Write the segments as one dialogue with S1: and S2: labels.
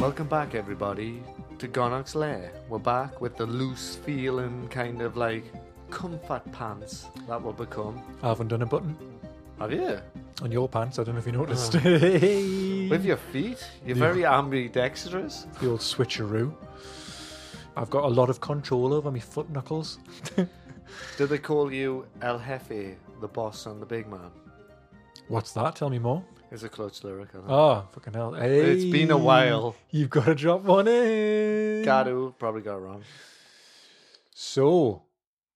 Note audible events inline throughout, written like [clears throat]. S1: Welcome back, everybody, to Gonox Lair. We're back with the loose feeling kind of like comfort pants that will become.
S2: I haven't done a button
S1: Have you?
S2: on your pants. I don't know if you noticed.
S1: Oh.
S2: [laughs]
S1: With your feet? You're
S2: Yeah.
S1: very ambidextrous.
S2: the old switcheroo. I've got a lot of control over my foot knuckles.
S1: Do they call you El Jefe, the boss and the big man?
S2: What's that? Tell me more.
S1: It's a clutch lyric. I think.
S2: Oh, fucking hell.
S1: It's been a
S2: Hey,
S1: while.
S2: You've got to drop one in.
S1: Garu probably got it wrong.
S2: So,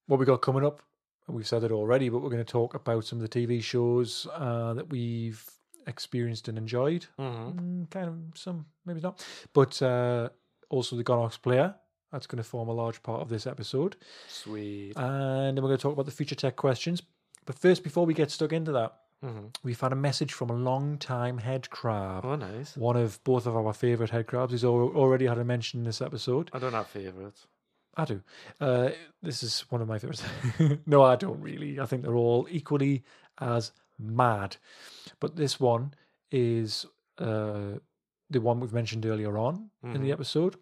S2: what we got coming up, we've said it already, but we're going to talk about some of the TV shows uh, that we've experienced and enjoyed.
S1: Mm-hmm.
S2: Mm, kind of some, maybe not. But uh, also the Gonox player. That's going to form a large part of this episode.
S1: Sweet.
S2: And then we're going to talk about the future tech questions. But first, before we get stuck into that,
S1: hmm
S2: we've had a message from a long time head crab.
S1: Oh, nice.
S2: One of both of our favourite head crabs. He's al- already had a mention in this episode.
S1: I don't have favourites.
S2: I do. Uh, this is one of my favourites. [laughs] no, I don't really. I think they're all equally as mad. But this one is uh, the one we've mentioned earlier on in the
S1: Mhm.
S2: episode.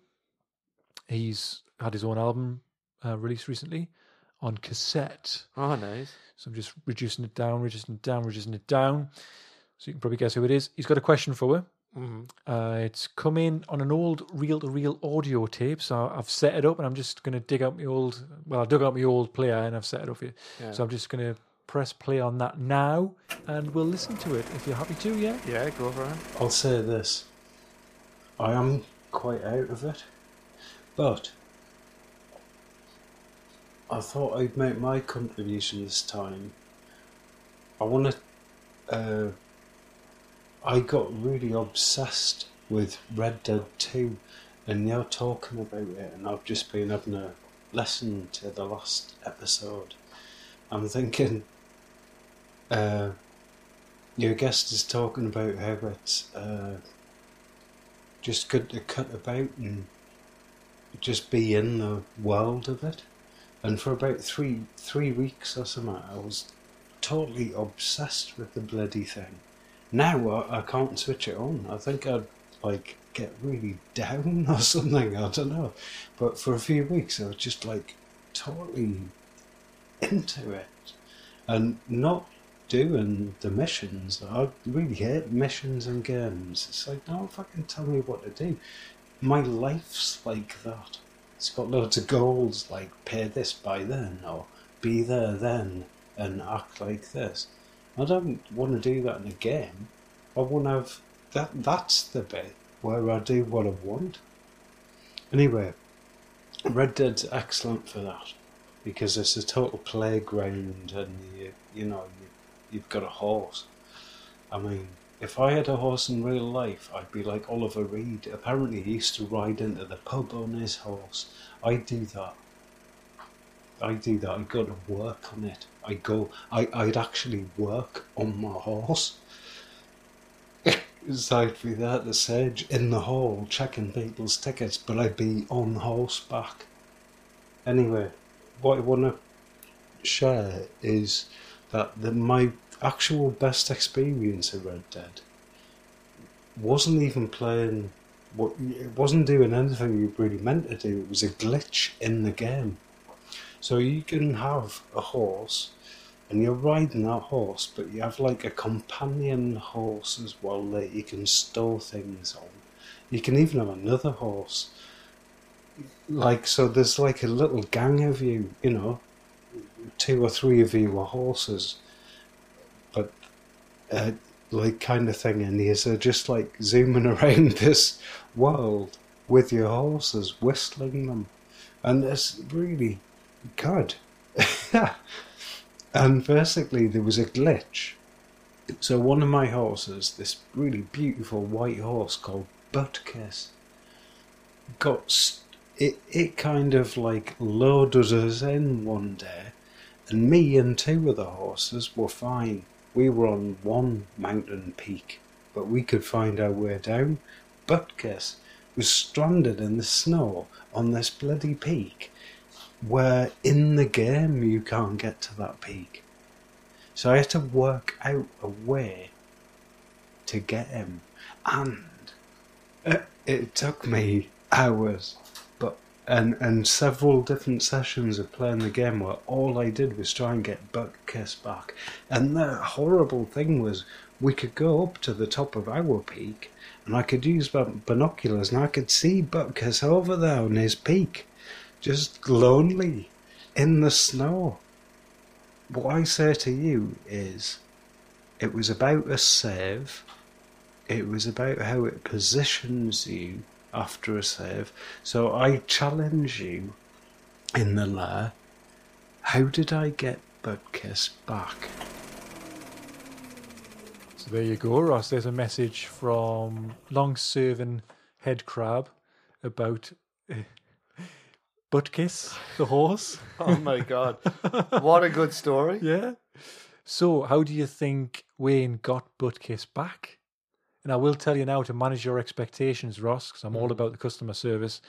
S2: He's had his own album uh, released recently on cassette.
S1: Oh, nice.
S2: So I'm just reducing it down, reducing it down, reducing it down. So you can probably guess who it is. He's got a question for her.
S1: Mm-hmm.
S2: Uh, it's come in on an old reel-to-reel audio tape, so I've set it up, and I'm just going to dig out my old. Well, I dug out my old player, and I've set it up here.
S1: Yeah.
S2: So I'm just going to press play on that now, and we'll listen to it if you're happy to. Yeah.
S1: yeah, go for it.
S3: I'll say this. I am quite out of it, but I thought I'd make my contribution this time. I want to. Uh, I got really obsessed with Red Dead 2, and you're talking about it, and I've just been having a listen to the last episode. I'm thinking. Uh, your guest is talking about how it's uh, just good to cut about and just be in the world of it. And for about three three weeks or something, I was totally obsessed with the bloody thing. Now I, I can't switch it on. I think I'd like get really [laughs] down or something. I don't know. But for a few weeks, I was just like totally into it and not doing the missions. I really hate missions and games. It's like, don't fucking tell me what to do. My life's like that. It's got loads of goals like pay this by then or be there then and act like this. I don't want to do that in a game. I want to have that. That's the bit where I do what I want. Anyway, Red Dead's excellent for that because it's a total playground and you, you know you, you've got a horse i mean if i had a horse in real life i'd be like oliver reed apparently he used to ride into the pub on his horse i do that i do that i go to work on it i go I, i'd actually work on my horse [laughs] So I'd be there at the Sedge in the hall checking people's tickets, but I'd be on horseback. Anyway, what I want to share is that the, my actual best experience of Red Dead wasn't even playing. What it wasn't doing anything you really meant to do. It was a glitch in the game. So you can have a horse, and you're riding that horse, but you have like a companion horse as well that you can store things on. You can even have another horse like so there's like a little gang of you you know two or three of you are horses but uh, like kind of thing in here so uh, just like zooming [laughs] around this world with your horses whistling them and it's really good [laughs] and basically there was a glitch so one of my horses this really beautiful white horse called Buttkiss got st- it it kind of like loaded us in one day, and me and two of the horses were fine. We were on one mountain peak, but we could find our way down. Butkus was stranded in the snow on this bloody peak, where in the game you can't get to that peak. So I had to work out a way to get him, and Uh, It took me hours, but and and several different sessions of playing the game where all I did was try and get Buck Kiss back. And the horrible thing was, we could go up to the top of our peak, and I could use bin- binoculars, and I could see Buck Kiss over there on his peak, just lonely in the snow. What I say to you is, it was about a save it was about how it positions you after a save. So I challenge you in the lair. How did I get Budkiss back?
S2: So there you go, Ross. There's a message from long-serving head crab about uh, Butkiss, the horse.
S1: Oh my god. [laughs] what a good story.
S2: yeah. So, how do you think Wayne got Butkiss back? And I will tell you now to manage your expectations, Ross, because I'm
S1: Mm-hmm.
S2: all about the customer service.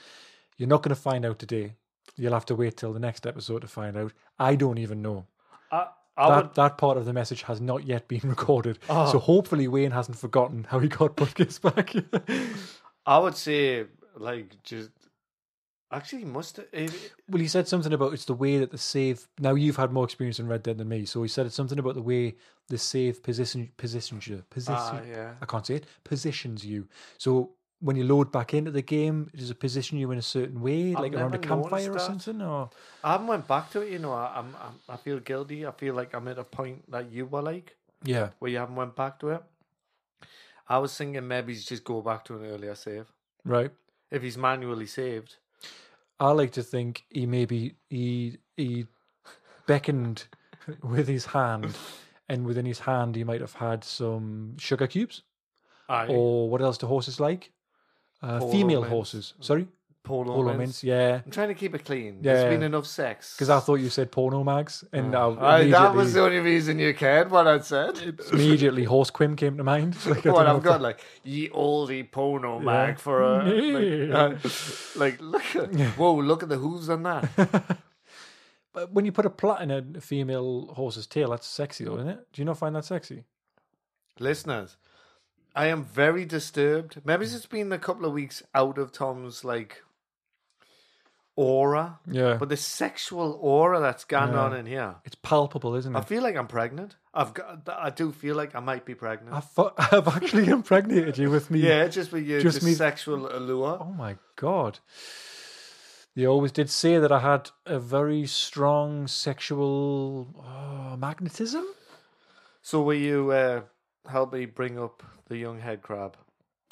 S2: You're not going to find out today. You'll have to wait till the next episode to find out. I don't even know.
S1: I, I
S2: that,
S1: would, Oh.
S2: that part of the message has not yet been [laughs] recorded. So hopefully Wayne hasn't forgotten how he got Butkus [laughs] back.
S1: I would say, like, just. Actually, must
S2: [laughs]
S1: have.
S2: well, he said something about it's the way that the save. Now you've had more experience in Red Dead than me, so he said it's something about the way the save position positions you. Position,
S1: Ah,
S2: [laughs]
S1: yeah.
S2: I can't say it. Positions you. So when you load back into the game, does it position you in a certain way,
S1: I've
S2: like around a
S1: never noticed
S2: campfire or
S1: that.
S2: something? Or
S1: I haven't went back to it, you know. I, I'm, I'm, I feel guilty. I feel like I'm at a point that you were like,
S2: yeah,
S1: where you haven't went back to it. I was thinking maybe he's just go back to an earlier save.
S2: right.
S1: If he's manually saved.
S2: I like to think he maybe he he beckoned [laughs] with his hand, and within his hand he might have had some sugar cubes
S1: Aye.
S2: or what else do horses like? Uh,
S1: Polo
S2: female
S1: mints.
S2: horses. Sorry,
S1: polo,
S2: polo
S1: mints.
S2: mints. Yeah,
S1: I'm trying to keep it clean. There's
S2: Yeah.
S1: been enough sex.
S2: because I thought you said porno mags, and I
S1: Oh. Aye,
S2: immediately,
S1: that was the only reason you cared what I'd said.
S2: immediately horse quim came to mind. [laughs]
S1: [laughs]
S2: Like, I
S1: What
S2: don't
S1: I've
S2: know
S1: got like ye oldie porno mag for a like,
S2: Yeah. [laughs]
S1: uh, like look at whoa look at the hooves on that
S2: [laughs] if- But when you put a plait in a female horse's tail, that's sexy, though, isn't it? Do you not find that sexy?
S1: listeners I am very disturbed maybe it's just been a couple of weeks out of Tom's like aura
S2: Yeah,
S1: but the sexual aura that's gone
S2: Yeah.
S1: on in here
S2: it's palpable, isn't it?
S1: I feel like I'm pregnant I've got I do feel like I might be pregnant
S2: I fu- [laughs] I've actually impregnated you with me.
S1: yeah just with your
S2: Just
S1: just
S2: me-
S1: sexual allure
S2: Oh my god. They always did say that I had a very strong sexual oh, magnetism.
S1: so will you uh, help me bring up the young head
S2: [laughs]
S1: crab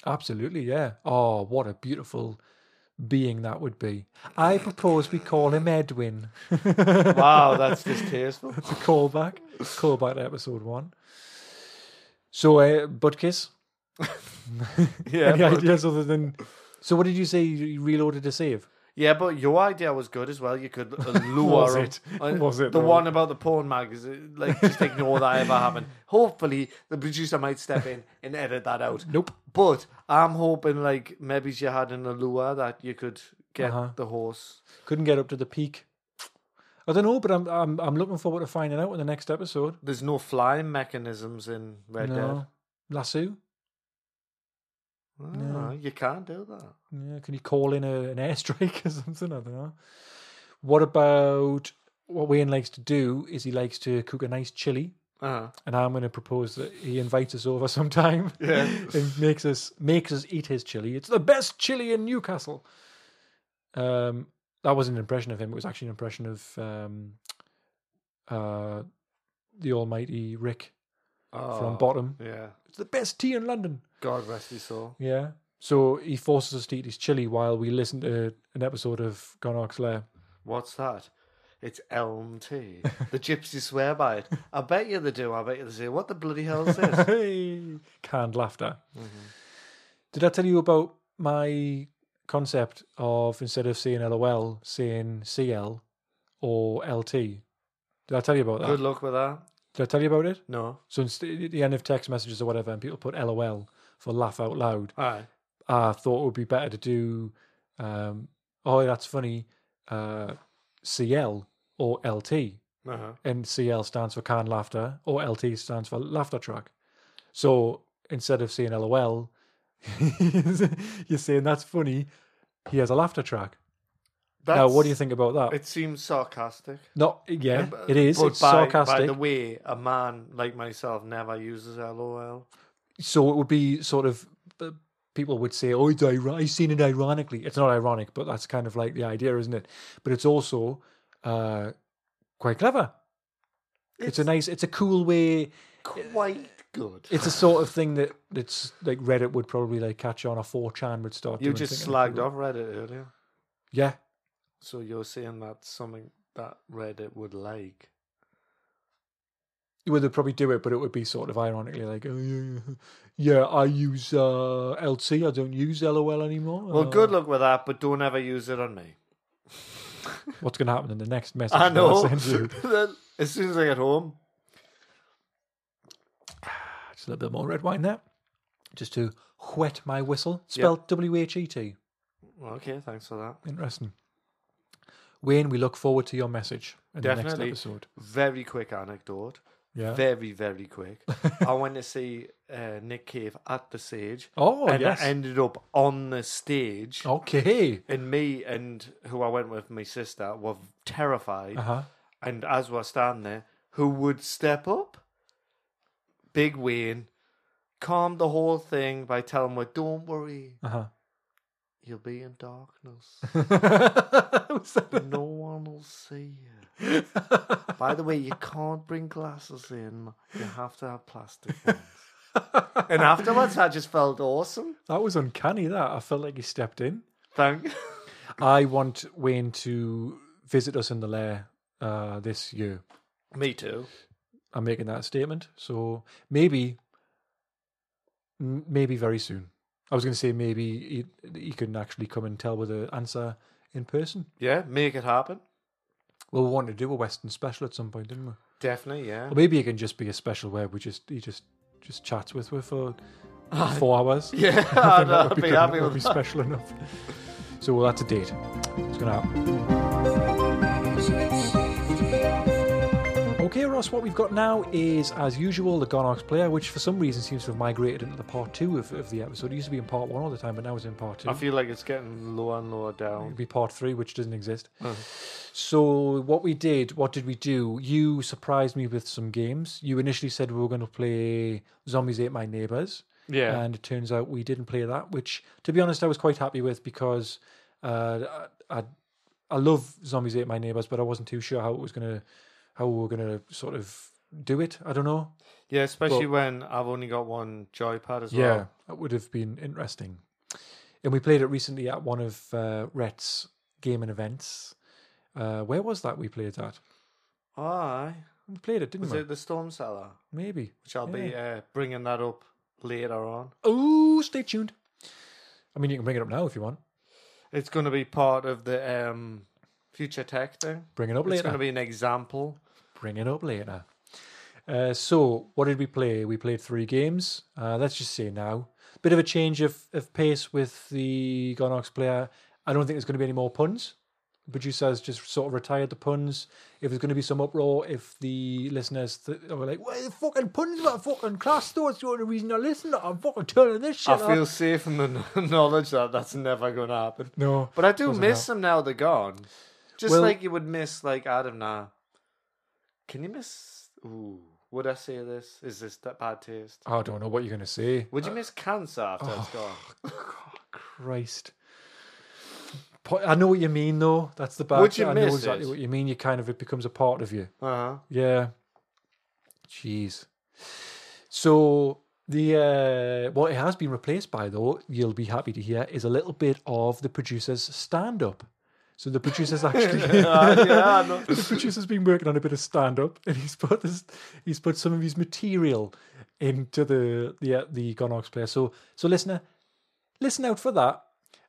S2: Absolutely, yeah. Oh, what a beautiful being that would be. I propose we call him Edwin.
S1: wow that's distasteful
S2: It's a callback. Callback to episode one. So, uh, Butkiss,
S1: yeah
S2: [laughs] any
S1: but-
S2: ideas other than. So, what did you say you reloaded to save?
S1: Yeah, but your idea was good as well. You could allure
S2: [laughs] Was
S1: 'em.
S2: it?
S1: Uh,
S2: Was it
S1: the
S2: though?
S1: one about the porn magazine? Like, just ignore that ever
S2: [laughs]
S1: happened. Hopefully, the producer might step in and edit that out.
S2: Nope.
S1: But I'm hoping, like, maybe you had an allure that you could get
S2: Uh-huh.
S1: the horse.
S2: couldn't get up to the peak. I don't know, but I'm I'm I'm looking forward to finding out in the next episode.
S1: There's no flying mechanisms in Red Dead.
S2: lasso.
S1: Oh,
S2: No.
S1: You can't do that.
S2: Yeah, can you call in a, an airstrike [laughs] or something? I don't know. What about what Wayne likes to do? Is he likes to cook a nice chili,
S1: Uh-huh.
S2: and I'm going to propose that he invites us over [laughs] sometime.
S1: Yeah.
S2: and makes us makes us eat his chili. It's the best chili in Newcastle. Um, that wasn't an impression of him. It was actually an impression of um, uh, the Almighty Rick
S1: Oh,
S2: from Bottom.
S1: Yeah.
S2: It's the best tea in London.
S1: God rest his soul.
S2: Yeah. So he forces us to eat his chili while we listen to an episode of Gonox Lair.
S1: What's that? It's elm
S2: [laughs]
S1: tea. The gypsies swear by it. I bet you they do. I bet you they say, "What the bloody hell is this?"
S2: [laughs] Hey, canned laughter. Did I tell you about my concept of instead of saying LOL, saying CL or LT? Did I tell you about that?
S1: Good luck with that.
S2: Did I tell you about it?
S1: No.
S2: So instead, at the end of text messages or whatever, and people put LOL for laugh out loud.
S1: All right.
S2: I thought it would be better to do, um, oh, that's funny, uh, CL or LT.
S1: Uh-huh.
S2: and CL stands for canned laughter, or LT stands for laughter track. So instead of saying LOL, [laughs] You're saying that's funny. He has a laughter track. now, what do you think about that?
S1: It seems sarcastic.
S2: Not yeah,
S1: Uh,
S2: it is.
S1: but
S2: It's
S1: by, By
S2: sarcastic.
S1: the way, a man like myself never uses LOL.
S2: so it would be sort of uh, people would say, "Oh, it's ir- I seen it ironically." It's not ironic, but that's kind of like the idea, isn't it? But it's also uh, quite clever. It's, a nice, it's a cool way.
S1: quite good.
S2: It's a sort of thing that that's like Reddit would probably like catch on, or 4chan would
S1: [laughs]
S2: start.
S1: you
S2: doing
S1: just
S2: thing and
S1: slagged
S2: people-
S1: off Reddit earlier,
S2: Yeah,
S1: so you're saying that's something that Reddit would like.
S2: well, they'd probably do it, but it would be sort of ironically like, "Oh, yeah, yeah, yeah, I use uh, LT, I don't use LOL anymore."
S1: Well,
S2: Uh,
S1: good luck with that, but don't ever use it on me.
S2: What's going to happen in the next message?
S1: I
S2: [laughs] that
S1: know. [laughs]
S2: send you?
S1: Then as soon as I get home,
S2: Just a little bit more red wine there, just to whet my whistle. Spelled W H E T.
S1: well, okay, thanks for that.
S2: Interesting. Wayne, we look forward to your message in the
S1: Definitely.
S2: next episode.
S1: Very quick anecdote.
S2: Yeah.
S1: Very, very
S2: [laughs]
S1: quick. I went to see uh, Nick Cave at the Sage.
S2: oh
S1: and
S2: yes. Oh.
S1: I ended up on the stage.
S2: okay.
S1: And me and who I went with, my sister, were terrified.
S2: Uh huh.
S1: And as we're standing there, who would step up? Big Wayne calmed the whole thing by telling her, Don't worry,
S2: Uh
S1: you'll be in darkness.
S2: [laughs] huh.
S1: no one will see you. [laughs] By the way, you can't bring glasses in, you have to have plastic ones. and afterwards, I just felt awesome.
S2: that was uncanny. That I felt like he stepped in.
S1: [laughs] Thank
S2: I want Wayne to visit us in the lair uh, this year.
S1: Me too.
S2: I'm making that statement. So maybe, m- maybe very soon. I was going to say maybe he, he can actually come and tell with the answer in person.
S1: Yeah, make it happen.
S2: Well, we wanted to do a Western special at some point, didn't we?
S1: Definitely, yeah.
S2: Or maybe it can just be a special where we just he just just chats with her for four hours.
S1: [laughs] Yeah,
S2: I
S1: I'd,
S2: think that
S1: Oh, I'd
S2: would
S1: be happy
S2: good. That
S1: with
S2: would be
S1: that.
S2: special enough. So well, that's a date. It's going to happen. Okay, Ross, what we've got now is, as usual, the Gonox player, which for some reason seems to have migrated into the part two of, of the episode. It used to be in part one all the time, but now it's in part
S1: [laughs]
S2: two.
S1: I feel like it's getting lower and lower
S2: It'll
S1: down.
S2: be part three, which doesn't exist.
S1: Uh-huh.
S2: So, what we did, what did we do? You surprised me with some games. You initially said we were going to play Zombies Ate My Neighbors.
S1: Yeah.
S2: And it turns out we didn't play that, which, to be honest, I was quite happy with because uh, I, I I love Zombies Ate My Neighbors, but I wasn't too sure how it was gonna how we were gonna sort of do it. I don't know.
S1: Yeah, especially when I've only got one joypad as
S2: Yeah,
S1: well.
S2: that would have been interesting. And we played it recently at one of uh, Rhett's gaming events. Uh, where was that we played that?
S1: Aye.
S2: We played it, didn't
S1: Was
S2: we?
S1: it the Storm Cellar?
S2: Maybe.
S1: Which I'll be uh, bringing that up later on.
S2: Oh, stay tuned. I mean, you can bring it up now if you want.
S1: It's going to be part of the um, future tech thing.
S2: Bring it up
S1: It's
S2: later.
S1: going to be an example.
S2: Bring it up later. Uh, so, what did we play? We played three games. Uh, let's just say now, bit of a change of, of pace with the Gonox player. I don't think there's going to be any more puns. The producer has just sort of retired the puns. If there's going to be some uproar, if the listeners th- are like, "Well, the fucking puns about fucking class though, it's the only reason I listen. to it. I'm fucking turning this shit
S1: I
S2: off."
S1: feel safe in the [laughs] kn- knowledge that that's never going to happen.
S2: no,
S1: But I do
S2: Doesn't
S1: miss them now they're gone. Just
S2: Well-
S1: like you would miss, like, I don't know. Can you miss. Ooh. Would I say this? Is this that bad taste?
S2: I don't know what you're going to say.
S1: Would you miss cancer after it's gone?
S2: Christ. Po- I know what you mean, though. That's the bad.
S1: Would you
S2: I know
S1: miss
S2: exactly
S1: it?
S2: what you mean. You kind of it becomes a part of you.
S1: Uh-huh.
S2: Yeah. Jeez. So the uh, what it has been replaced by, though, you'll be happy to hear, is a little bit of the producer's stand-up. So the producer's
S1: [laughs]
S2: actually [laughs]
S1: Uh, yeah, I know.
S2: the producer's been working on a bit of stand up, and he's put this, he's put some of his material into the the uh, the Gonox player. So so listener, listen out for that.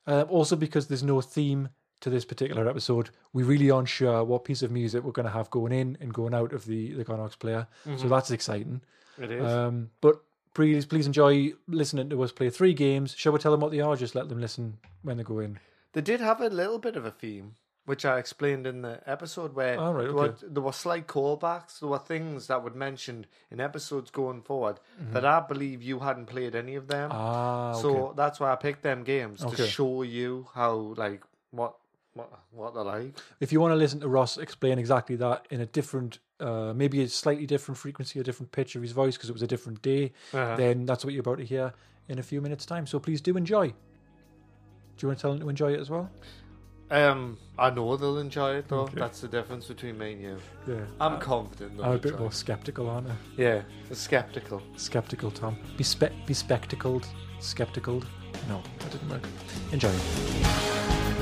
S2: Uh, also, because there's no theme to this particular episode, we really aren't sure what piece of music we're going to have going in and going out of the the Gonox player. So that's exciting.
S1: It is.
S2: Um, but please please enjoy listening to us play three games. Shall we tell them what they are? Just let them listen when they go in.
S1: they did have a little bit of a theme. which I explained in the episode where
S2: All right,
S1: there, were,
S2: okay.
S1: there were slight callbacks. There were things that were mentioned in episodes going forward that I believe you hadn't played any of them.
S2: Mm-hmm. Ah, okay.
S1: so that's why I picked them games
S2: Okay.
S1: to show you how like what what what they're like.
S2: if you want to listen to Ross explain exactly that in a different, uh, maybe a slightly different frequency, a different pitch of his voice because it was a different day,
S1: Uh-huh.
S2: then that's what you're about to hear in a few minutes' time. So please do enjoy. Do you want to tell them to enjoy it as well?
S1: Um, I know they'll enjoy it though.
S2: Okay.
S1: That's the difference between me and you.
S2: Yeah.
S1: I'm confident. they'll
S2: I'm a bit
S1: enjoy
S2: more
S1: it.
S2: skeptical, aren't I?
S1: Yeah, skeptical.
S2: Skeptical, Tom. Be, spe- be spectacled. Skepticaled. No, that didn't work. Enjoy it.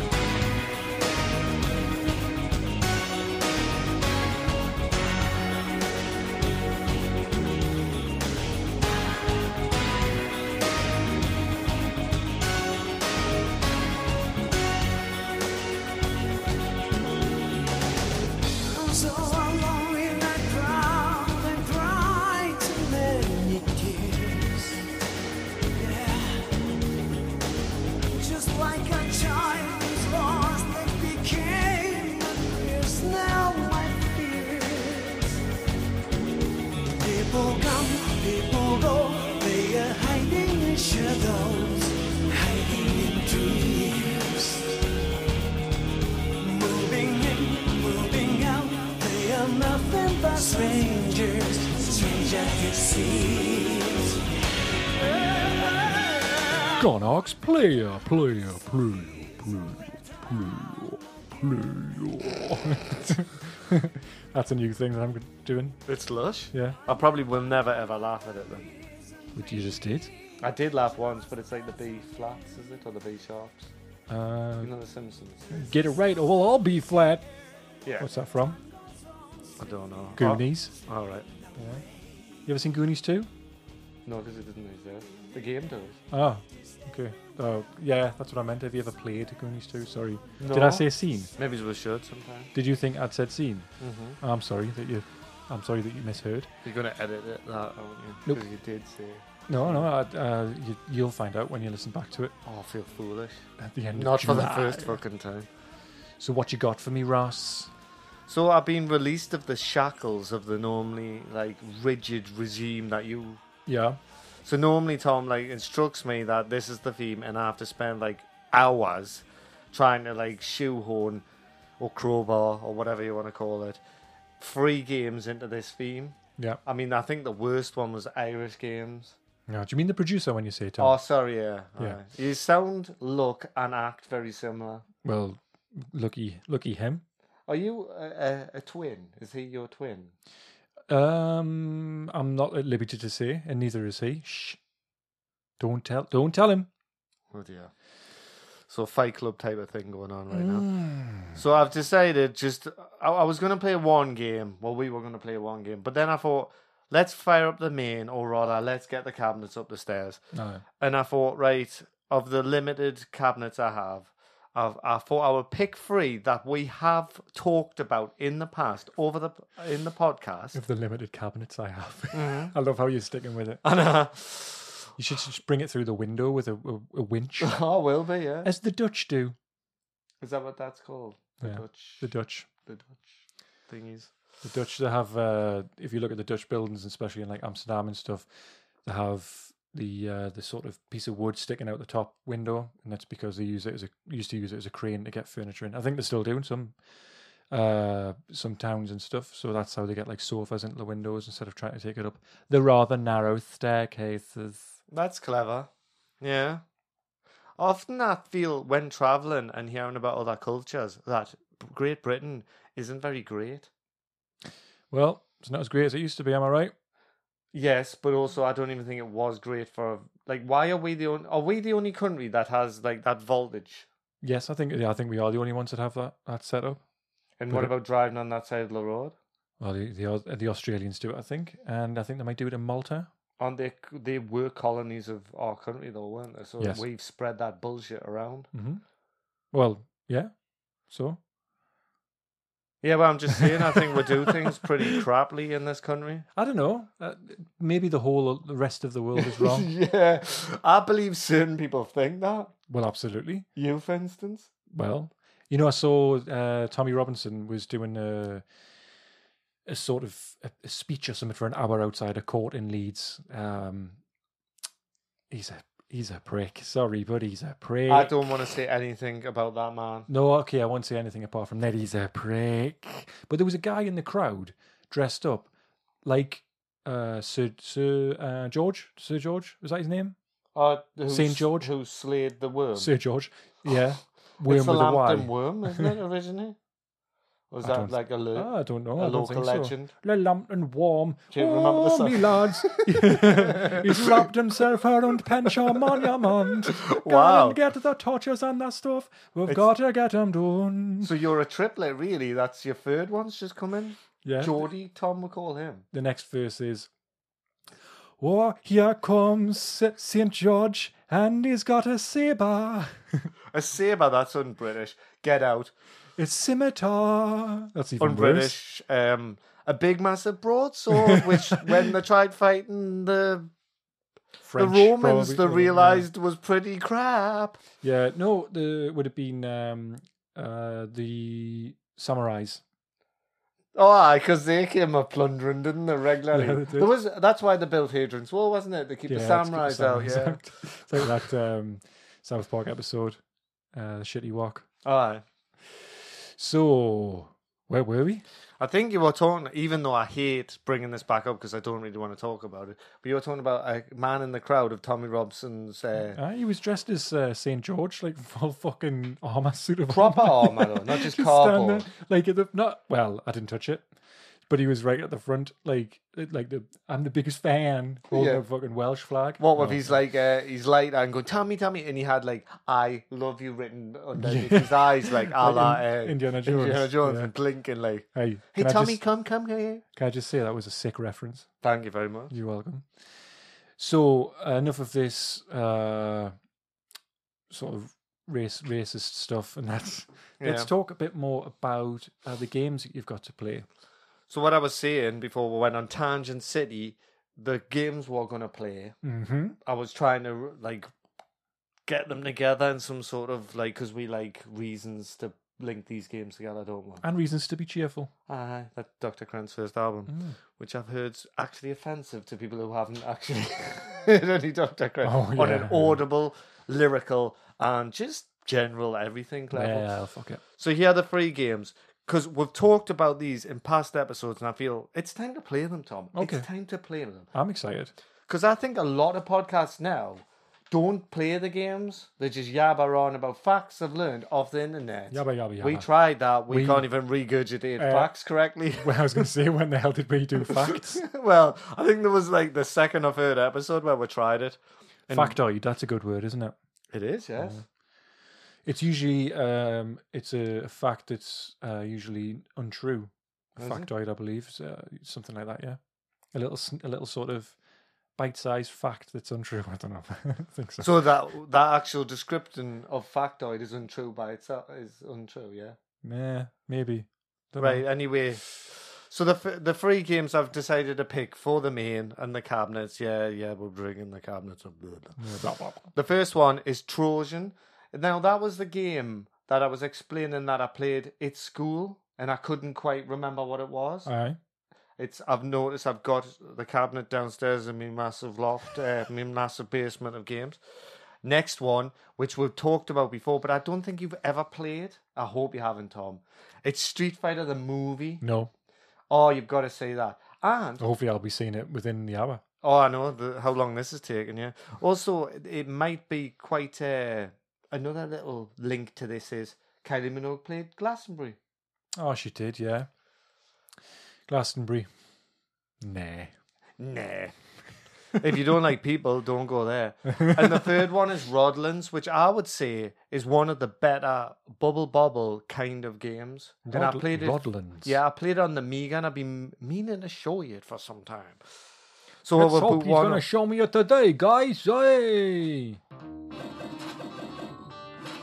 S4: So alone in that crowd and cried too many tears. Yeah, just like a child who's lost, they became my fears. Now my fears. People come, people go. They are hiding in shadows, hiding in dreams. Moving in, moving out, they are nothing but strangers, stranger it seems.
S2: Gone Ox, player, player, player, player, player, player. [laughs] That's a new thing that I'm doing.
S1: It's lush.
S2: Yeah.
S1: I probably will never ever laugh at it then.
S2: Which you just did.
S1: I did laugh once, but it's like the B flats, is it, or the B sharps?
S2: Uh,
S1: You know the Simpsons.
S2: get it right, or we'll all be flat.
S1: Yeah.
S2: What's that from?
S1: I don't know.
S2: Goonies.
S1: Oh, all right.
S2: You ever seen Goonies too?
S1: No, because it doesn't exist. The game does.
S2: Oh, okay. Oh, yeah, that's what I meant. Have you ever played Goonies 2? Sorry. Did
S1: No.
S2: I say scene?
S1: Maybe we should sometime.
S2: Did you think I'd said scene?
S1: Mm-hmm.
S2: I'm sorry that you. I'm sorry that you misheard.
S1: You're gonna edit it, that, aren't you?
S2: Nope.
S1: 'Cause you did say.
S2: No, no. I, uh, you, you'll find out when you listen back to it
S1: Oh, I feel foolish.
S2: at the end. of
S1: Not for the
S2: July.
S1: first fucking time.
S2: So what you got for me, Ross?
S1: So I've been released of the shackles of the normally like rigid regime that you
S2: Yeah.
S1: So normally Tom like instructs me that this is the theme, and I have to spend like hours trying to like shoehorn or crowbar or whatever you want to call it, three games into this theme.
S2: Yeah.
S1: I mean, I think the worst one was Irish games.
S2: No, do you mean the producer when you say Tom?
S1: Oh, sorry, yeah.
S2: Yeah.
S1: alright. You sound, look, and act very similar.
S2: Well, lucky, lucky him.
S1: Are you a, a, a twin? Is he your twin?
S2: Um, I'm not at liberty to say, and neither is he. Shh. Don't tell. Don't tell him.
S1: Oh dear. So Fight Club type of thing going on right now.
S2: Mm.
S1: So I've decided just I, I was going to play one game. Well, we were going to play one game, but then I thought let's fire up the main, or rather, let's get the cabinets up the stairs.
S2: No.
S1: And I thought, right, of the limited cabinets I have. I've, I thought I would pick three that we have talked about in the past over the in the podcast. [laughs]
S2: Of the limited cabinets I have, [laughs] I love how you're sticking with it.
S1: And uh,
S2: You should just bring it through the window with a, a,
S1: [laughs]
S2: a winch,
S1: I Oh, will be, yeah.
S2: as the Dutch do.
S1: Is that what that's called? The
S2: Yeah.
S1: Dutch,
S2: The Dutch.
S1: the Dutch thingies.
S2: The Dutch they have uh, if you look at the Dutch buildings, especially in like Amsterdam and stuff, they have the uh, the sort of piece of wood sticking out the top window, and that's because they use it as a used to use it as a crane to get furniture in. I think they're still doing some uh some towns and stuff so that's how they get like sofas into the windows instead of trying to take it up the rather narrow staircases
S1: That's clever. Yeah. Often I feel when traveling and hearing about other cultures that Great Britain isn't very great.
S2: well it's not as great as it used to be am i right
S1: Yes, but also I don't even think it was great for like why are we the only are we the only country that has like that voltage?
S2: yes i think yeah, i think we are the only ones that have that that set up
S1: And what
S2: But-
S1: about driving on that side of the road?
S2: well the the, Aus- the australians do it i think and i think they might do it in malta
S1: Aren't they they were colonies of our country though, weren't they? So
S2: Yes.
S1: we've spread that bullshit around.
S2: Mm-hmm. Well, yeah. So
S1: Yeah, but I'm just saying I think we do things [laughs] pretty craply in this country.
S2: I don't know. Uh, maybe the whole the rest of the world is [laughs] wrong.
S1: [laughs] yeah. I believe certain people think that.
S2: well, absolutely.
S1: You, for instance.
S2: Well, You know, I saw uh, Tommy Robinson was doing a a sort of a, a speech or something for an hour outside a court in Leeds. Um, he's a he's a prick. Sorry, but he's a prick.
S1: I don't want to say anything about that man.
S2: No, okay, I won't say anything apart from that. He's a prick. But there was a guy in the crowd dressed up like uh, Sir Sir uh, George. Sir George was that his name?
S1: Uh, who's-
S2: Saint George?
S1: who slayed the worm.
S2: Sir George. Yeah,
S1: Um, [sighs] it's
S2: worm
S1: the
S2: with a
S1: Lambton
S2: Y.
S1: worm, isn't it
S2: [laughs]
S1: originally? Was
S2: I
S1: that
S2: don't-
S1: like a, lo-
S2: Ah, I don't know.
S1: a
S2: I don't
S1: local
S2: think so.
S1: legend?
S2: Le Lambton warm.
S1: Do you remember the
S2: warm,
S1: song? [laughs]
S2: me lads. [laughs] He's wrapped himself around Pension Monument.
S1: Wow.
S2: Go and get the torches and the stuff. We've got to get 'em done.
S1: So you're a triplet, really? That's your third one's just come in.
S2: yeah.
S1: Geordie, Tom, we call him.
S2: the next verse is Oh, here comes St. George and he's got a saber.
S1: A saber. That's un-British. Get out.
S2: It's scimitar. That's even
S1: Un-British.
S2: worse.
S1: Um, a big, massive
S2: [laughs]
S1: broadsword. which, when they tried fighting the
S2: French,
S1: the Romans,
S2: probably,
S1: they
S2: or, yeah.
S1: realised was pretty crap.
S2: Yeah, no, the would have been um, uh, the samurais.
S1: Oh, aye, 'cause they came a plundering, didn't they? Regularly.
S2: Yeah, they did.
S1: There was that's why they built Hadrian's Wall, wasn't it? They keep
S2: Yeah,
S1: the
S2: it's got
S1: samurais
S2: the
S1: out.
S2: samurais
S1: Yeah.
S2: out. [laughs] it's like that um, South Park episode, uh, the Shitty Walk.
S1: [laughs] Aye.
S2: So, where were we?
S1: I think you were talking, even though I hate bringing this back up because I don't really want to talk about it, but you were talking about a man in the crowd of Tommy Robson's uh,
S2: Uh, he was dressed as uh, Saint George, like [laughs] full fucking armor suit of
S1: proper armour, though,
S2: [laughs]
S1: not just
S2: stand there,
S1: cardboard.
S2: like at the not well, I didn't touch it, but he was right at the front, like like the I'm the biggest fan holding
S1: Yeah.
S2: a fucking Welsh flag. Oh,
S1: What with
S2: No.
S1: his like uh, his light and going Tommy Tommy and he had like I love you written
S2: [laughs]
S1: underneath his eyes like a
S2: Like
S1: la
S2: in-
S1: uh,
S2: Indiana Jones,
S1: Indiana Jones
S2: yeah.
S1: and blinking like
S2: Hey,
S1: Hey
S2: can I
S1: Tommy
S2: just-
S1: come come here
S2: can I just say that was a sick reference?
S1: Thank you very much
S2: You're welcome. So enough of this uh, sort of race racist stuff, and that's [laughs] let's
S1: Yeah.
S2: talk a bit more about uh, the games that you've got to play.
S1: So what I was saying before we went on Tangent City, the games we're gonna play,
S2: Mm-hmm.
S1: I was trying to like get them together in some sort of like because we like reasons to link these games together, don't we?
S2: and reasons to be cheerful.
S1: Aye, that Dr. Crane's first album,
S2: Mm.
S1: which I've heard's actually offensive to people who haven't
S2: [laughs]
S1: actually heard any Dr. Crane
S2: Oh,
S1: on
S2: yeah.
S1: an audible, lyrical, and just general everything level.
S2: Yeah, fuck it.
S1: So here are the three games. Because we've talked about these in past episodes, and I feel it's time to play them, Tom.
S2: Okay.
S1: It's time to play them.
S2: I'm excited. [laughs]
S1: Because I think a lot of podcasts now don't play the games. They just yabber on about facts they've learned off the internet.
S2: Yabba yabba yabba.
S1: We tried that. We,
S2: We-
S1: can't even regurgitate
S2: Uh,
S1: facts correctly.
S2: well, I was going to say, when the hell did we do facts?
S1: [laughs] well, I think there was like the second or third episode where we tried it.
S2: Factoid. That's a good word, isn't it? Uh-huh.
S1: It is, yes.
S2: It's usually um, it's a, a fact that's uh, usually untrue. A
S1: Oh, Is it?
S2: factoid, I believe, is, uh, something like that. Yeah, a little sn- a little sort of bite-sized fact that's untrue. [laughs] I don't know. I think so.
S1: So that that actual description of factoid is untrue by itself. Is untrue, yeah.
S2: Nah, maybe. Don't know.
S1: Right. Anyway, so the f- the three games I've decided to pick for the main and the cabinets. Yeah, yeah, we're bringing the cabinets up. Blah, blah.
S2: Yeah,
S1: [laughs]
S2: blah, blah, blah.
S1: The first one is Trojan. Now that was the game that I was explaining that I played at school, and I couldn't quite remember what it was.
S2: All right.
S1: It's I've noticed I've got the cabinet downstairs in my massive loft, uh, my massive basement of games. Next one, which we've talked about before, but I don't think you've ever played. I hope you haven't, Tom. It's Street Fighter the movie.
S2: No.
S1: Oh, you've got to say that. And
S2: Hopefully, I'll be seeing it within the hour.
S1: oh, I know the, how long this has taken. Yeah. Also, it, it might be quite uh, another little link to this is Kylie Minogue played Glastonbury.
S2: Oh, she did, yeah. Glastonbury. Nah.
S1: Nah. [laughs] if you don't like people, don't go there. And the third one is Rodlands, which I would say is one of the better bubble bobble kind of games. and I
S2: Rodl-
S1: played it.
S2: Rodlands.
S1: Yeah, I played it on the Mega, and I've been meaning to show you it for some time. So
S2: Let's
S1: I will
S2: hope
S1: put
S2: he's going
S1: one.
S2: to show me it today, guys. Hey!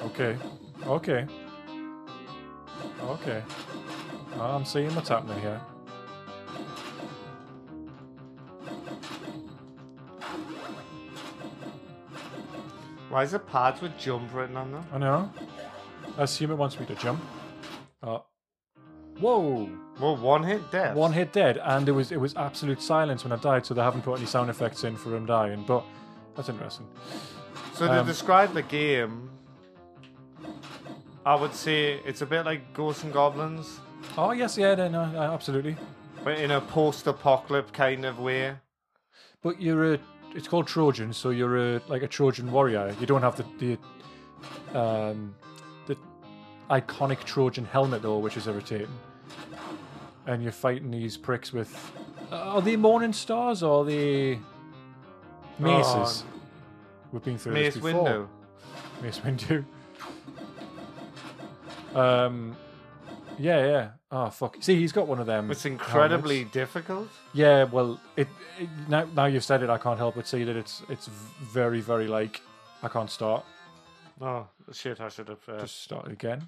S2: Okay. Okay. Okay. I'm seeing what's happening here.
S1: Why is the pads with jump written on them?
S2: I know. I assume it wants me to jump. Oh. Whoa!
S1: Well, one hit death.
S2: One hit dead, and it was it was absolute silence when I died, so they haven't put any sound effects in for him dying. But that's interesting.
S1: So to
S2: Um,
S1: describe the game, I would say it's a bit like Ghosts and Goblins,
S2: Oh yes, yeah, no, no, uh, absolutely.
S1: but in a post-apocalypse kind of way.
S2: But you're a it's called Trojan, so you're a like a Trojan warrior. You don't have the the um the iconic Trojan helmet though, which is irritating. And you're fighting these pricks with uh, are they morning stars or are they maces? We've been through
S1: Uh, Mace
S2: this before. Mm.
S1: window.
S2: Mace Windu. [laughs] Um, yeah, yeah. Oh fuck! See, he's got one of them.
S1: It's incredibly
S2: helmets.
S1: difficult.
S2: Yeah, well, it, it now now you've said it, I can't help but see that it's it's very very like I can't start.
S1: Oh shit! I should have. Uh,
S2: Just start it again.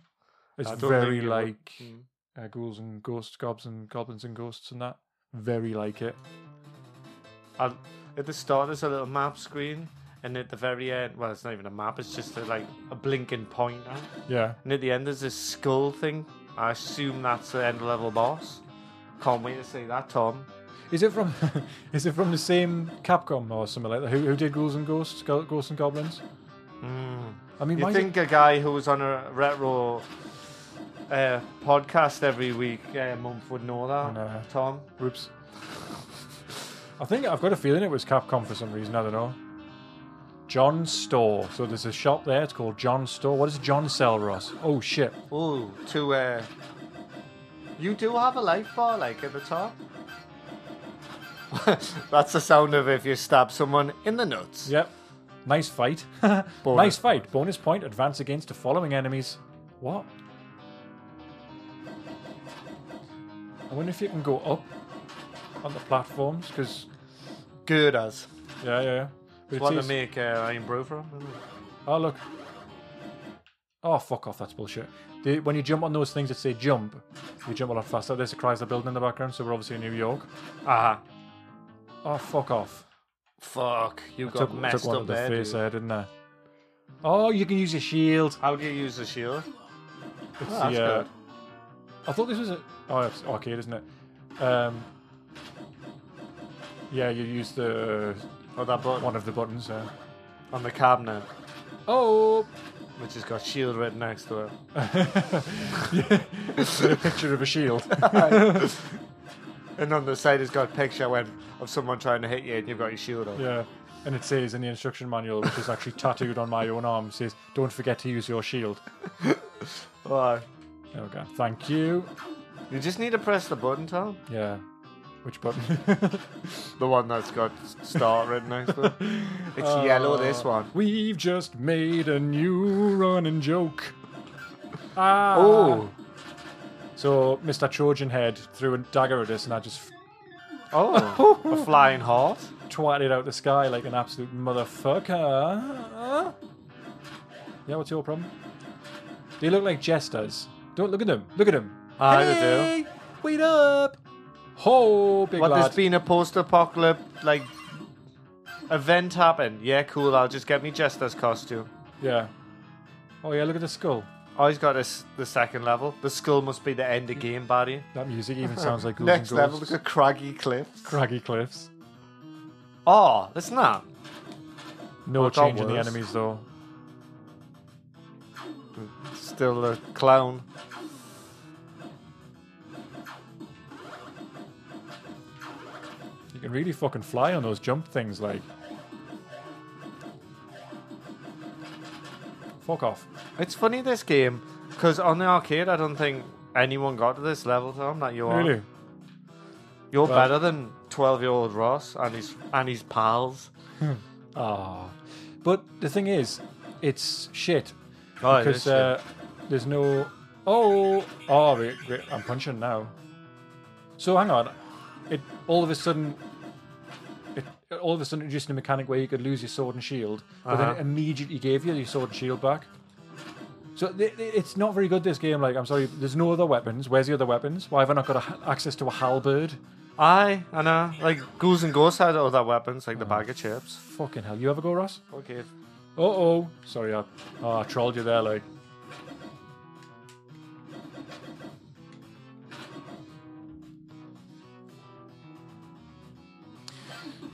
S2: It's
S1: I don't
S2: very
S1: think it would-
S2: like
S1: Mm.
S2: uh, ghouls and ghosts, gobs and goblins and ghosts and that. Very like it.
S1: i at the start, there's a little map screen, and at the very end, well, it's not even a map. It's just a, like a blinking pointer.
S2: Yeah.
S1: And at the end, there's this skull thing. I assume that's the end level boss. Can't wait to see that, Tom.
S2: Is it from [laughs] is it from the same Capcom or something like that? Who, who did ghouls and ghosts, Go- ghosts and goblins?
S1: Mm.
S2: I mean, why
S1: You
S2: is it-
S1: think a guy who was on a retro uh, podcast every week, uh, month, would know that,
S2: know.
S1: Tom?
S2: Whoops. I think I've got a feeling it was Capcom for some reason. I don't know. John Store. So there's a shop there. It's called John Store. What does John sell, Ross? Oh shit.
S1: Oh, to uh, you do have a life bar, like at the top. [laughs] That's the sound of if you stab someone in the nuts.
S2: Yep. Nice fight. [laughs] nice fight. Bonus point. Advance against the following enemies. What? I wonder if you can go up on the platforms because
S1: Good as.
S2: yeah, yeah. yeah.
S1: It's
S2: But it
S1: what
S2: is-
S1: they make uh, Iron Brew from. isn't it?
S2: Oh look. Oh fuck off! That's bullshit. The, when you jump on those things that say jump, you jump a lot faster. There's a Chrysler building in the background, so we're obviously in New York.
S1: Ah,
S2: Oh fuck off!
S1: fuck! You
S2: I
S1: got
S2: took, I
S1: messed
S2: took one
S1: up
S2: in the
S1: there.
S2: face uh,
S1: dude.
S2: there, didn't I? Oh, you can use your shield.
S1: How do you use the shield? Oh,
S2: It's
S1: that's
S2: the, uh,
S1: good.
S2: I thought this was a. Oh, it's arcade, isn't it? Um. Yeah, you use the
S1: Oh, that button
S2: one of the buttons. Uh,
S1: on the cabinet,
S2: oh,
S1: which has got shield written next to it.
S2: With a picture of a shield.
S1: And on the side, it's got a picture when, of someone trying to hit you, and you've got your shield on.
S2: Yeah. And it says in the instruction manual, which is actually tattooed on my own arm, says, don't forget to use your shield.
S1: Oh,
S2: There we go. Thank you.
S1: you just need to press the button, Tom.
S2: Yeah. Which button? [laughs]
S1: The one that's got start written next [laughs] to it. It's yellow. This one.
S2: We've just made a new running joke. Ah.
S1: Oh,
S2: So Mr. Trojan Head threw a dagger at us, and I just
S1: oh, a [laughs] flying heart.
S2: twatted out the sky like an absolute motherfucker. Yeah, what's your problem? They look like jesters. Don't look at them. Look at them. Ah,
S1: Aye, they do.
S2: hey, wait up. Ho, big
S1: What?
S2: lad.
S1: There's been a post-apocalypse like event happen. Yeah, cool. I'll just get me Jester's costume.
S2: Yeah. Oh yeah, look at the skull.
S1: Oh, he's got this the second level. The skull must be the end of game, buddy.
S2: That music
S1: [laughs]
S2: even sounds like Ghouls
S1: Next
S2: and
S1: level,
S2: Ghosts.
S1: look at craggy cliffs.
S2: craggy cliffs.
S1: Oh, that's not.
S2: No
S1: Well, it got
S2: change in the
S1: worse.
S2: enemies though.
S1: Still a clown.
S2: You can really fucking fly on those jump things, like. Fuck off.
S1: It's funny this game because on the arcade, I don't think anyone got to this level. Tom, that you are.
S2: Really?
S1: You're
S2: Well-
S1: better than twelve-year-old Ross and his and his pals.
S2: Ah. But the thing is, it's shit.
S1: Oh, it is
S2: Because
S1: shit.
S2: uh, there's no. Oh! Oh, wait, wait, I'm punching now. So hang on. It all of a sudden. It all of a sudden introduced a mechanic where you could lose your sword and shield, but then
S1: Uh-huh.
S2: it immediately gave you your sword and shield back. So th- th- it's not very good. This game, like, I'm sorry, there's no other weapons. Where's the other weapons? Why have I not got a, ha- access to a halberd?
S1: Aye, I know. Like ghouls and ghosts had other weapons, like the
S2: Uh-huh.
S1: bag of chips.
S2: Fucking hell! You ever go, Ross?
S1: Okay.
S2: Uh oh. Sorry, I, oh, I trolled you there, like.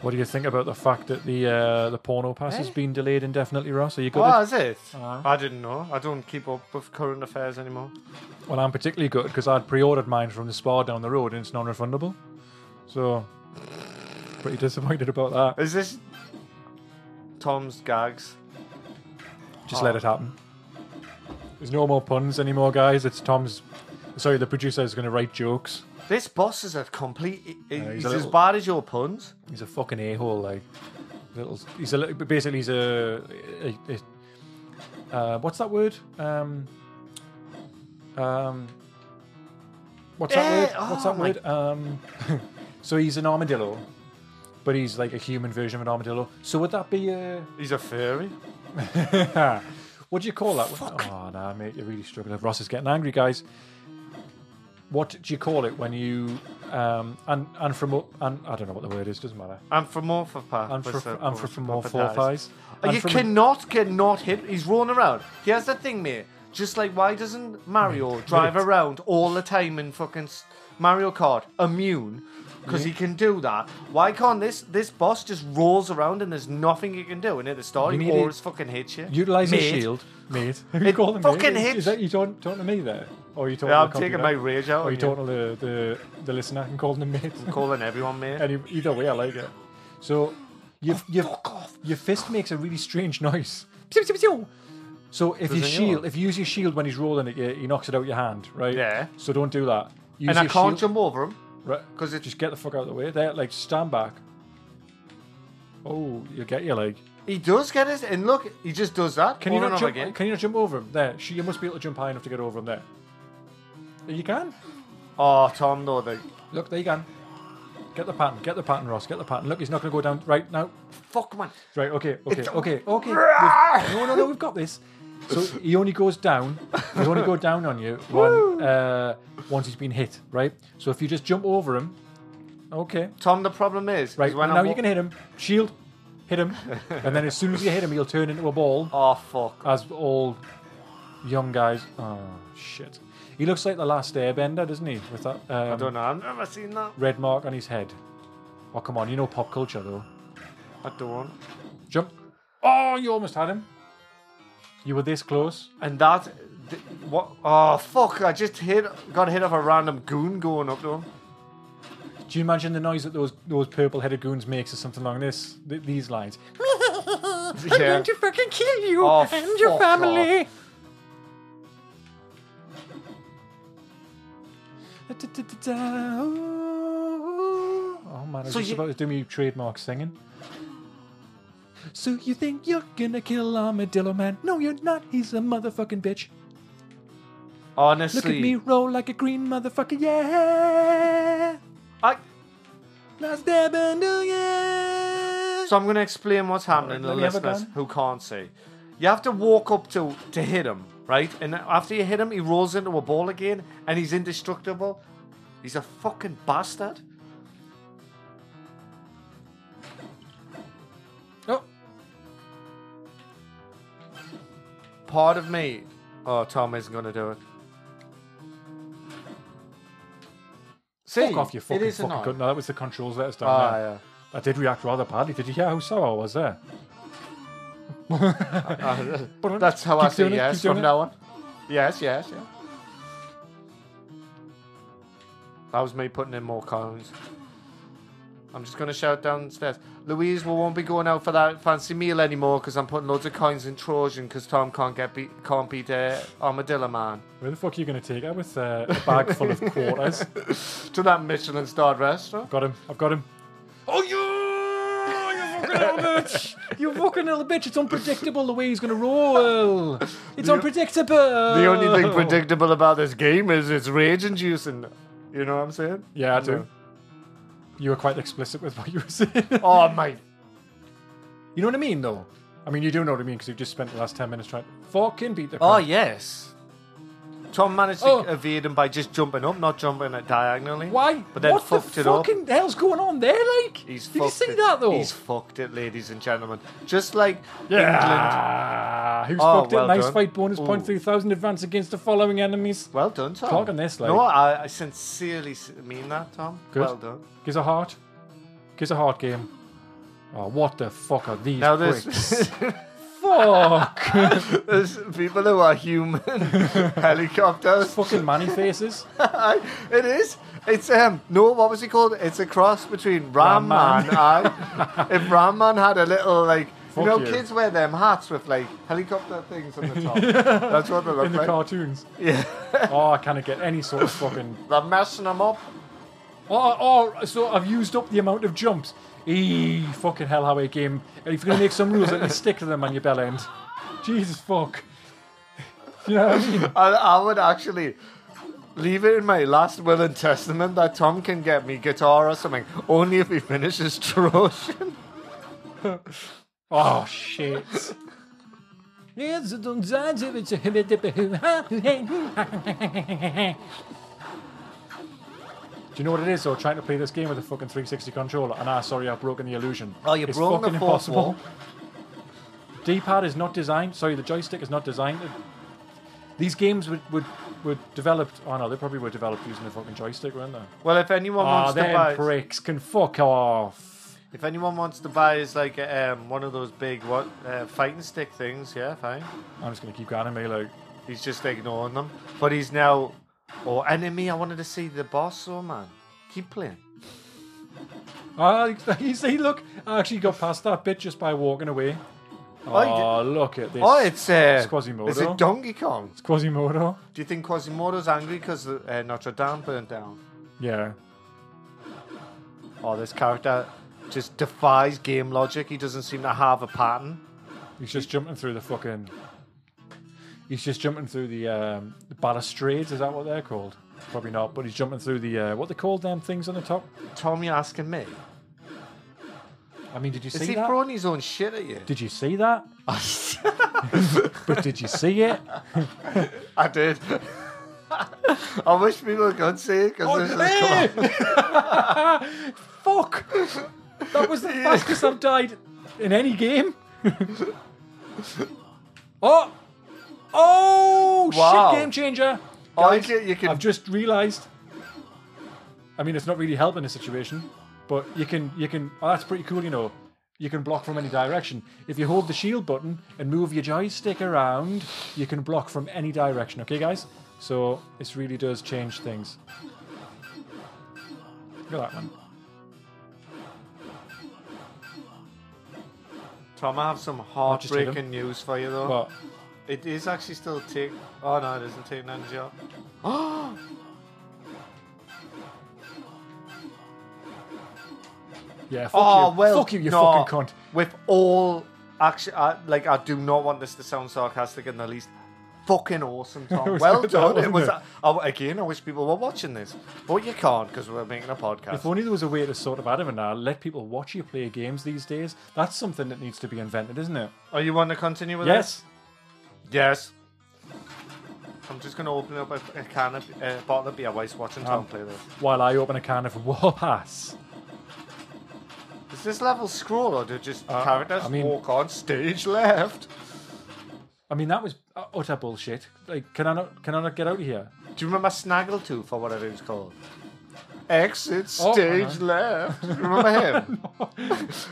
S2: What do you think about the fact that the uh, the porno pass has
S1: Eh?
S2: been delayed indefinitely, Ross? Are you good?
S1: Oh, is it?
S2: Uh-huh.
S1: I didn't know. I don't keep up with current affairs anymore.
S2: Well, I'm particularly good because I'd pre-ordered mine from the spa down the road and it's non-refundable. So, pretty disappointed about that.
S1: Is this Tom's gags?
S2: Just let it happen. There's no more puns anymore, guys. It's Tom's. Sorry, the producer is going to write jokes.
S1: This boss is a complete. i- i-
S2: Uh, he's a
S1: he's as
S2: little-
S1: bad as your puns.
S2: He's a fucking a hole. Like, little. He's a little. but Basically, he's a. a, a- uh, what's that word? Um. Um. What's that
S1: Eh,
S2: word? What's
S1: oh
S2: that
S1: my-
S2: word? Um. [laughs] so he's an armadillo, but he's like a human version of an armadillo. So would that be
S1: [laughs]
S2: a?
S1: He's a furry.
S2: what do you call that? Oh, no, mate, you're really struggling. Ross is getting angry, guys. What do you call it when you um and and from and I don't know what the word is. Doesn't matter.
S1: Anthropomorphopath.
S2: And
S1: was the-
S2: from
S1: was
S2: from
S1: the
S2: more
S1: puppet that is.
S2: thighs.
S1: Oh, you cannot, cannot hit. He's rolling around. Here's the thing, mate. Just like, why doesn't Mario drive
S2: minute.
S1: around all the time in fucking s- Mario Kart immune? Because he can do that. Why can't this this boss just rolls around and there's nothing he can do? And at the start,
S2: You
S1: he
S2: need
S1: always
S2: to
S1: fucking hits you.
S2: Utilize your
S1: Mate.
S2: shield, mate. [laughs] Have you called him
S1: fucking
S2: mate? Is-
S1: hits.
S2: Is that you talking, talking to me there, or are you talking?
S1: Yeah,
S2: to
S1: I'm
S2: the
S1: taking
S2: computer?
S1: my rage out.
S2: Or are
S1: on
S2: you
S1: you.
S2: talking to the, the the listener and calling him mate?
S1: [laughs] Calling everyone, mate.
S2: [laughs] Any, either way, I like it. So, your
S1: Oh,
S2: your your fist makes a really strange [laughs] noise. Pew, pew, pew. So if you
S1: Does it heal?
S2: shield, if you use your shield when he's rolling it, you, he knocks it out your hand, right?
S1: Yeah.
S2: So don't do that. Use
S1: and I
S2: your
S1: can't
S2: shield-
S1: jump over him
S2: right,
S1: because it
S2: Just get the fuck out of the way. There, like stand back. Oh, you'll get your leg.
S1: he does get his. And look, he just does that.
S2: Can you
S1: over
S2: not
S1: and
S2: jump?
S1: over again?
S2: Can you not jump over him? There, she, you must be able to jump high enough to get over him. There, you can.
S1: Oh, Tom, though, the
S2: Look, there you can. Get the pattern. Get the pattern, Ross. Get the pattern. Look, he's not going to go down right now.
S1: fuck man.
S2: Right. Okay. Okay.
S1: It's-
S2: Okay.
S1: [laughs]
S2: Okay. We've- no, no, no. We've got this. So he only goes down. He's only go down
S1: [laughs]
S2: on you when, uh, once he's been hit. Right. So if you just jump over him, okay.
S1: Tom, the problem is,
S2: Right.
S1: is when
S2: now
S1: I'm
S2: you
S1: wa-
S2: can hit him. Shield.
S1: [laughs]
S2: Hit him. and then as soon as you hit him, he'll turn into a ball.
S1: Oh fuck.
S2: As all young guys. Oh shit. He looks like the last Airbender, doesn't he? With that. Um,
S1: I don't know. I've never seen that.
S2: Red mark on his head. Oh come on. You know pop culture though.
S1: I don't.
S2: Jump. Oh, you almost had him. You were this close.
S1: And that, th- what? Oh fuck! I just hit, got hit off a random goon going up to him.
S2: Do you imagine the noise that those those purple-headed goons makes or something along this th- these lines? [laughs]
S1: Yeah.
S2: fucking kill you
S1: Oh, fuck
S2: Oh man, I was
S1: So
S2: just
S1: you-
S2: about to do me trademark singing. So you think you're gonna kill Armadillo Man? No, you're not. He's a motherfucking bitch. Look
S1: Honestly,
S2: at me roll like a green motherfucker, yeah.
S1: I,
S2: Last dab and do yeah.
S1: so I'm gonna explain what's happening to the
S2: let me have it
S1: listeners
S2: down.
S1: who can't see. You have to walk up to to hit him, right? And after you hit him, he rolls into a ball again, and he's indestructible. He's a fucking bastard.
S2: Oh,
S1: Part of me, oh Tom isn't gonna do it. See,
S2: fuck off, you fucking
S1: it is
S2: fucking
S1: annoying.
S2: cunt. No, that was the controls that was down
S1: Ah,
S2: there.
S1: yeah.
S2: I did react rather badly. Did you hear how sour I was [laughs] there?
S1: Uh, that's how I
S2: Keep
S1: say
S2: doing it,
S1: yes
S2: keep doing
S1: from
S2: it.
S1: now on. Yes, yes, yeah. That was me putting in more cones. I'm just going to shout downstairs. Louise, we won't be going out for that fancy meal anymore because I'm putting loads of coins in Trojan because Tom can't get beat, can't beat uh, Armadillo Man.
S2: Where the fuck are you going to take her with uh, a bag [laughs] full of quarters?
S1: To that Michelin starred restaurant.
S2: got him. I've got him. Oh, you! You fucking little bitch! You fucking little bitch! It's unpredictable the way he's going to roll. It's unpredictable.
S1: The only [laughs] thing predictable about this game is it's rage inducing. You know what I'm saying?
S2: [laughs] Yeah, I do.
S1: No.
S2: You were quite explicit with what you were saying.
S1: Oh, my.
S2: You know what I mean, though? I mean, you do know what I mean because you've just spent the last 10 minutes trying to fucking beat the
S1: Oh
S2: cunt.
S1: yes. Tom managed to
S2: Oh.
S1: evade him by just jumping up, not jumping it diagonally.
S2: Why?
S1: But then
S2: what
S1: fucked
S2: the
S1: it up.
S2: fucking hell's going on there, like?
S1: He's
S2: Did you
S1: fucked
S2: see
S1: it.
S2: that, though?
S1: He's fucked it, ladies and gentlemen. Just like England.
S2: yeah. Who's
S1: Oh,
S2: fucked
S1: well
S2: it? Nice
S1: done.
S2: fight bonus point
S1: Ooh.
S2: 3000 advance against the following enemies.
S1: Well done, Tom.
S2: Clogging this, like.
S1: No, I, I sincerely s- mean that, Tom.
S2: Good.
S1: Well done.
S2: Gives a heart. Gives a heart game. Oh, what the fuck are these
S1: Now there's,
S2: bricks? Fuck!
S1: [laughs] there's people who are human
S2: [laughs]
S1: helicopters.
S2: Fucking manny faces.
S1: it is. It's um no, what was he called? It's a cross between Ram
S2: Ram
S1: Man
S2: Man.
S1: and if Ram Man had a little like you
S2: Fuck
S1: know
S2: you.
S1: kids wear them hats with like helicopter things on the top.
S2: [laughs]
S1: That's what they look [laughs]
S2: In the
S1: like.
S2: cartoons.
S1: Yeah.
S2: Oh, I can't get any sort of fucking.
S1: They're messing them up.
S2: Oh, oh, so I've used up the amount of jumps. Eee, fucking hell, how a game. And if you're going to make some rules, let me stick to them on your bell end. Jesus fuck. You know what I mean?
S1: I, I would actually leave it in my last will and testament that Tom can get me guitar or something only if he finishes [laughs] Trojan.
S2: Oh, shit. Yes, it don't sound so it's a hibba dibba hoo, ha, hoo, hey, hoo, ha, ha, ha, ha, ha, ha. Do you know what it is? So trying to play this game with a fucking 360 controller, and ah, sorry, I've broken the illusion.
S1: Oh, you've
S2: it's
S1: broken the
S2: fucking
S1: fourth
S2: impossible.
S1: wall.
S2: D-pad is not designed. Sorry, the joystick is not designed. These games were, were, were developed. Oh no, they probably were developed using the fucking joystick, weren't they?
S1: Well, if anyone
S2: Oh,
S1: wants to
S2: them
S1: buy,
S2: pricks can fuck off.
S1: if anyone wants to buy, is like um, one of those big what uh, fighting stick things. Yeah, fine.
S2: I'm just gonna keep going at me like.
S1: He's just ignoring them, but he's now or enemy. I wanted to see the boss. Oh man, keep playing.
S2: Oh, [laughs] you see, look, I actually got past that bit just by walking away. Oh,
S1: I
S2: look at this.
S1: Oh, it's uh,
S2: it's Quasimodo.
S1: Is it Donkey Kong?
S2: [laughs] Quasimodo.
S1: Do you think Quasimodo's angry because uh, Notre Dame burned down?
S2: Yeah.
S1: Oh, this character just defies game logic. He doesn't seem to have a pattern.
S2: He's just jumping through the fucking. He's just jumping through the, um, the balustrades. Is that what they're called? Probably not. But he's jumping through the uh, what they call them things on the top.
S1: Tom, you're asking me.
S2: I mean, did you
S1: Is
S2: see
S1: he
S2: that?
S1: throwing his own shit at you?
S2: Did you
S1: [laughs]
S2: see that? But did you see it?
S1: I did. [laughs] I wish people could see it
S2: Oh,
S1: because this is cool.
S2: Hey! [laughs] Fuck! That was the fastest I've died in any game. [laughs] oh! Oh!
S1: Wow.
S2: Shit, game changer!
S1: Oh,
S2: Guys,
S1: you can- you can-
S2: I've just realised. I mean, it's not really helping the situation, but you can, you can. Oh, that's pretty cool, you know. You can block from any direction. If you hold the shield button and move your joystick around, you can block from any direction. Okay, guys. So this really does change things. Look at that one.
S1: Tom, I have some
S2: just hit him.
S1: heartbreaking news for you though.
S2: But
S1: It is actually still take. Oh no, it isn't take Ninja. job.
S2: yeah, fuck
S1: Oh
S2: you.
S1: well,
S2: fuck you, you
S1: no.
S2: fucking cunt.
S1: With all action, I, like I do not want this to sound sarcastic in the least. Fucking
S2: [laughs]
S1: awesome, Tom.
S2: was
S1: well
S2: like that,
S1: done. it was
S2: wasn't it?
S1: I- again. I wish people were watching this, but you can't because we're making a podcast.
S2: If only there was a way to sort of Adam and I let people watch you play games these days. That's something that needs to be invented, isn't it?
S1: Oh, you want to continue with
S2: Yes.
S1: this? Yes. I'm just going to open up a, a can of a bottle of beer whilst watching Tom
S2: Um,
S1: play this.
S2: While I open a can of [laughs] Warpass.
S1: Is this level scroll or do just
S2: Uh,
S1: characters
S2: I mean-
S1: walk on stage left?
S2: I mean, that was uh, utter bullshit. Like, can I not? Can I not get out of here?
S1: Do you remember Snaggletooth or whatever it was called? Exit
S2: Oh,
S1: stage
S2: uh-huh.
S1: left. Do
S2: [laughs]
S1: you remember him?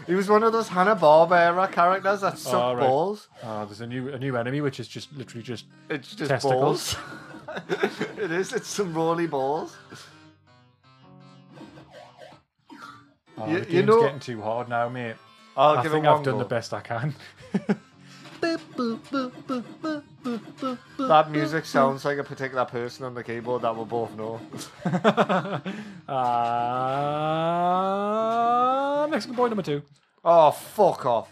S1: he was one of those Hanna Barbera characters that suck
S2: Oh, right.
S1: balls.
S2: Ah, there's a new a new enemy, which is just literally just.
S1: It's just
S2: Testicles.
S1: balls. [laughs] it is. It's some roly balls.
S2: Oh,
S1: You-
S2: the game's
S1: you know-
S2: getting too hard now, mate.
S1: I'll
S2: i
S1: give it
S2: think
S1: one
S2: I've done the
S1: go.
S2: best I can. [laughs]
S1: That music sounds like a particular person on the keyboard that we both know.
S2: Ah, Mexican boy number two.
S1: Oh, fuck off.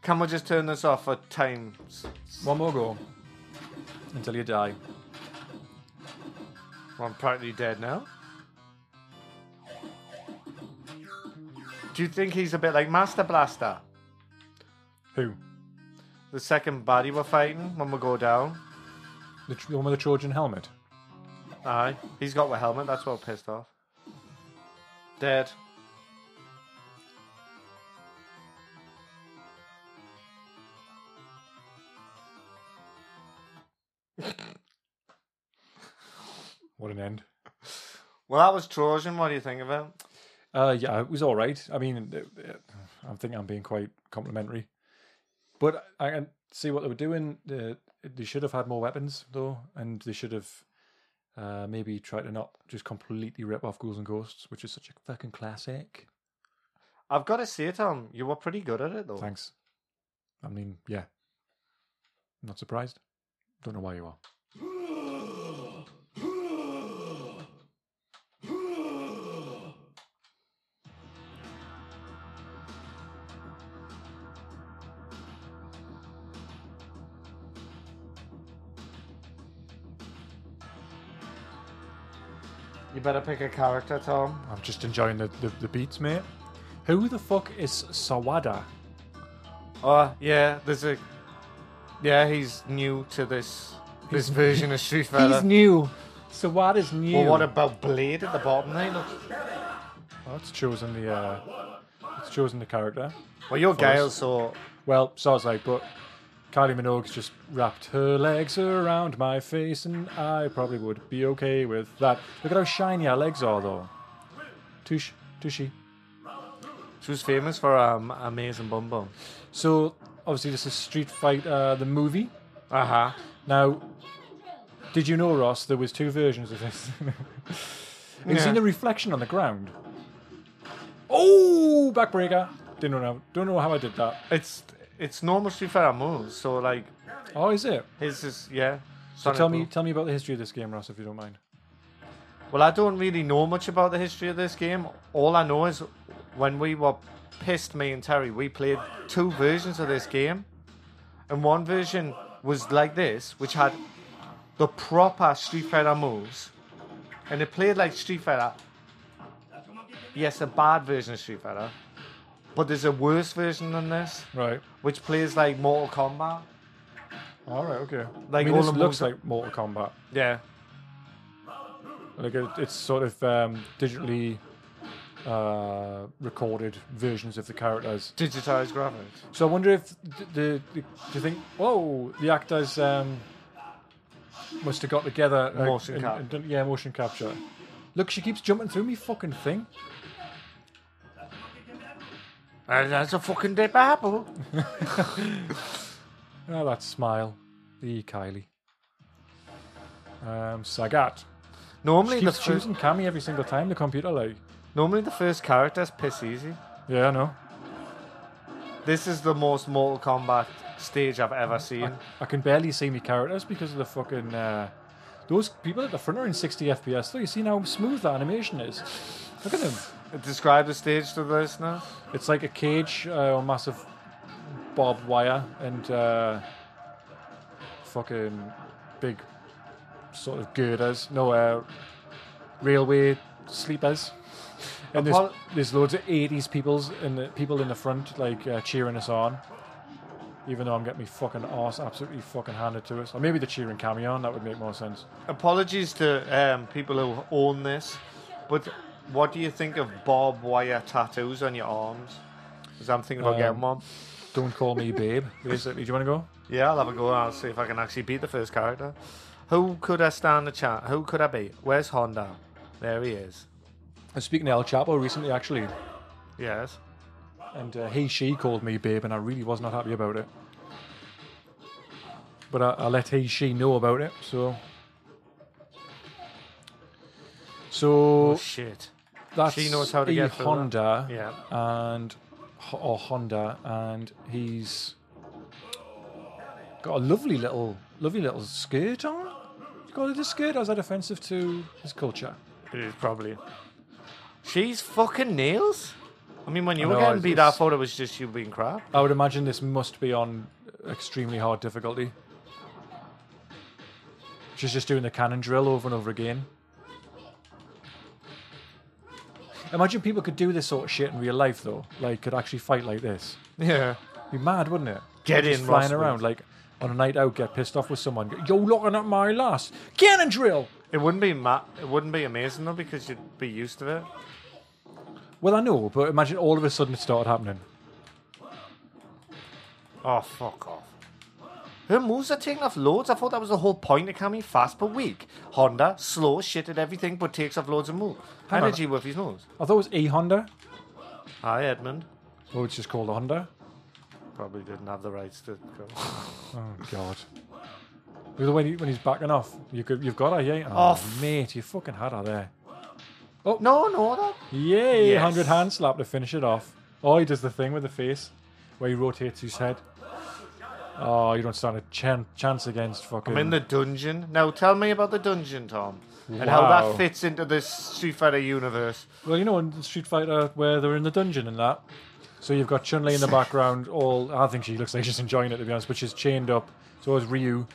S1: Can we just turn this off for time?
S2: One more go until you die.
S1: I'm practically dead now. Do you think he's a bit like Master Blaster?
S2: Who?
S1: The second baddie we're fighting when we go down?
S2: The, tr- the one with the Trojan helmet.
S1: Aye. He's got the helmet, that's what pissed off. Dead.
S2: What an end.
S1: Well, that was Trojan. What do you think of it?
S2: Uh, yeah, it was all right. I mean, it- it- I think I'm being quite complimentary, but I can see what they were doing. Uh, they should have had more weapons though, and they should have uh, maybe tried to not just completely rip off Ghouls and Ghosts, which is such a fucking classic.
S1: I've got to say, Tom, you were pretty good at it though.
S2: Thanks. I mean, yeah, not surprised. Don't know why you are.
S1: You better pick a character, Tom.
S2: I'm just enjoying the, the, the beats, mate. Who the fuck is Sawada?
S1: Oh yeah, there's a yeah. He's new to this this version [laughs] of Street Fighter.
S2: new. Sawada's new.
S1: Well, what about Blade at the bottom there? Look.
S2: Well, Oh, it's chosen the uh, it's chosen the character.
S1: Well, you're Gale, so
S2: Well, so I was like, but Kylie Minogue's just wrapped her legs around my face, and I probably would be okay with that. Look at how shiny her legs are, though. Tush, tushy.
S1: she was famous for um, Amazing Bum Bum.
S2: So obviously, this is Street Fighter uh, the movie.
S1: Uh huh.
S2: Now, did you know, Ross? There was two versions of this. [laughs] Have you
S1: Yeah.
S2: seen the reflection on the ground? Oh, backbreaker! Didn't know. Don't know how I did that.
S1: It's it's normal Street Fighter moves. So like
S2: Oh, is it?
S1: his is yeah.
S2: So
S1: Sonic
S2: tell me,
S1: Boom.
S2: tell me about the history of this game, Ross, if you don't mind.
S1: Well, I don't really know much about the history of this game. All I know is when we were pissed, me and Terry, we played two versions of this game. And one version was like this, which had the proper Street Fighter moves. And it played like Street Fighter. Yes, a bad version of Street Fighter. But there's a worse version than this,
S2: Right.
S1: which plays like Mortal Kombat.
S2: All right. Okay.
S1: Like,
S2: I mean,
S1: all
S2: this
S1: the
S2: looks
S1: moves are-
S2: like Mortal Kombat.
S1: Yeah.
S2: Like it, it's sort of um, digitally uh, recorded versions of the characters.
S1: Digitized graphics.
S2: So I wonder if th- the, the do you think? Whoa, the actors um, must have got together. uh,
S1: Motion
S2: and-
S1: cap.
S2: and done- yeah, motion capture. Look, she keeps jumping through me fucking thing.
S1: And Uh, that's a fucking dead apple.
S2: Oh, that smile, the Kylie. Um, Sagat.
S1: Normally
S2: She
S1: the
S2: keeps
S1: first,
S2: choosing Cammy every single time. The computer, like,
S1: normally the first character is piss easy.
S2: yeah, I know.
S1: This is the most Mortal Kombat stage I've ever seen.
S2: I can barely see me characters because of the fucking. Uh, those people at the front are in 60 FPS. Though you see how smooth that animation is. Look at them.
S1: Describe the stage to the listeners.
S2: It's like a cage uh, or massive barbed wire and uh, fucking big sort of girders. No, uh, railway sleepers. And there's,
S1: Apol-
S2: there's loads of 80s peoples and the people in the front like uh, cheering us on. Even though I'm getting me fucking arse absolutely fucking handed to us. Or maybe the cheering cameo on, that would make more sense.
S1: Apologies to um, people who own this, but what do you think of barbed wire tattoos on your arms? Because I'm thinking about
S2: Um,
S1: getting one.
S2: Don't call me babe, [laughs] basically. Do you want to go?
S1: Yeah, I'll have a go and I'll see if I can actually beat the first character. Who could I stand a chance? Who could I beat? Where's Honda? There he is.
S2: I was speaking to El Chapo recently, actually.
S1: Yes.
S2: and uh, he she called me babe and i really was not happy about it but i, I let he she know about it so
S1: Oh.
S2: so
S1: Shit.
S2: that's
S1: she knows how to
S2: E
S1: get through that.
S2: honda
S1: Yeah.
S2: and Ho- or honda and he's got a lovely little lovely little skirt on you call it a skirt or is that offensive to his culture
S1: It is probably. She's fucking nails. I mean, when you
S2: I
S1: were
S2: know,
S1: getting
S2: it's-
S1: beat, I
S2: it's-
S1: thought it was just you being crap.
S2: i would imagine this must be on extremely hard difficulty She's just doing the cannon drill over and over again. Imagine people could do this sort of shit in real life, though. Like, could actually fight like this.
S1: Yeah.
S2: Be mad, wouldn't it?
S1: Get
S2: just
S1: in,
S2: flying
S1: Ross
S2: around like on a night out, get pissed off with someone. go, Yo, looking at my lass, cannon drill.
S1: It wouldn't be ma- it wouldn't be amazing though because you'd be used to it.
S2: Well, I know, but imagine all of a sudden it started happening.
S1: Oh fuck off. Her moves are taking off loads. I thought that was the whole point of coming fast but weak. Honda, slow, shit at everything, but takes off loads of moves.
S2: Hang on.
S1: Energy with his moves.
S2: I thought it was E Honda.
S1: Hi, Edmund.
S2: Oh, it's just called Honda.
S1: Probably didn't have the rights to go.
S2: Oh God. The way he- when he's backing off, you could, you've got her, yeah.
S1: Oh,
S2: Oh,
S1: f-
S2: mate, you fucking had her there.
S1: No, no, that.
S2: Yay!
S1: Yes.
S2: 100 hand slap to finish it off. Oh, he does the thing with the face where he rotates his head. Oh, you don't stand a chan- chance against fucking.
S1: I'm in the dungeon. Now tell me about the dungeon, Tom. And how
S2: Wow.
S1: that fits into this Street Fighter universe.
S2: Well, you know, in Street Fighter where they're in the dungeon and that. So you've got Chun
S1: [laughs]
S2: Li in the background. All I think she looks like she's enjoying it to be honest, but she's chained up. So is Ryu,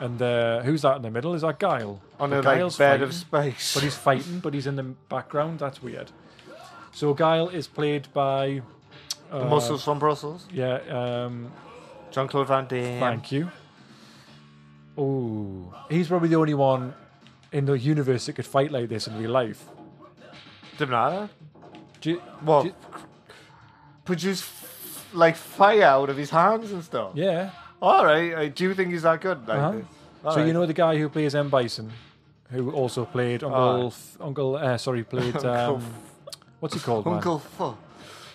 S2: and uh, who's that in the middle? Is that Guile?
S1: On
S2: But
S1: a Oh, like, bed
S2: Guile's
S1: of
S2: fighting.
S1: space.
S2: but he's fighting, but he's in the background. That's weird. So Guile is played by. Uh,
S1: Muscles from Brussels.
S2: Yeah, um,
S1: John Claude Van Damme.
S2: thank you. Oh, he's probably the only one in the universe that could fight like this in real life.
S1: Didn't matter.
S2: Do you,
S1: What?
S2: do you-
S1: Produce f- like fire out of his hands and stuff.
S2: yeah.
S1: All right. I do think he's that good. Like,
S2: Uh-huh.
S1: this.
S2: so
S1: All
S2: you
S1: right.
S2: know the guy who plays M Bison, who also played Uncle F- Uncle uh, sorry
S1: [laughs]
S2: played
S1: Uncle
S2: um, what's he called? man?
S1: Uncle Fu.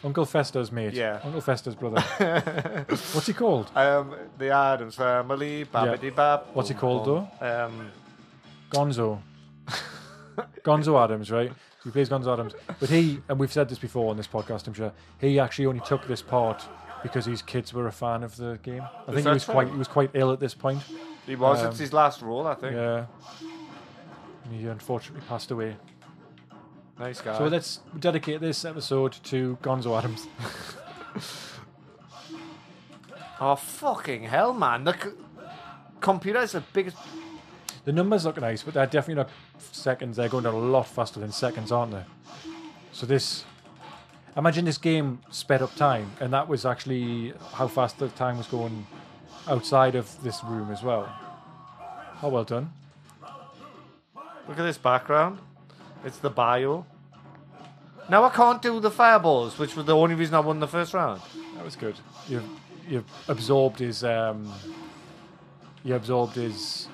S2: Uncle Fester's mate.
S1: Yeah.
S2: Uncle
S1: [laughs]
S2: Fester's brother. what's he called?
S1: Um, the Adams Family. Babbity Bab.
S2: What's he called,
S1: though? Um,
S2: Gonzo. Gonzo Adams, right? He plays Gonzo Adams. But he, and we've said this before on this podcast, I'm sure, he actually only took this part because his kids were a fan of the game. I think he
S1: that
S2: was
S1: so?
S2: quite he was quite ill at this point.
S1: he was.
S2: Um,
S1: it's his last role, I think.
S2: Yeah. And he unfortunately passed away.
S1: Nice guy.
S2: So let's dedicate this episode to Gonzo Adams.
S1: Oh fucking hell, man! The c- computer is the biggest.
S2: The numbers look nice, but they're definitely not seconds. They're going down a lot faster than seconds, aren't they? So this, imagine this game sped up time, and that was actually how fast the time was going outside of this room as well. Oh, well done.
S1: Look at this background. It's the bio. Now I can't do the fireballs, which was the only reason I won the first round.
S2: That was good. You've you've absorbed his um, you absorbed his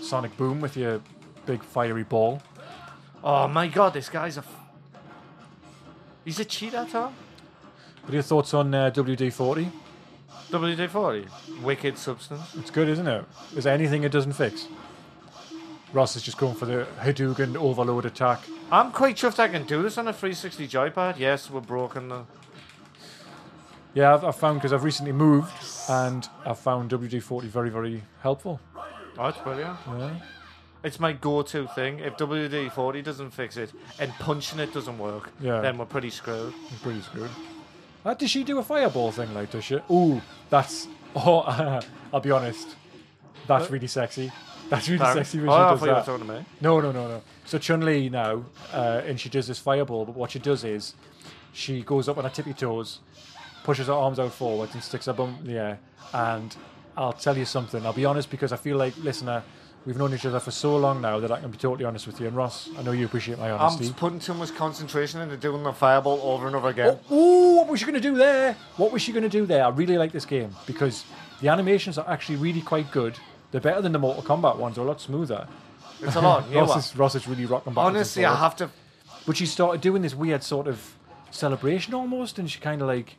S2: sonic boom with your big fiery ball.
S1: Oh my god, this guy's a. F- He's a cheater, Tom.
S2: What are your thoughts on uh, WD-40?
S1: WD-40, wicked substance.
S2: It's good, isn't it? Is there anything it doesn't fix? Ross is just going for the Hadouken overload attack.
S1: I'm quite chuffed I can do this on a 360 joypad. Yes, we're broken. The-
S2: Yeah, I've, I've found because I've recently moved and I've found WD-40 very, very helpful.
S1: oh, it's brilliant.
S2: Yeah.
S1: It's my go-to thing. If WD-40 doesn't fix it and punching it doesn't work,
S2: Yeah.
S1: then we're pretty screwed.
S2: It's pretty screwed. Uh, did she do a fireball thing like does she? Ooh, that's. [laughs] Oh, I'll be honest. That's really sexy. That's really sexy when
S1: Uh, oh,
S2: she
S1: I thought
S2: does
S1: you were
S2: that.
S1: talking to me.
S2: No, no, no, no. So Chun Li now, uh, and she does this fireball. But what she does is, she goes up on her tippy toes, pushes her arms out forwards, and sticks her bum in the air. And I'll tell you something. I'll be honest because I feel like, listener, we've known each other for so long now that I can be totally honest with you. And Ross, I know you appreciate my
S1: I'm
S2: honesty.
S1: just putting too much concentration into doing the fireball over and over
S2: Oh.
S1: again.
S2: Ooh, what was she going to do there? What was she going to do there? I really like this game because the animations are actually really quite good. They're better than the Mortal Kombat ones. They're a lot smoother.
S1: It's a lot. You know
S2: Ross,
S1: what?
S2: is, Ross is really rocking back.
S1: Honestly, I have to.
S2: But she started doing this weird sort of celebration almost, and she kind of like,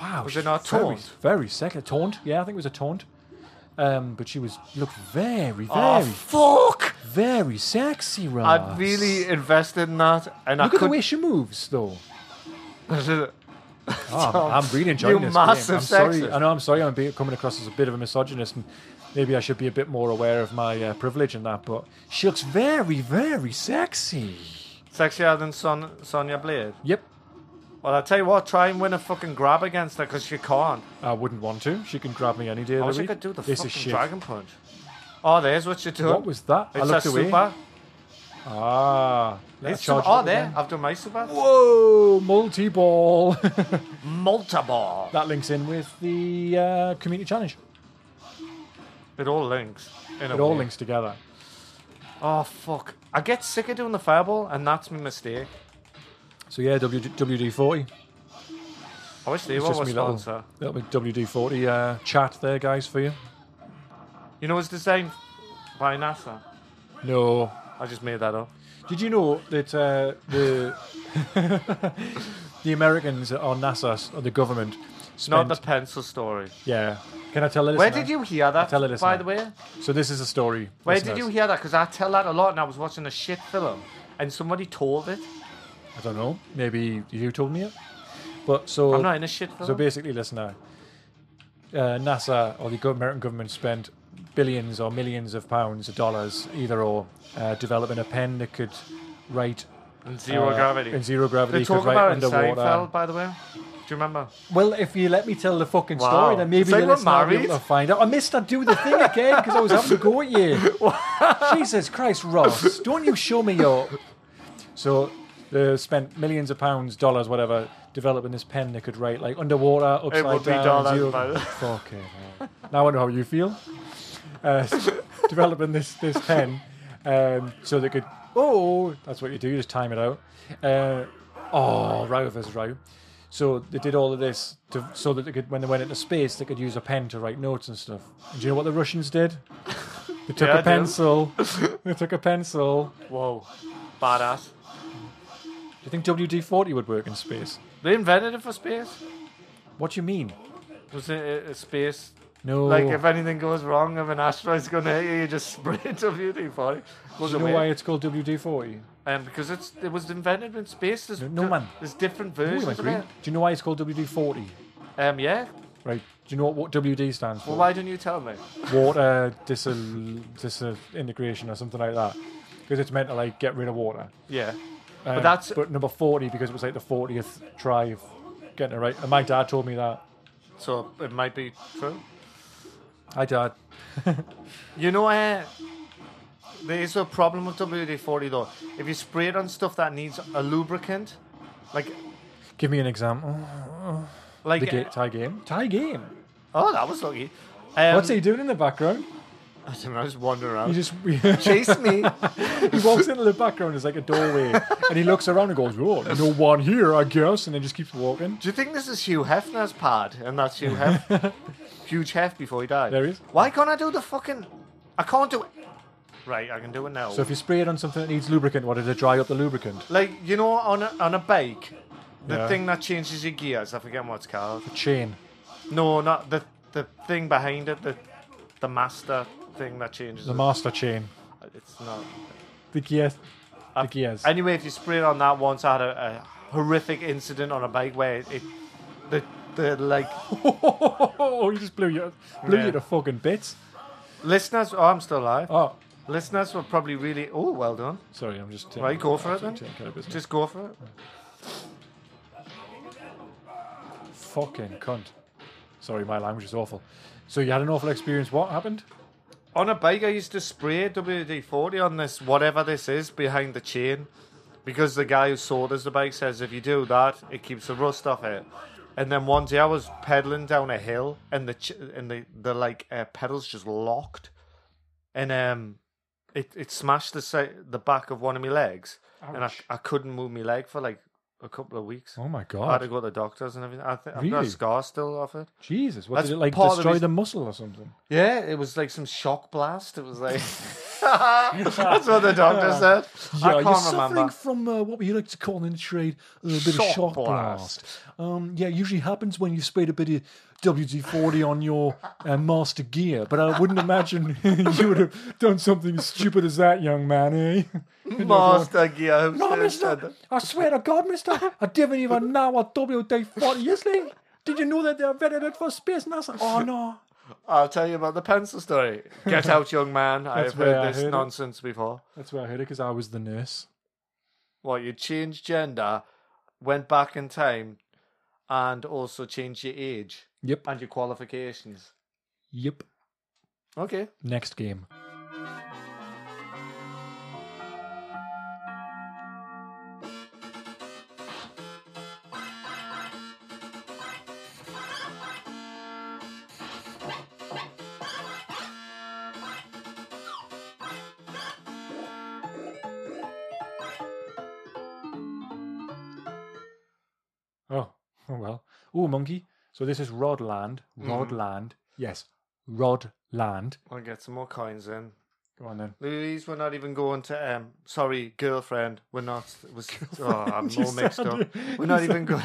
S2: wow.
S1: Was
S2: she's
S1: it not a
S2: very,
S1: taunt?
S2: Very sexy. Taunt. Yeah, I think it was a taunt. Um, but she was looked very, very,
S1: Oh, fuck!
S2: very sexy, Ross.
S1: I'd really invested in that, and I
S2: Look at the
S1: could.
S2: way she
S1: [laughs]
S2: moves, though.
S1: not
S2: Oh, I'm, I'm really enjoying
S1: you
S2: this.
S1: massive
S2: game. I'm sorry.
S1: sexist.
S2: I know. I'm sorry. I'm be, coming across as a bit of a misogynist, and maybe I should be a bit more aware of my uh, privilege and that. But she looks very, very sexy.
S1: Sexier than Son- Sonya Blade.
S2: Yep.
S1: Well, I tell you what, try and win a fucking grab against her because she can't.
S2: I wouldn't want to. She can grab me any day. of
S1: I
S2: the
S1: wish I
S2: week.
S1: could do the
S2: this is
S1: fucking
S2: shit.
S1: dragon punch. Oh, there's what you're doing.
S2: What was that? I
S1: It's a
S2: looked away.
S1: super.
S2: Ah, let's
S1: It's super.
S2: charge it
S1: Oh,
S2: up
S1: there.
S2: again.
S1: I've done my super.
S2: Whoa,
S1: [laughs]
S2: multi ball.
S1: Multiball.
S2: that links in with the uh, community challenge.
S1: It all links. In a
S2: It all
S1: way.
S2: links together.
S1: Oh, fuck. I get sick of doing the fireball, and that's my mistake.
S2: So yeah, WD, WD40.
S1: I wish they
S2: It's
S1: were
S2: just
S1: a
S2: me little,
S1: sponsor.
S2: little WD40 uh, chat there, guys, for you.
S1: You know, it's designed by NASA.
S2: No.
S1: I just made that up.
S2: Did you know that uh, the [laughs] the Americans or NASA or the government
S1: Not
S2: spent?
S1: the pencil story.
S2: yeah. Can I tell it?
S1: Where did you hear that?
S2: tell it
S1: by
S2: now.
S1: the way,
S2: So this is a story.
S1: where
S2: listeners.
S1: did you hear that? Because I tell that a lot, and I was watching a shit film, and somebody told it.
S2: I don't know. Maybe you told me it. But so
S1: I'm not in a shit film.
S2: So basically, listen now. Uh, NASA or the gov- American government spent billions or millions of pounds or dollars, either or, uh, developing a pen that could write
S1: in zero
S2: uh,
S1: gravity.
S2: In zero gravity,
S1: they
S2: could
S1: talk
S2: write
S1: about it in
S2: underwater.
S1: Seinfeld, by the way. Do you remember?
S2: Well, if you let me tell the fucking
S1: Wow.
S2: story, then maybe
S1: It's like
S2: the
S1: we're
S2: listener will be able
S1: married.
S2: to find out. I missed that do the thing again because I was having a go
S1: [laughs]
S2: at you. Jesus Christ, Ross, don't you show me your. So they spent millions of pounds, dollars, whatever, developing this pen that could write like underwater, upside
S1: It would be
S2: down.
S1: dollars,
S2: zero- [laughs]
S1: [laughs] by the-
S2: Fucking hell. Now I know how you feel. Uh, [laughs] developing this this pen um, so they could. Oh, that's what you do. You just time it out. Uh, oh, row versus row. So they did all of this to, so that they could, when they went into space, they could use a pen to write notes and stuff. And do you know what the Russians did? They took
S1: Yeah, I do. [laughs]
S2: a pencil. they took a pencil.
S1: Whoa, badass.
S2: Do you think WD forty would work in space?
S1: They invented it for space.
S2: What do you mean?
S1: Was it a, a space?
S2: No.
S1: Like if anything goes wrong, if an asteroid's gonna hit you, you just [laughs] spray it to WD forty.
S2: do
S1: Goes
S2: you know
S1: away.
S2: why it's called WD forty?
S1: Um, because it's it was invented in space. There's,
S2: No- no man.
S1: There's different
S2: Do
S1: versions. of
S2: you
S1: it.
S2: know why it's called WD forty?
S1: Um, yeah.
S2: Right. Do you know what, what WD stands for?
S1: Well, why didn't you tell me?
S2: water disin- disintegration or something like that because it's meant to like get rid of water.
S1: Yeah.
S2: Um,
S1: But that's-
S2: but number forty because it was like the fortieth try of getting it right. And my dad told me that.
S1: So it might be true.
S2: Hi, dad.
S1: You know, uh, there is a problem with WD forty though. If you spray it on stuff that needs a lubricant, like
S2: Give me an example.
S1: like
S2: The ga- tie game. Tie game.
S1: oh, that was lucky. Um,
S2: What's he doing in the background?
S1: [laughs] I don't know. I was wandering
S2: He
S1: around.
S2: just [laughs]
S1: chase me.
S2: he walks into the background. It's like a doorway, and he looks around and goes, "Oh, no one here, I guess," and then just keeps walking.
S1: Do you think this is Hugh Hefner's pad? And that's Hugh
S2: [laughs]
S1: Hef, huge Hef before he died.
S2: There he is.
S1: Why can't I do the fucking? I can't do it. Right, I can do it now.
S2: So if you spray it on something that needs lubricant, what did it dry up the lubricant?
S1: like you know, on a, on a bike, the
S2: Yeah.
S1: thing that changes your gears. I forget what's called.
S2: Chain.
S1: No, not the the thing behind it. The the master thing that changes.
S2: The
S1: it.
S2: master chain.
S1: it's not.
S2: The gears. The
S1: I've-
S2: gears.
S1: Anyway, if you spray it on that once, I had a, a horrific incident on a bike where it, it the the like
S2: [laughs] Oh, you just blew you, blew
S1: Yeah.
S2: you to fucking bits.
S1: listeners. Oh, I'm still alive.
S2: Oh,
S1: Listeners were probably really. Oh, well done.
S2: sorry, I'm just taking,
S1: Right, go for it then.
S2: Taking care of business.
S1: Just go for it.
S2: fucking cunt. Sorry, my language is awful. So you had an awful experience. What happened?
S1: On a bike, I used to spray WD 40 on this, whatever this is, behind the chain. Because the guy who sold us the bike says if you do that, it keeps the rust off it. And then one day I was pedaling down a hill and the ch- and the, the like uh, pedals just locked, and um, it it smashed the si- the back of one of my legs, and I,
S2: Ouch.
S1: I couldn't move my leg for like a couple of weeks.
S2: Oh my
S1: I had to
S2: god,
S1: go to the doctors and everything. I think I've got
S2: Really?
S1: a scar still off it.
S2: Jesus! What
S1: That's
S2: did it like
S1: part of the
S2: destroy the,
S1: reason-
S2: muscle or something?
S1: Yeah, it was like some shock blast. It was like
S2: [laughs]
S1: that's what the doctor said.
S2: Yeah,
S1: I
S2: you're
S1: can't
S2: suffering
S1: remember.
S2: from uh, what we like to call in the trade a little bit of
S1: Shock
S2: shock blast. Um, yeah, it usually happens when you sprayed a bit of WD-40 on your uh, master gear, but I wouldn't imagine [laughs] you would have done something as stupid as that, young man, eh?
S1: [laughs] Master Gear. who
S2: No,
S1: said that?
S2: mister, I swear to God, mister, I didn't even know what WD-40 is like. Did you know that they invented it for space NASA? Oh, no.
S1: I'll tell you about the pencil story. Get out, young man. I
S2: [laughs] That's
S1: have
S2: where I
S1: heard this
S2: heard it.
S1: nonsense before.
S2: That's where I heard it, because I was the nurse.
S1: What you changed gender, went back in time, and also changed your age
S2: Yep.
S1: and your qualifications.
S2: Yep.
S1: Okay.
S2: Next game. [laughs] Oh, oh well. Oh, monkey. So this is Rodland. Rodland. Yes, Rod Land.
S1: I'll get some more coins in.
S2: Go on then.
S1: Louise, we're not even going to. Um, sorry, girlfriend. We're not. It
S2: [laughs]
S1: was, oh, I'm all mixed up. We're not even going.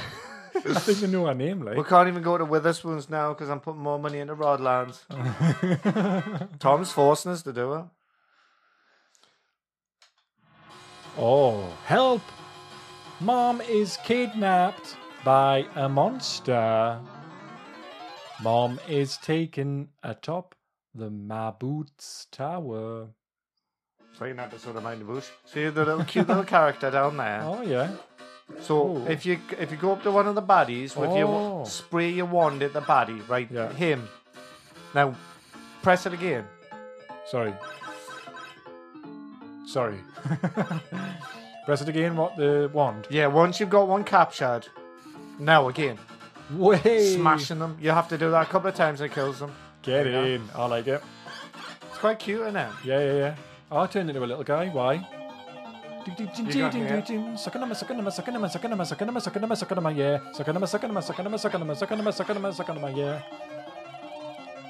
S2: I think they know our name, like.
S1: We can't even go to Witherspoons now because I'm putting more money into
S2: [laughs]
S1: Rodlands. Tom's forcing us to do it.
S2: Oh, help! Mom is kidnapped by a monster. Mom is taken atop the Maboot's Tower.
S1: Play an episode of Mind the Bush. See the little cute
S2: [laughs]
S1: little character down there.
S2: Oh, yeah.
S1: So
S2: Ooh.
S1: if you if you go up to one of the baddies with
S2: Oh.
S1: your spray your wand at the baddie, right?
S2: Yeah.
S1: Him. Now press it again.
S2: Sorry. Sorry. [laughs] Press it again, what? The wand.
S1: Yeah, once you've got one captured, now again.
S2: Way!
S1: Smashing them. You have to do that a couple of times it kills them.
S2: Get in. I like it.
S1: It's quite cute, isn't it?
S2: Yeah, yeah, yeah. Oh, I turned into a little guy. Why? Ding, ding, ding,
S1: You got
S2: ding,
S1: me,
S2: ding,
S1: yeah?
S2: ding. Suckanama, suckanama, suckanama, suckanama, suckanama, suckanama, suckanama, yeah. Suckanama, suckanama, suckanama, suckanama, suckanama, suckanama, suckanama, yeah.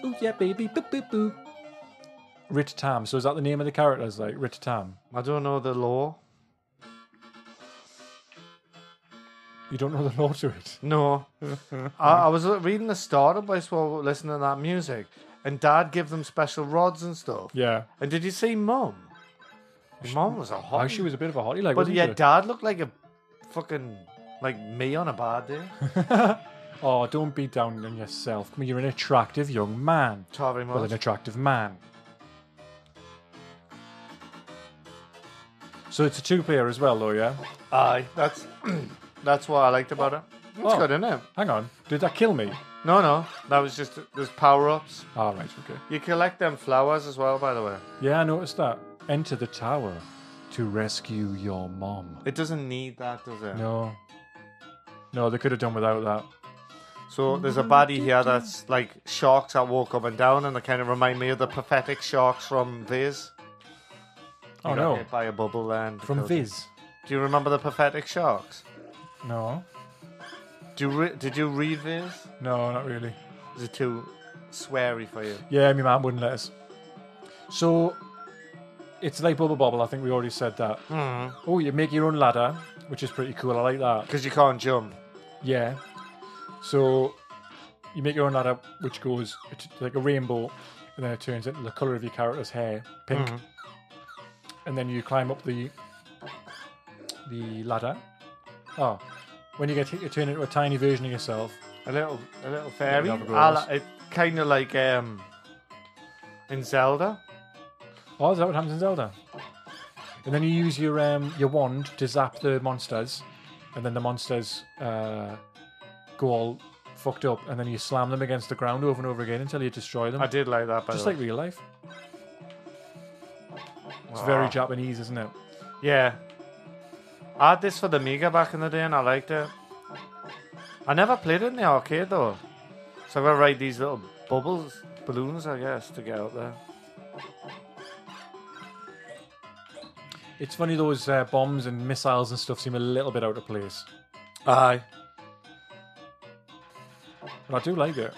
S2: Ooh, yeah, baby. Boop, boop, boop. Rit Tam. So is that the name of the characters? Like Rit Tam.
S1: I don't know the law.
S2: You don't know the [laughs] law to it.
S1: No. [laughs] I, I was reading the startup place while listening to that music, and Dad gave them special rods and stuff.
S2: Yeah.
S1: And did you see Mum? Mum was a hot.
S2: Oh, she was a bit of a hottie, like,
S1: But
S2: wasn't
S1: yeah,
S2: she?
S1: Dad looked like a fucking like me on a bad day.
S2: oh, don't be down on yourself. Come on, you're an attractive young man.
S1: Sorry,
S2: [laughs] Well,
S1: much.
S2: an attractive man. So it's a two-player as well, though, yeah.
S1: Aye, that's [clears throat] that's what I liked about it. It's
S2: Oh.
S1: good, isn't it?
S2: Hang on, did that kill me?
S1: No, no, that was just there's power ups.
S2: All right, okay.
S1: You collect them flowers as well, by the way.
S2: Yeah, I noticed that. Enter the tower to rescue your mom.
S1: It doesn't need that, does it?
S2: No, no, they could have done without that.
S1: So there's a baddie here that's like sharks that walk up and down, and they kind of remind me of the pathetic sharks from Viz.
S2: Oh
S1: got
S2: no,
S1: hit by a bubble and
S2: from
S1: because-
S2: Viz.
S1: Do you remember the pathetic sharks?
S2: No,
S1: Do you re- did you read Viz?
S2: no, not really.
S1: Is it too sweary for you?
S2: Yeah, my mum wouldn't let us. So it's like Bubble Bobble. I think we already said that. Oh, you make your own ladder, which is pretty cool. I like that.
S1: Because you can't jump.
S2: Yeah. So you make your own ladder, which goes it's like a rainbow, and then it turns into the color of your character's hair, pink. And then you climb up the the ladder. Oh, when you get hit, you turn into a tiny version of yourself.
S1: A little, a little fairy.
S2: have a go
S1: I
S2: at
S1: li- it kind of like um, in Zelda.
S2: Oh, is that what happens in Zelda? And then you use your um, your wand to zap the monsters, and then the monsters uh, go all fucked up, and then you slam them against the ground over and over again until you destroy them.
S1: I did like that. By
S2: Just
S1: the
S2: like
S1: way.
S2: real life. It's very Japanese, isn't it?
S1: yeah. I had this for the Mega back in the day, and I liked it. I never played it in the arcade though, so I gotta ride these little bubbles, balloons, I guess, to get out there.
S2: It's funny those uh, bombs and missiles and stuff seem a little bit out of place,
S1: Aye.
S2: but I do like it.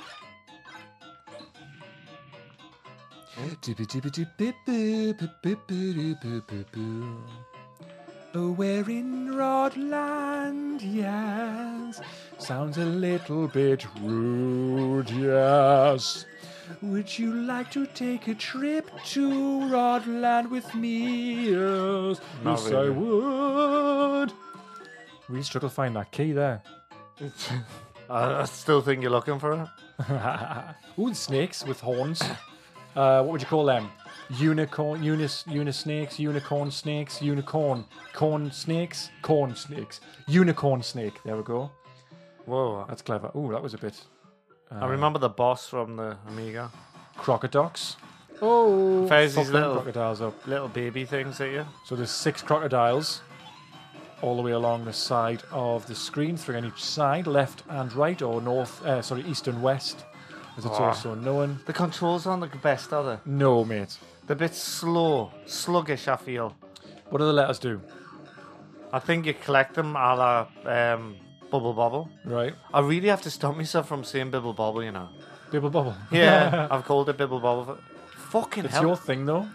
S2: Oh, we're in Rodland, yes. Sounds a little bit rude, yes. Would you like to take a trip to Rodland with me? Yes,
S1: Not
S2: yes I
S1: really.
S2: would. Really struggle to find that key there.
S1: I, I still think you're looking for it.
S2: [laughs] Ooh, snakes with horns. Uh, what would you call them? Unicorn, unis, unisnakes, unicorn snakes, unicorn, corn snakes, corn snakes, unicorn snake. There we go.
S1: Whoa.
S2: That's clever. Ooh, that was a bit. um,
S1: I remember the boss from the Amiga.
S2: Crocodocs. Oh,
S1: Fires
S2: fuck
S1: his
S2: them
S1: little-
S2: crocodiles up.
S1: Little baby things at you.
S2: So there's six crocodiles all the way along the side of the screen, three on each side, left and right, or north, uh, sorry, east and west, as it's
S1: Ah.
S2: also known.
S1: The controls aren't the best, are they?
S2: No, mate.
S1: They're a bit slow, sluggish, I feel.
S2: What do the letters do?
S1: I think you collect them a la um, Bubble Bobble.
S2: Right.
S1: I really have to stop myself from saying Bibble Bobble, you know.
S2: Bibble bobble.
S1: Yeah, [laughs] I've called it Bibble Bobble. Fucking
S2: [laughs] it's
S1: hell.
S2: your thing though.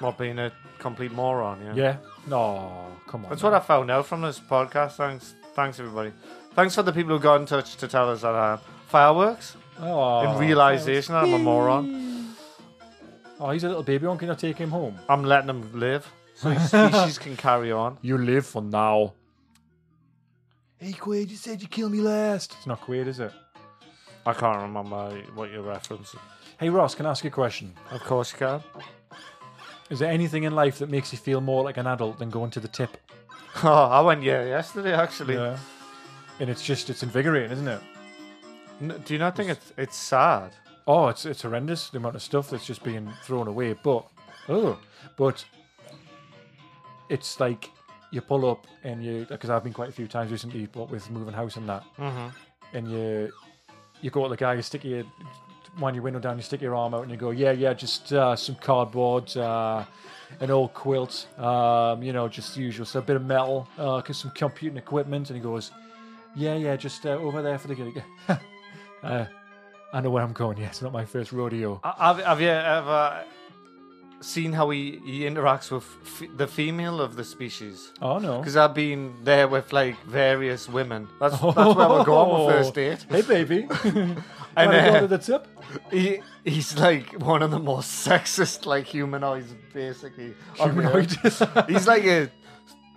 S1: Not being a complete moron, yeah.
S2: Yeah. No, come on.
S1: That's what I found out from this podcast. Thanks, thanks everybody. Thanks for the people who got in touch to tell us that I am. Fireworks
S2: Oh,
S1: in realization that I'm a moron.
S2: Oh, he's a little baby one. Can I take him home?
S1: I'm letting them [laughs] live so his species can carry on.
S2: You live for now. Hey, Quaid, you said you kill me last. It's not Quaid, is it?
S1: I can't remember what you're referencing.
S2: Hey, Ross, can I ask you a question?
S1: Of course you can.
S2: Is there anything in life that makes you feel more like an adult than going to the tip?
S1: [laughs] Oh, I went yeah yesterday actually.
S2: And it's just, it's invigorating, isn't it?
S1: N- do you not think it's it's sad?
S2: Oh, it's it's horrendous the amount of stuff that's just being thrown away. But oh, but it's like you pull up and you because I've been quite a few times recently, but with moving house and that, and you you go at the guy, you stick your wind your window down, you stick your arm out, and you go, yeah, yeah, just uh, some cardboard, uh, an old quilt, um, you know, just the usual, so a bit of metal, uh, some computing equipment, and he goes, yeah, yeah, just uh, over there for the gig. uh, I know where I'm going. Yeah, it's not my first rodeo.
S1: I- Have, have you ever seen how he, he interacts with f- the female of the species?
S2: Oh no.
S1: Because I've been there with like various women. That's that's where we're going on my first
S2: Oh.
S1: date.
S2: Hey, baby. [laughs] and
S1: [laughs] And
S2: go to
S1: uh, [laughs]
S2: the tip.
S1: he, he's like one of the most [laughs] sexist like humanoids, basically. on the
S2: Humanoid.
S1: earth. he's like a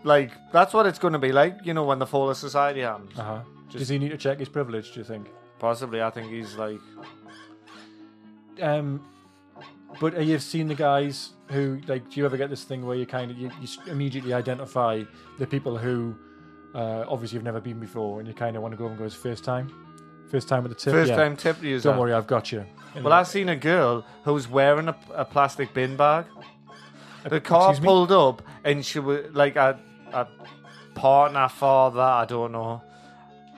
S1: like that's what it's going to be like. You know, when the fall of society happens.
S2: [laughs] uh-huh. Does he need to check his privilege? Do you think?
S1: Possibly, I think he's like
S2: Um, but uh, you've seen the guys who like. Do you ever get this thing where you kind of you, you s- immediately identify the people who uh, obviously you've never been before, and you kind of want to go and go. It's first time. First time with the tip.
S1: first
S2: yeah.
S1: time tip user.
S2: Don't worry, I've got you. And
S1: Well, I've seen a girl who was wearing a, a plastic bin bag. The car
S2: excuse me?
S1: pulled up, and she was like a, a partner, father, I don't know,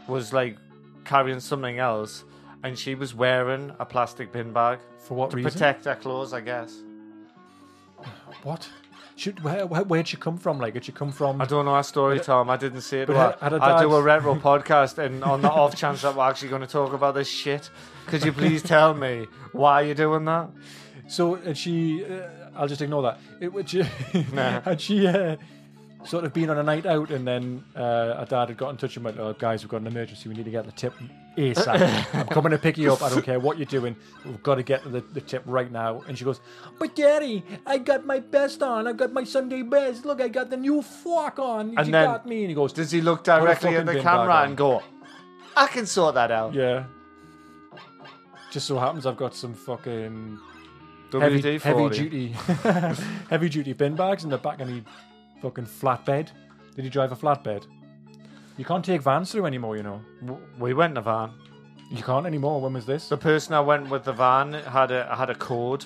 S1: was like carrying something else, and she was wearing a plastic bin bag
S2: for what
S1: to
S2: reason?
S1: protect her clothes, I guess.
S2: What? Should where, where, where'd she come from? Like, did she come from?
S1: I don't know her story, Tom. I didn't see it.
S2: But
S1: Well,
S2: had- had her
S1: I do
S2: dad-
S1: a retro podcast, and on the off chance that we're actually going to talk about this shit, could you please tell me why you're doing that?
S2: So had she? Uh, I'll just ignore that. It, [laughs] would she,
S1: Nah.
S2: had she uh, sort of been on a night out and then uh, her dad had got in touch and went, "Oh, guys, we've got an emergency. We need to get the tip ASAP. I'm coming to pick you up. I don't care what you're doing. We've got to get the, the tip right now." And she goes, "But daddy, I got my best on. I got my Sunday best. Look, I got the new fork on.
S1: And
S2: you
S1: then-
S2: got me." And he goes,
S1: Does he look directly
S2: fucking
S1: at the
S2: bin
S1: camera
S2: bag
S1: and go, I can sort that out?
S2: "Yeah." Just so happens I've got some fucking heavy,
S1: WD-40.
S2: heavy duty [laughs] heavy duty bin bags in the back of me fucking flatbed. Did he drive a flatbed? You can't take vans through anymore, you know.
S1: W- We went in a van.
S2: You can't anymore. When was this?
S1: The person I went with the van had a had a code,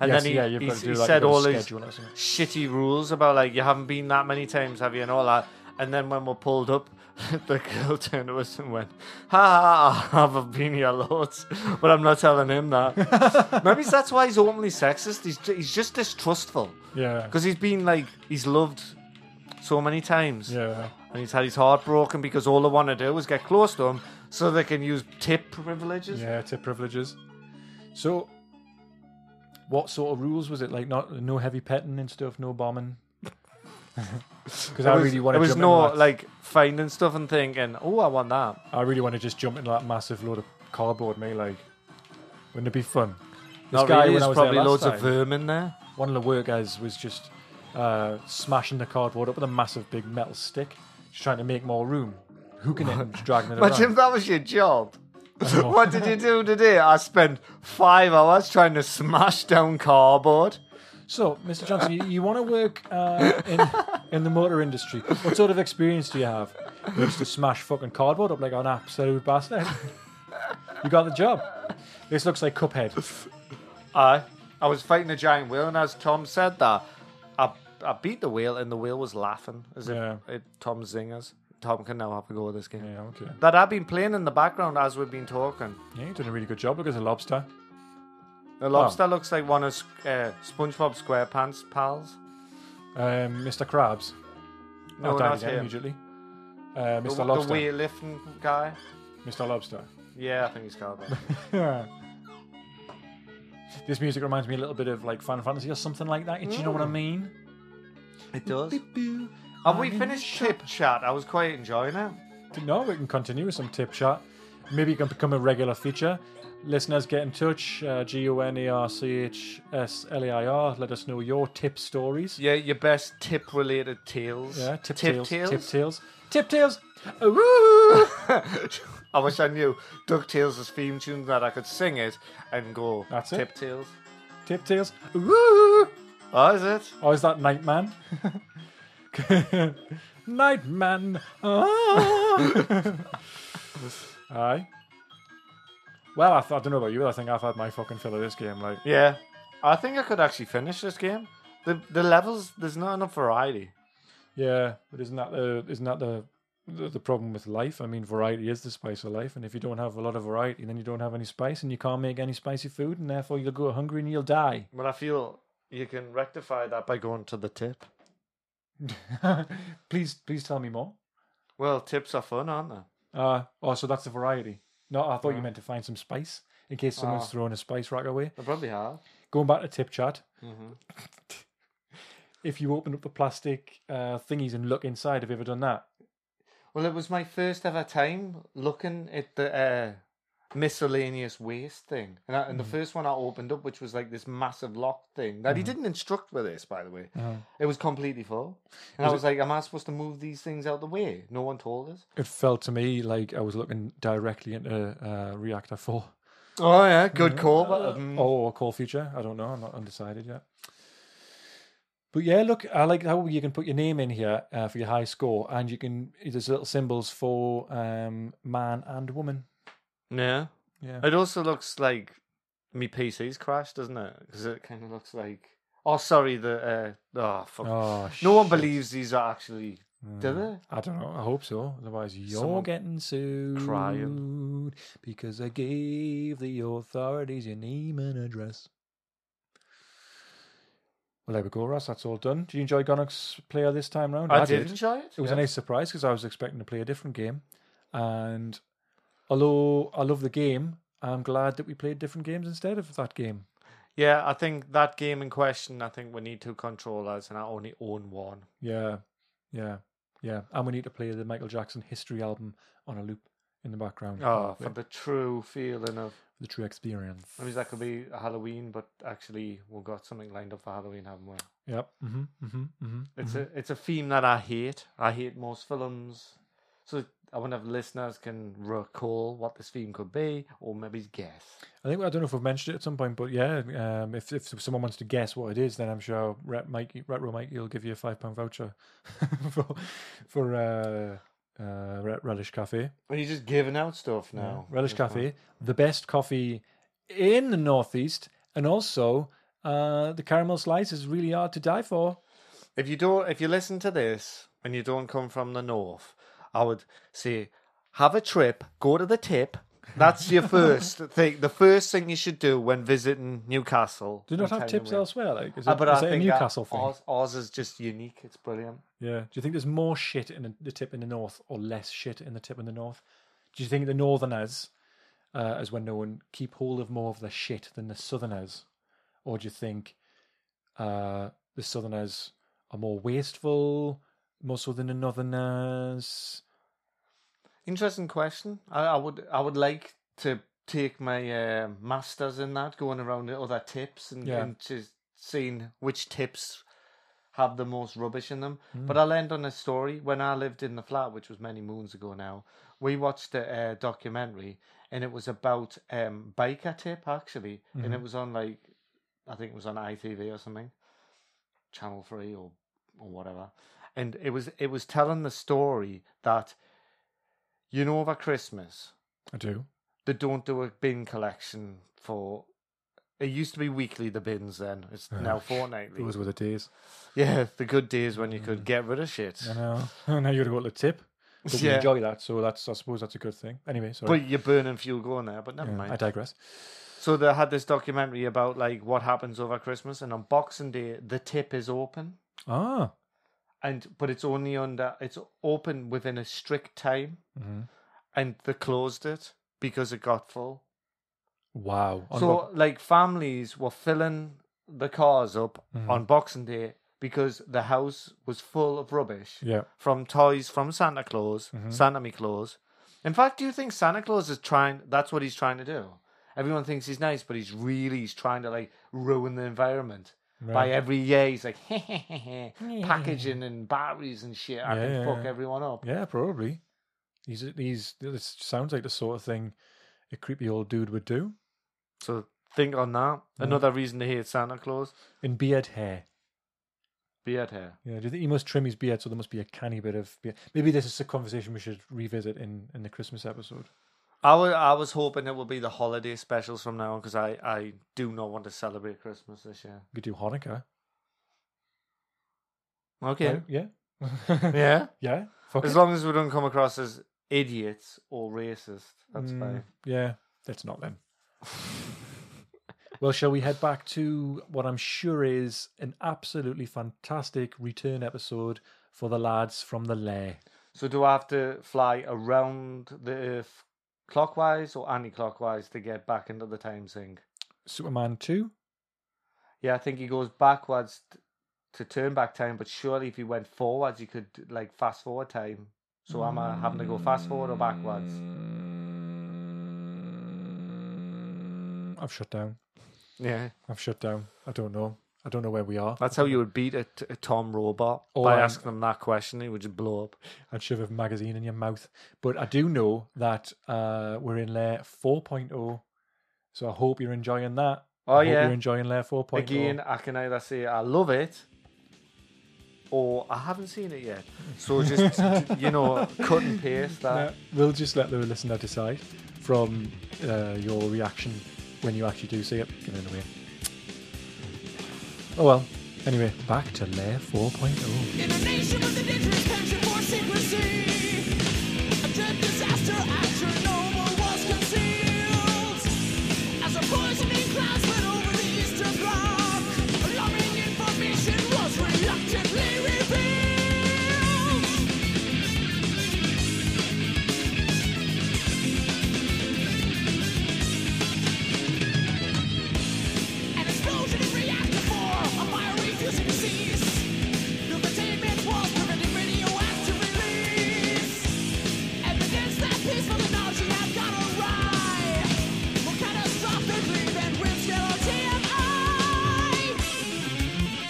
S1: and
S2: Yes,
S1: then he,
S2: yeah, you've
S1: he,
S2: got to do
S1: he
S2: like
S1: said
S2: a
S1: all his
S2: schedule or something.
S1: shitty rules about like you haven't been that many times, have you, and all that. And then when we're pulled up, [laughs] the girl turned to us and went, "Ha ha, ha, I've been here loads," but I'm not telling him
S2: [laughs]
S1: that. Maybe that's why he's openly sexist. He's ju- he's just distrustful
S2: Yeah.
S1: because he's been like he's loved so many times.
S2: Yeah.
S1: and he's had his heart broken because all they want to do is get close to him so they can use tip privileges.
S2: Yeah, tip privileges. So what sort of rules was it? Like not no heavy petting and stuff, no bombing? [laughs] Because
S1: There
S2: I
S1: was,
S2: really want to
S1: there was
S2: jump
S1: no
S2: into that-
S1: like finding stuff and thinking, oh, I want that.
S2: I really want to just jump into that massive load of cardboard, mate, like wouldn't it be fun? This
S1: Not
S2: guy,
S1: really.
S2: when I
S1: There's
S2: was there
S1: probably
S2: last
S1: loads
S2: time-
S1: of vermin there.
S2: one of the work guys was just uh, smashing the cardboard up with a massive big metal stick, just trying to make more room, hooking it and just dragging it
S1: Imagine if
S2: around.
S1: that was your job.
S2: know.
S1: what did you do today? I spent five hours trying to smash down cardboard.
S2: So, Mr. Johnson, you, you want to work uh, in in the motor industry? What sort of experience do you have? You used to smash fucking cardboard up like an absolute bastard. You got the job. This looks like Cuphead.
S1: I I was fighting a giant whale, and as Tom said that, I I beat the whale, and the whale was laughing as
S2: Yeah.
S1: if it, Tom zingers. Tom can now have a go at this game.
S2: Yeah, okay.
S1: that I've been playing in the background as we've been talking.
S2: Yeah, you've done a really good job. Look, there's a lobster.
S1: The lobster looks like one of Sc- uh, SpongeBob SquarePants pals.
S2: Um, Mr. Krabs.
S1: No,
S2: I'll die
S1: not
S2: again
S1: him.
S2: immediately. Uh,
S1: The,
S2: Mr.
S1: the
S2: Lobster.
S1: weightlifting guy.
S2: Mr. Lobster.
S1: Yeah, I think he's Caliban.
S2: this music reminds me a little bit of like Final Fantasy or something like that. Do you know what I mean?
S1: [laughs] it does.
S2: Beep, boo.
S1: Have
S2: I'm
S1: we
S2: in
S1: finished
S2: shock.
S1: tip chat? I was quite enjoying it.
S2: No, we can continue with some tip chat. Maybe it can become a regular feature. Listeners, get in touch. Uh, G O N E R C H S L A I R. Let us know your tip stories.
S1: Yeah, your best tip related tales.
S2: Yeah, tip,
S1: tip
S2: tales, Tip tails. Tip tails.
S1: Woo! [laughs] I wish I knew DuckTales' theme tune that I could sing it and go
S2: That's it.
S1: tip tails.
S2: Tip tails. Woo!
S1: Oh, is it?
S2: Oh, is that [laughs] Nightman? Nightman. Ah. Aye. Well, I, th- I don't know about you, but I think I've had my fucking fill of this game. Like,
S1: Yeah. I think I could actually finish this game. The the levels, there's not enough variety.
S2: yeah, but isn't that the isn't that the the, the problem with life? I mean, variety is the spice of life, and if you don't have a lot of variety, then you don't have any spice, and you can't make any spicy food, and therefore you'll go hungry and you'll die. [laughs]
S1: But I feel you can rectify that by going to the tip.
S2: please, please tell me more.
S1: Well, tips are fun, aren't they?
S2: Uh, oh, so that's the variety. No, I thought you meant to find some spice in case someone's
S1: Ah.
S2: throwing a spice rack away.
S1: They probably are.
S2: Going back to tip chat,
S1: Mm-hmm.
S2: [laughs] if you open up the plastic uh, thingies and look inside, have you ever done that?
S1: Well, it was my first ever time looking at the uh, miscellaneous waste thing, and, I, and the first one I opened up, which was like this massive lock thing that he didn't instruct with this, by the way. It was completely full, and I Uh-huh. was like, "Am I supposed to move these things out the way?" No one told us.
S2: It felt to me like I was looking directly into uh, Reactor 4.
S1: Oh um, yeah, good call. mm.
S2: Oh, a call feature. I don't know. I'm not undecided yet. But yeah, look, I like how you can put your name in here uh, for your high score, and you can there's little symbols for um, man and woman.
S1: yeah,
S2: Yeah.
S1: it also looks like me PC's crashed, doesn't it? Because it kind of looks like. Oh, sorry. The uh, oh fuck.
S2: Oh,
S1: no one
S2: shit.
S1: believes these are actually. Hmm. Do they?
S2: I don't know. I hope so. Otherwise, you're
S1: Someone
S2: getting sued.
S1: crying.
S2: because I gave the authorities your name and address. Well, there we go, Ross. That's all done. Do you enjoy Gonox player this time round?
S1: I, did, enjoy it.
S2: It was
S1: yeah.
S2: a nice surprise because I was expecting to play a different game, and although I love the game, I'm glad that we played different games instead of that game.
S1: Yeah, I think that game in question, I think we need two controllers, and I only own one.
S2: Yeah, yeah, yeah. And we need to play the Michael Jackson history album on a loop in the background.
S1: Oh,
S2: Yeah.
S1: for the true feeling of.
S2: the true experience.
S1: I mean, that could be Halloween, but actually, we've got something lined up for Halloween, haven't we?
S2: Yep. Mm-hmm, mm-hmm, mm-hmm.
S1: It's a it's a theme that I hate. I hate most films, so I wonder if listeners can recall what this theme could be, or maybe guess.
S2: I think I don't know if we've mentioned it at some point, but yeah, um, if if someone wants to guess what it is, then I'm sure Ret Mike, Retro Mike, will give you a five pound voucher [laughs] for for uh, uh, Re- Relish Cafe.
S1: Are you just giving out stuff now?
S2: Relish
S1: That's
S2: Cafe, the best coffee in the Northeast, and also uh, the caramel slices really hard to die for.
S1: If you don't, if you listen to this and you don't come from the north, I would say have a trip, go to the tip. That's
S2: [laughs]
S1: your first thing. The first thing you should do when visiting Newcastle.
S2: Do you not
S1: and
S2: have
S1: telling
S2: tips
S1: me-
S2: elsewhere? Like, is it,
S1: Uh, but
S2: is
S1: I
S2: it a
S1: think that
S2: Newcastle thing?
S1: Ours, ours is just unique. It's brilliant.
S2: Yeah. Do you think there's more shit in the, the tip in the north or less shit in the tip in the north? Do you think the northerners, uh, as we're known, keep hold of more of the shit than the southerners? Or do you think uh, the southerners are more wasteful, more so than the northerners?
S1: Interesting question. I, I would, I would like to take my uh, masters in that, going around the other tips and,
S2: Yeah.
S1: and just seeing which tips have the most rubbish in them. But I'll end on a story. When I lived in the flat, which was many moons ago now, we watched a uh, documentary and it was about um, biker tip actually, and it was on like I think it was on ITV or something, Channel Three or or whatever, and it was it was telling the story that you know over Christmas
S2: I do.
S1: they don't do a bin collection for. It used to be weekly the bins. Then it's now fortnightly.
S2: Those were the days.
S1: [laughs] Yeah, the good days when you could get rid of shit.
S2: I know. [laughs] now you got to go to the tip. But we
S1: Yeah.
S2: enjoy that, so that's I suppose that's a good thing. Anyway, sorry.
S1: But you're burning fuel going there, but never
S2: Yeah,
S1: mind.
S2: I digress.
S1: So they had this documentary about like what happens over Christmas, and on Boxing Day the tip is open,
S2: Ah.
S1: and but it's only under it's open within a strict time,
S2: Mhm.
S1: and they closed it. because it got full.
S2: Wow. On
S1: so
S2: what-
S1: like families were filling the cars up
S2: Mhm.
S1: on Boxing Day because the house was full of rubbish
S2: yeah.
S1: from toys from Santa Claus,
S2: Mhm.
S1: Santa Me Claus. In fact, do you think Santa Claus is trying? That's what he's trying to do. Everyone thinks he's nice, but he's really he's trying to like ruin the environment. By
S2: Right.
S1: every year, he's like [laughs] packaging and batteries and shit. I
S2: Yeah,
S1: can
S2: yeah,
S1: fuck
S2: yeah.
S1: everyone up.
S2: Yeah, probably. He's he's. This sounds like the sort of thing a creepy old dude would do.
S1: So think on that. Another reason to hate Santa Claus:
S2: In beard hair.
S1: beard hair.
S2: Yeah, do you think he must trim his beard so there must be a canny bit of beard? Maybe this is a conversation we should revisit in, in the Christmas episode.
S1: I was I was hoping it would be the holiday specials from now on because I, I do not want to celebrate Christmas this year.
S2: We could do Hanukkah.
S1: Okay.
S2: Right? Yeah.
S1: [laughs] Yeah.
S2: yeah. Fuck
S1: As
S2: it.
S1: long as we don't come across as idiots or racist, that's
S2: Mm,
S1: fine.
S2: Yeah, that's not then. well, shall we head back to what I'm sure is an absolutely fantastic return episode for the lads from the lair?
S1: So do I have to fly around the earth clockwise or anti-clockwise to get back into the time sink?
S2: Superman 2?
S1: Yeah, I think he goes backwards t- to turn back time, but surely if he went forwards, he could like fast forward time. So am I having to go fast forward or backwards?
S2: Mm. I've shut down.
S1: Yeah.
S2: I've shut down. I don't know. I don't know where we are.
S1: That's how you would beat a, t- a Tom robot
S2: Oh,
S1: by
S2: I'm-
S1: asking him that question. He would just blow up.
S2: I'd shove a magazine in your mouth. But I do know that uh, we're in layer 4.0. So I hope you're enjoying that.
S1: Oh
S2: I hope
S1: yeah.
S2: you're enjoying layer oh. 4.0.
S1: Again, I can either say I love it, or I haven't seen it yet.
S2: [laughs]
S1: So just you know, cut and paste
S2: Uh,
S1: that.
S2: we'll just let the listener decide from uh, your reaction when you actually do see it. Give it away. Oh well. Anyway, back to layer oh. 4.0.
S5: In a nation with a dangerous penchant for secrecy, a dread disaster astronomer was concealed as a poisoning cloud spread over the eastern block. Alarming information was reluctantly revealed. An explosion in reactor four, a fire refusing to cease. No containment walls preventing radioactive release. Evidence that peaceful technology had gone awry. More catastrophically than Grimsdale or TMI.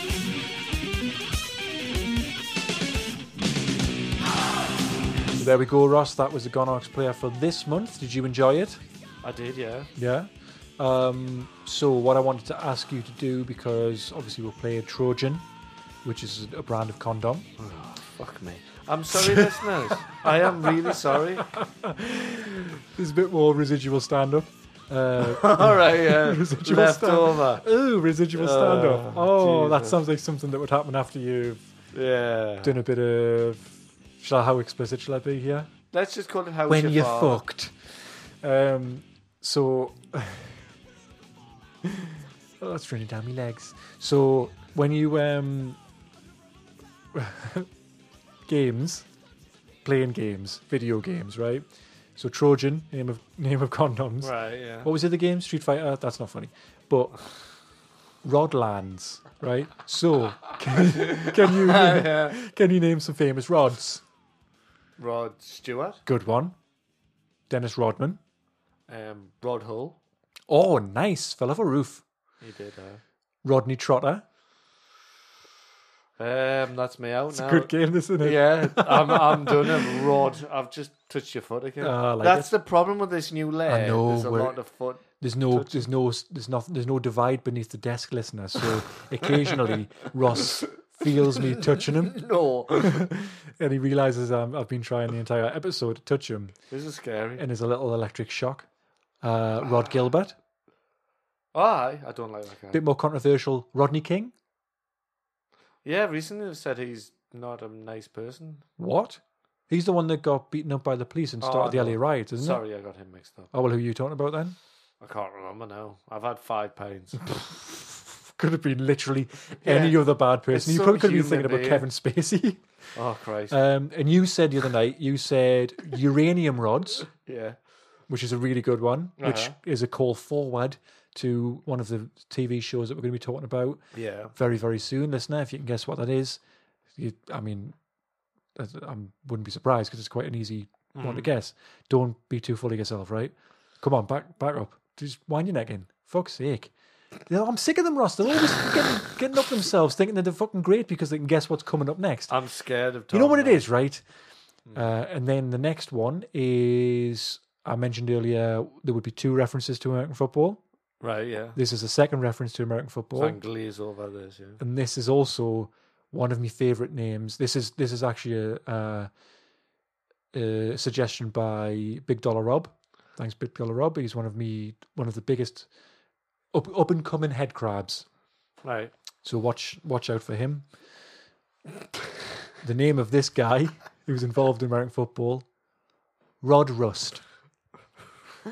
S2: So there we go, Ross. That was the Gonox player for this month. Did you enjoy it?
S1: I did, yeah.
S2: Yeah. Um, so what I wanted to ask you to do, because obviously we'll play Trojan, which is a brand of condom.
S1: Fuck me. I'm sorry, listeners. I am really
S2: [laughs]
S1: sorry.
S2: There's a bit more residual stand-up. Uh,
S1: All right, [laughs] yeah.
S2: Residual
S1: Left
S2: stuff.
S1: over.
S2: [laughs] ooh, residual stand-up. Oh,
S1: Oh,
S2: that
S1: Jesus.
S2: sounds like something that would happen after you've
S1: Yeah.
S2: done a bit of. Shall I, how explicit shall I be here?
S1: Let's just call it how
S2: when
S1: you
S2: you're fucked. Um, so [laughs] oh, that's running down my legs. So when you um, [laughs] games, playing games, video games, right? So Trojan, name of [laughs] name of condoms.
S1: Right, yeah.
S2: What was the other game? Street Fighter. That's not funny, but. Rodlands, right? So, [laughs] can, can [laughs] you can you name some famous rods?
S1: Rod Stewart,
S2: Good one. Dennis Rodman.
S1: um, Rod Hull.
S2: Oh, nice. Fell off a roof.
S1: He did. Uh,
S2: Rodney Trotter.
S1: um, that's me out
S2: It's
S1: now.
S2: a good game, isn't it?
S1: Yeah, I'm, I'm done. I've rod. I've just touched your foot again.
S2: Ah, I like
S1: That's the problem with this new layer.
S2: I know,
S1: There's a
S2: we're-
S1: lot of foot.
S2: There's no, there's no, there's nothing, there's no divide beneath the desk, listener. So occasionally Ross feels me touching him,
S1: No,
S2: and he realizes um, I've been trying the entire episode to touch him,
S1: [laughs] this is scary.
S2: and there's a little electric shock. Uh, Rod Gilbert,
S1: Aye, Oh, I don't like that guy.
S2: bit more controversial. Rodney King.
S1: Yeah, recently they said he's not a nice person.
S2: What? He's the one that got beaten up by the police and
S1: Oh,
S2: started the
S1: no.
S2: LA riots, isn't it?
S1: Sorry, I got him mixed up.
S2: Oh well, who are you talking about then? [laughs]
S1: I can't remember now. I've had five pints.
S2: could have been literally
S1: Yeah.
S2: any other bad person.
S1: It's
S2: you
S1: so eh?
S2: probably could have
S1: human
S2: been thinking about
S1: being.
S2: Kevin Spacey.
S1: oh Christ!
S2: Uh, Um, and you said the other night, you said uranium rods,
S1: yeah,
S2: which is a really good one, which
S1: Uh-huh.
S2: is a call forward to one of the TV shows that we're going to be talking about
S1: Yeah.
S2: very, very soon, listener. If you can guess what that is, you, I mean, I wouldn't be surprised because it's quite an easy one to guess. Don't be too full of yourself, right? Come on, back back up. Just wind your neck in. Fuck's sake. You know, I'm sick of them, Ross. They're always [laughs] getting, getting up themselves, thinking that they're fucking great because they can guess what's coming up next.
S1: I'm scared of.
S2: You know what it
S1: now.
S2: is, right? Uh, and then the next one is I mentioned earlier there would be two references to American football.
S1: Right. Yeah.
S2: This is the second reference to American football,
S1: Can glaze over this. Yeah.
S2: and this is also one of my favorite names. This is this is actually a, uh a suggestion by Big Dollar Rob. Thanks, Big Dollar Rob. He's one of me one of the biggest up up and coming head crabs.
S1: Right.
S2: So watch watch out for him. the name of this guy who was involved in American football, Rod Rust.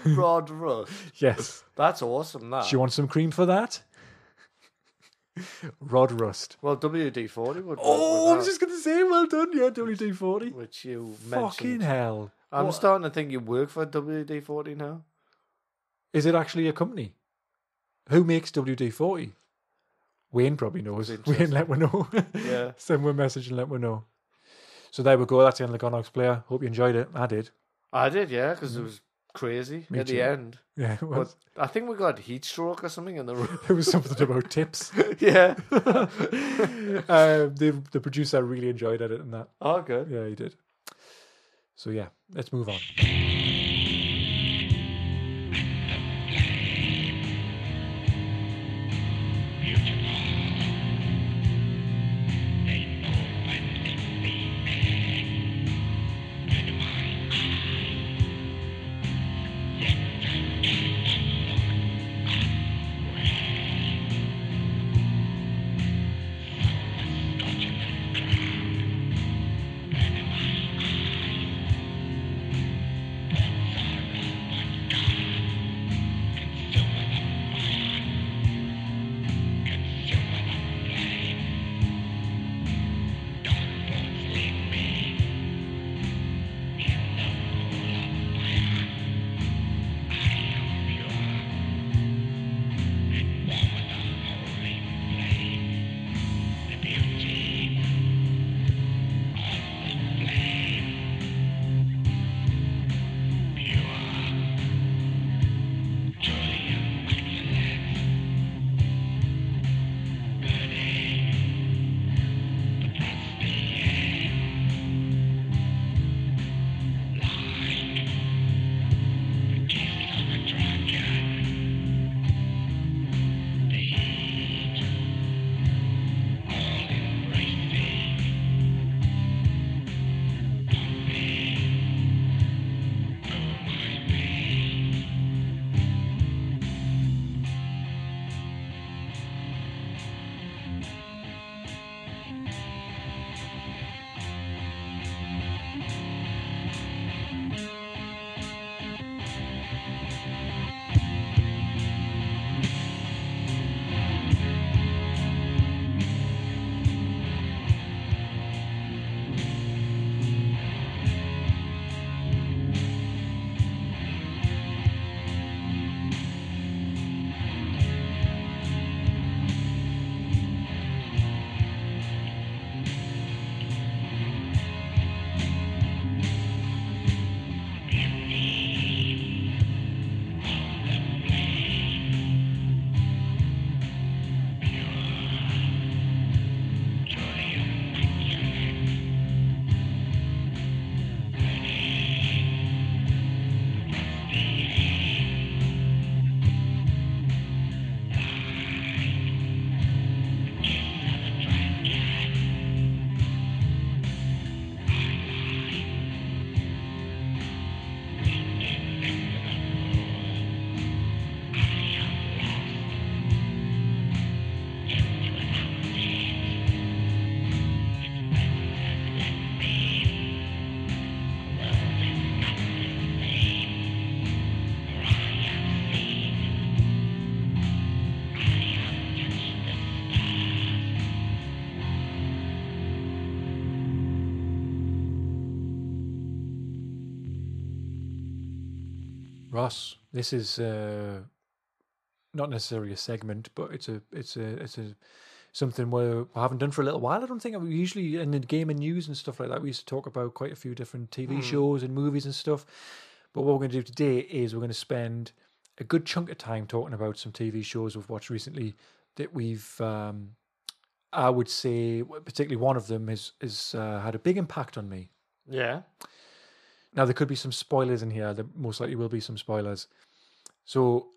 S1: Rod Rush.
S2: Yes.
S1: That's awesome. That.
S2: Do you want some cream for that? Rod Rust.
S1: well, WD forty would. work with
S2: Oh, I
S1: that,
S2: was just gonna say, well done, yeah, WD forty.
S1: Which you
S2: Fucking
S1: mentioned.
S2: hell.
S1: I'm
S2: What-
S1: starting to think you work for WD forty now.
S2: Is it actually a company? Who makes WD forty? Wayne probably knows.
S1: That's
S2: Wayne, let me [laughs] know.
S1: Yeah.
S2: Send me a message and let me know. So there we go. That's the end of the Gonox player. Hope you enjoyed it. I did.
S1: I did, yeah, because it was crazy
S2: Mm-hmm. Me
S1: at
S2: too.
S1: the end.
S2: Yeah, it was.
S1: But I think we got heat stroke or something in the
S2: [laughs]
S1: room.
S2: It was something about tips.
S1: [laughs] yeah.
S2: Uh, the the producer really enjoyed editing that.
S1: oh, good.
S2: Yeah, he did. So yeah, let's move on.
S6: Thank
S2: Ross, this is uh, not necessarily a segment, but it's a it's a it's a something where I haven't done for a little while. I don't think we usually in the game and news and stuff like that. We used to talk about quite a few different TV shows and movies and stuff. But what we're going to do today is we're going to spend a good chunk of time talking about some TV shows we've watched recently that we've. Um, I would say, particularly one of them has has uh, had a big impact on me.
S1: Yeah.
S2: Now there could be some spoilers in here. There most likely will be some spoilers. So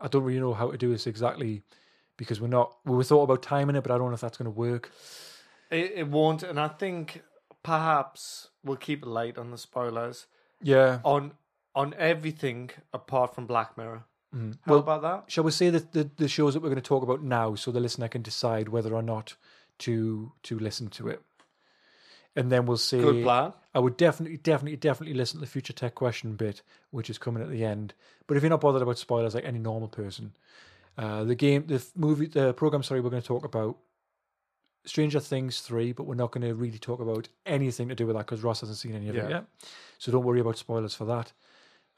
S2: I don't really know how to do this exactly because we're not we were thought about timing it, but I don't know if that's going to work.
S1: It, it won't, and I think perhaps we'll keep it light on the spoilers
S2: Yeah.
S1: on on everything apart from Black Mirror. How
S2: Mm-hmm. Well-
S1: about that?
S2: Shall we say that the, the shows that we're going to talk about now, so the listener can decide whether or not to to listen to it, and then we'll see.
S1: Good plan.
S2: I would definitely, definitely, definitely listen to the future tech question bit, which is coming at the end. But if you're not bothered about spoilers, like any normal person, uh, the game, the f- movie, the program, sorry, we're going to talk about Stranger Things three, but we're not going to really talk about anything to do with that because Ross hasn't seen any of
S1: Yeah.
S2: it yet. So don't worry about spoilers for that.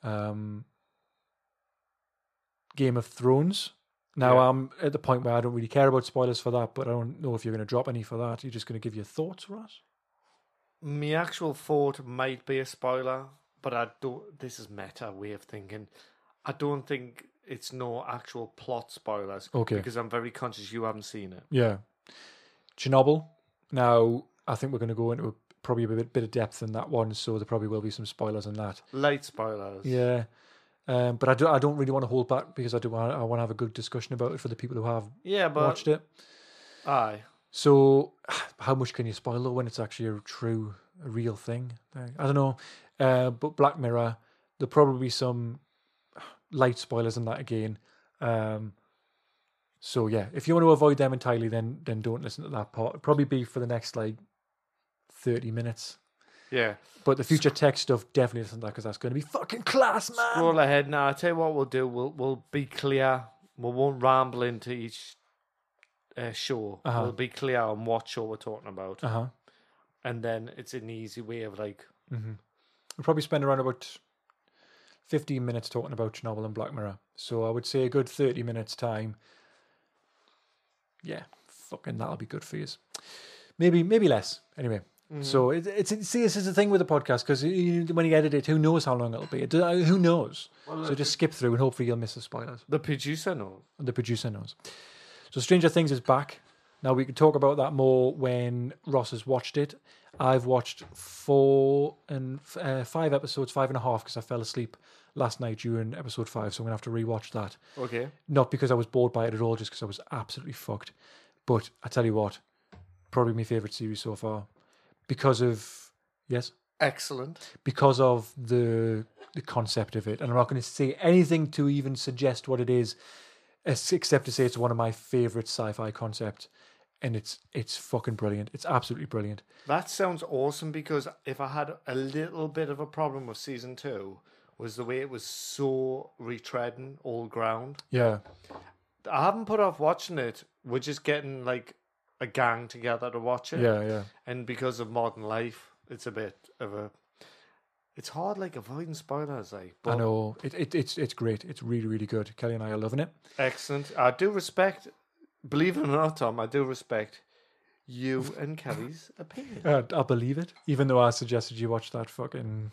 S2: Um, Game of Thrones. Now
S1: Yeah.
S2: I'm at the point where I don't really care about spoilers for that, but I don't know if you're going to drop any for that. You're just going to give your thoughts, Ross.
S1: My actual thought might be a spoiler, but I don't. This is meta way of thinking. I don't think it's no actual plot spoilers.
S2: Okay.
S1: Because I'm very conscious you haven't seen it.
S2: Yeah. Chernobyl. Now, I think we're going to go into a, probably a bit, bit of depth in that one, so there probably will be some spoilers in that.
S1: Light spoilers.
S2: Yeah. Um, but I, do, I don't really want to hold back because I do want, I want to have a good discussion about it for the people who have
S1: Yeah, but
S2: watched it.
S1: aye.
S2: So, [sighs] how much can you spoil though when it's actually a true, a real thing? I don't know. Uh, but Black Mirror, there'll probably be some [sighs] light spoilers in that again. Um, so yeah, if you want to avoid them entirely, then then don't listen to that part. It'll probably be for the next like thirty minutes.
S1: Yeah.
S2: But the future tech stuff definitely listen to that because that's going to be fucking class, man.
S1: Scroll ahead now. I tell you what we'll do. We'll we'll be clear. We won't ramble into each uh, show.
S2: Uh-huh.
S1: We'll be clear on what show we're talking about,
S2: Uh huh.
S1: and then it's an easy way of like,
S2: We'll probably spend around about 15 minutes talking about Chernobyl and Black Mirror. So I would say a good 30 minutes time. Yeah, fucking that'll be good for you. Maybe maybe less. Anyway. So it, it's it, see this is the thing with the podcast because when you edit it, who knows how long it'll be? It, do- who knows? so just skip through and hopefully you'll miss the spoilers.
S1: the producer knows.
S2: The producer knows. So Stranger Things is back. Now we can talk about that more when Ross has watched it. I've watched four and f- uh, five episodes, five and a half, because I fell asleep last night during episode five. So I'm gonna have to rewatch that.
S1: Okay.
S2: Not because I was bored by it at all, just because I was absolutely fucked. But I tell you what, probably my favorite series so far, because of yes,
S1: Excellent.
S2: because of the the concept of it. And I'm not going to say anything to even suggest what it is, es- except to say it's one of my favorite sci-fi concepts, and it's it's fucking brilliant. It's absolutely brilliant.
S1: That sounds awesome because if I had a little bit of a problem with season two, was the way it was so retreading all ground.
S2: Yeah,
S1: I haven't put off watching it. We're just getting like a gang together to watch it.
S2: yeah.
S1: and because of modern life, it's a bit of a. It's hard, like avoiding spoilers, like. But
S2: I know it, it. It's it's great. It's really really good. Kelly and I are loving it.
S1: Excellent. I do respect. Believe it or not, Tom, I do respect you and Kelly's opinion.
S2: Uh, I believe it. Even though I suggested you watch that fucking,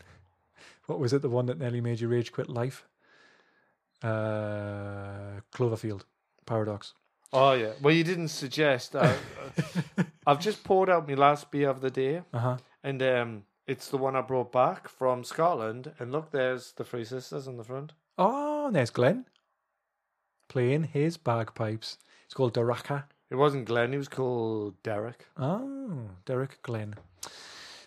S2: what was it? The one that nearly made you rage quit life. Uh, Cloverfield, Paradox.
S1: Oh yeah. Well, you didn't suggest.
S2: [laughs]
S1: I, I've just poured out my last beer of the day,
S2: Uh huh.
S1: and um, it's the one I brought back from Scotland. And look, there's the Three Sisters on the front.
S2: Oh, and there's Glenn playing his bagpipes. It's called Daraka.
S1: It wasn't Glenn. He was called Derek.
S2: Oh, Derek Glenn.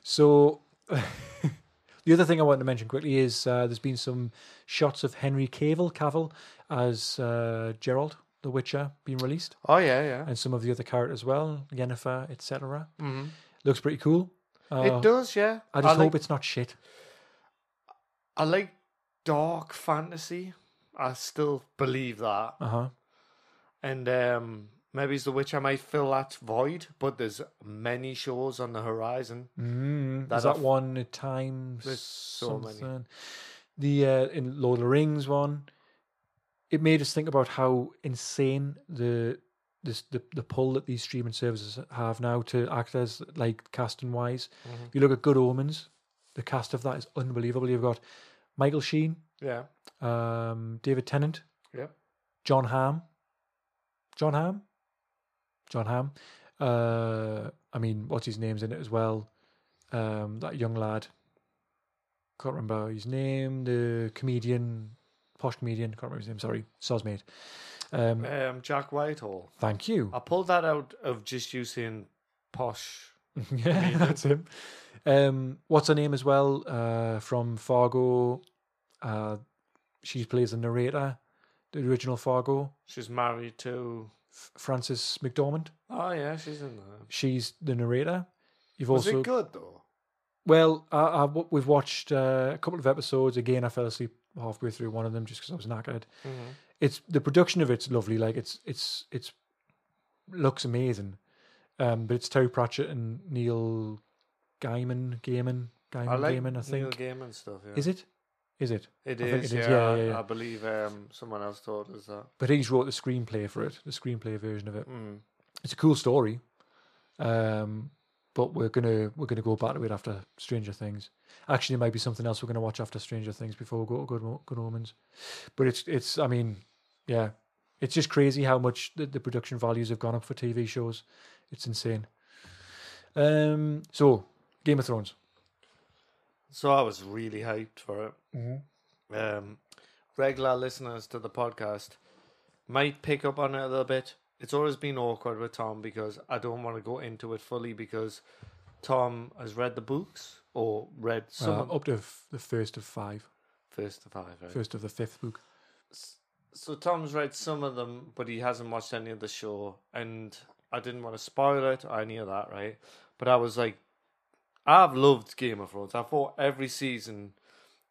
S2: So, [laughs] the other thing I wanted to mention quickly is uh, there's been some shots of Henry Cavill, Cavill as uh, Gerald, the Witcher, being released,
S1: Oh yeah, yeah.
S2: and some of the other characters as well, Yennefer, etc. Mm-hmm. Looks pretty cool. Uh,
S1: it does, yeah.
S2: I just
S1: like-
S2: hope it's not shit.
S1: I like dark fantasy. I still believe that.
S2: Uh huh.
S1: And um, maybe it's The Witcher might fill that void, but there's many shows on the horizon.
S2: Mm,
S1: That
S2: is that
S1: I've-
S2: one time?
S1: There's so many.
S2: something? the uh, in Lord of the Rings one, it made us think about how insane the this the, the pull that these streaming services have now to act as like casting wise.
S1: Mm-hmm.
S2: If you look at Good Omens, the cast of that is unbelievable. You've got Michael Sheen,
S1: Yeah.
S2: um, David Tennant,
S1: Yep.
S2: John Hamm, John Hamm, John Hamm. Uh, I mean, what's his name's in it as well? Um, that young lad, can't remember his name. The comedian, posh comedian, can't remember his name. Sorry, Sosmate. Um,
S1: Um, Jack Whitehall.
S2: thank you.
S1: I pulled that out of just you saying posh.
S2: [laughs] yeah, that's him. Um, what's her name as well? Uh, from Fargo, uh, she plays the narrator, the original Fargo,
S1: She's married to.
S2: F- Frances McDormand.
S1: Oh yeah, she's in there.
S2: she's the narrator. You've
S1: Was
S2: also
S1: it good though?
S2: well, I, I, we've watched uh, a couple of episodes. Again, I fell asleep halfway through one of them just because I was knackered.
S1: Mm-hmm.
S2: It's the production of it's lovely. Like it's it's it's looks amazing. Um, but it's Terry Pratchett and Neil Gaiman, Gaiman, Gaiman,
S1: I like
S2: Gaiman. I think
S1: Neil Gaiman stuff. Yeah.
S2: is it? Is it?
S1: It
S2: I think
S1: is.
S2: it
S1: yeah,
S2: is, yeah, yeah,
S1: I-
S2: yeah.
S1: I believe um, someone else thought it was that.
S2: But he's wrote the screenplay for it, the screenplay version of it.
S1: Mm.
S2: it's a cool story. Um, but we're gonna we're gonna go back to it after Stranger Things. Actually, it might be something else we're gonna watch after Stranger Things before we go to Good, Mo- Good Omens. But it's it's I mean, yeah, it's just crazy how much the, the production values have gone up for TV shows. It's insane. Um, so Game of Thrones.
S1: So I was really hyped for it.
S2: Mm-hmm.
S1: Um, regular listeners to the podcast might pick up on it a little bit. It's always been awkward with Tom because I don't want to go into it fully because Tom has read the books or read some
S2: Uh, up to f- the first of five,
S1: first of five. Right?
S2: first of the fifth book.
S1: so Tom's read some of them, but he hasn't watched any of the show, and I didn't want to spoil it or any of that, right? But I was like, I've loved Game of Thrones. I thought every season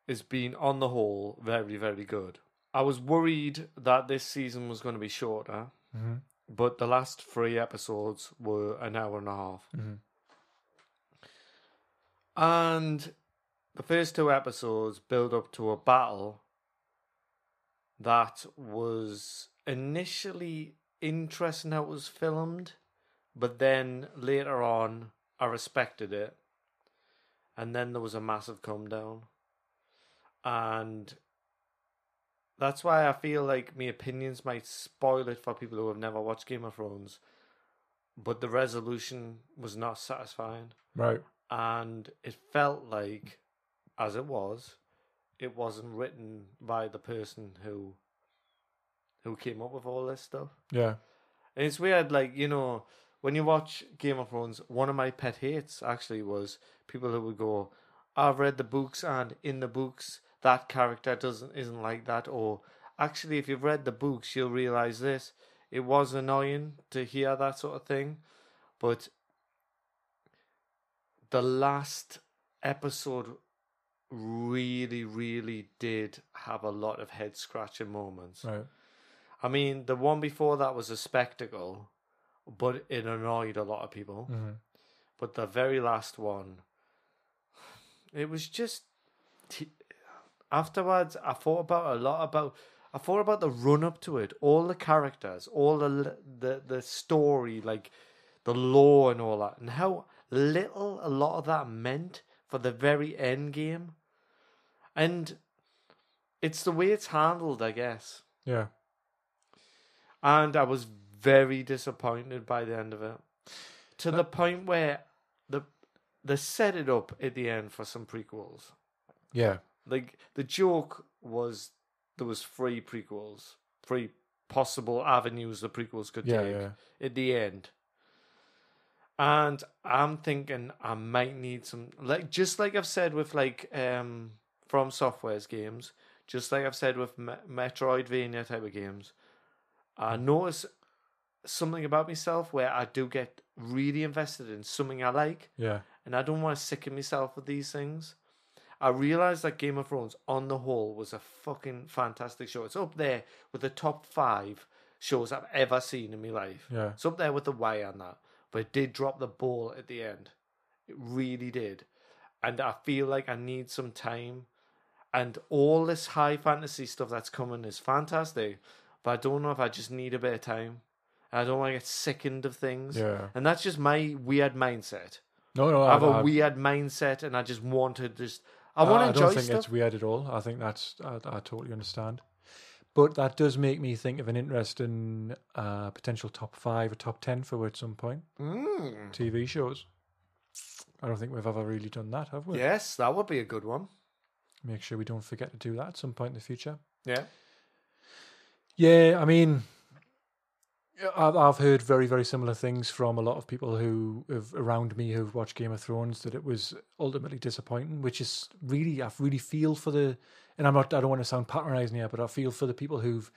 S1: has been, on the whole, very, very good. I was worried that this season was going to be shorter, but the last three episodes were an hour and a half. And the first two episodes build up to a battle that was initially interesting how it was filmed, but then later on, I respected it. And then there was a massive come down. And that's why I feel like my opinions might spoil it for people who have never watched Game of Thrones. But the resolution was not satisfying
S2: Right.
S1: and it felt like, as it was, it wasn't written by the person who who came up with all this stuff.
S2: Yeah.
S1: And it's weird, like you know, when you watch Game of Thrones, one of my pet hates actually was people who would go, "I've read the books, and in the books, that character doesn't isn't like that," or actually, if you've read the books, you'll realize this. It was annoying to hear that sort of thing, but the last episode really, really did have a lot of head scratching moments.
S2: Right.
S1: I mean, the one before that was a spectacle, but it annoyed a lot of people. But the very last one, it was just. T- afterwards, I thought about a lot about. I thought about the run up to it, all the characters, all the l- the the story, like the law and all that, and how little a lot of that meant for the very end game. And it's the way it's handled, I guess
S2: Yeah.
S1: and I was very disappointed by the end of it. To the point where the they set it up at the end for some prequels.
S2: Yeah.
S1: Like the joke was there was three prequels, three possible avenues the prequels could
S2: Yeah,
S1: take
S2: yeah.
S1: at the end. And I'm thinking I might need some like just like I've said with like um from software's games, just like I've said with Me- Metroidvania type of games. I notice something about myself where I do get really invested in something I like
S2: Yeah.
S1: and I don't want to sicken myself with these things. I realized that Game of Thrones, on the whole, was a fucking fantastic show. It's up there with the top five shows I've ever seen in my life.
S2: Yeah.
S1: It's up there with The Wire and that. But it did drop the ball at the end. It really did. And I feel like I need some time. and all this high fantasy stuff that's coming is fantastic. But I don't know if I just need a bit of time. I don't want to get sickened of things.
S2: Yeah.
S1: And that's just my weird mindset.
S2: No, no,
S1: I have
S2: I,
S1: a weird mindset, and I just want to just. I
S2: I-
S1: want to
S2: Uh, I
S1: enjoy
S2: don't think
S1: stuff.
S2: it's weird at all. I think that's I, I totally understand. But that does make me think of an interesting uh, potential top five or top ten for at some point.
S1: Mm.
S2: TV shows. I don't think we've ever really done that, have we?
S1: Yes, that would be a good one.
S2: Make sure we don't forget to do that at some point in the future.
S1: Yeah.
S2: Yeah, I mean, I've I've heard very very similar things from a lot of people who have around me who've watched Game of Thrones that it was ultimately disappointing. Which is really, I really feel for the, and I'm not, I don't want to sound patronising here, but I feel for the people who've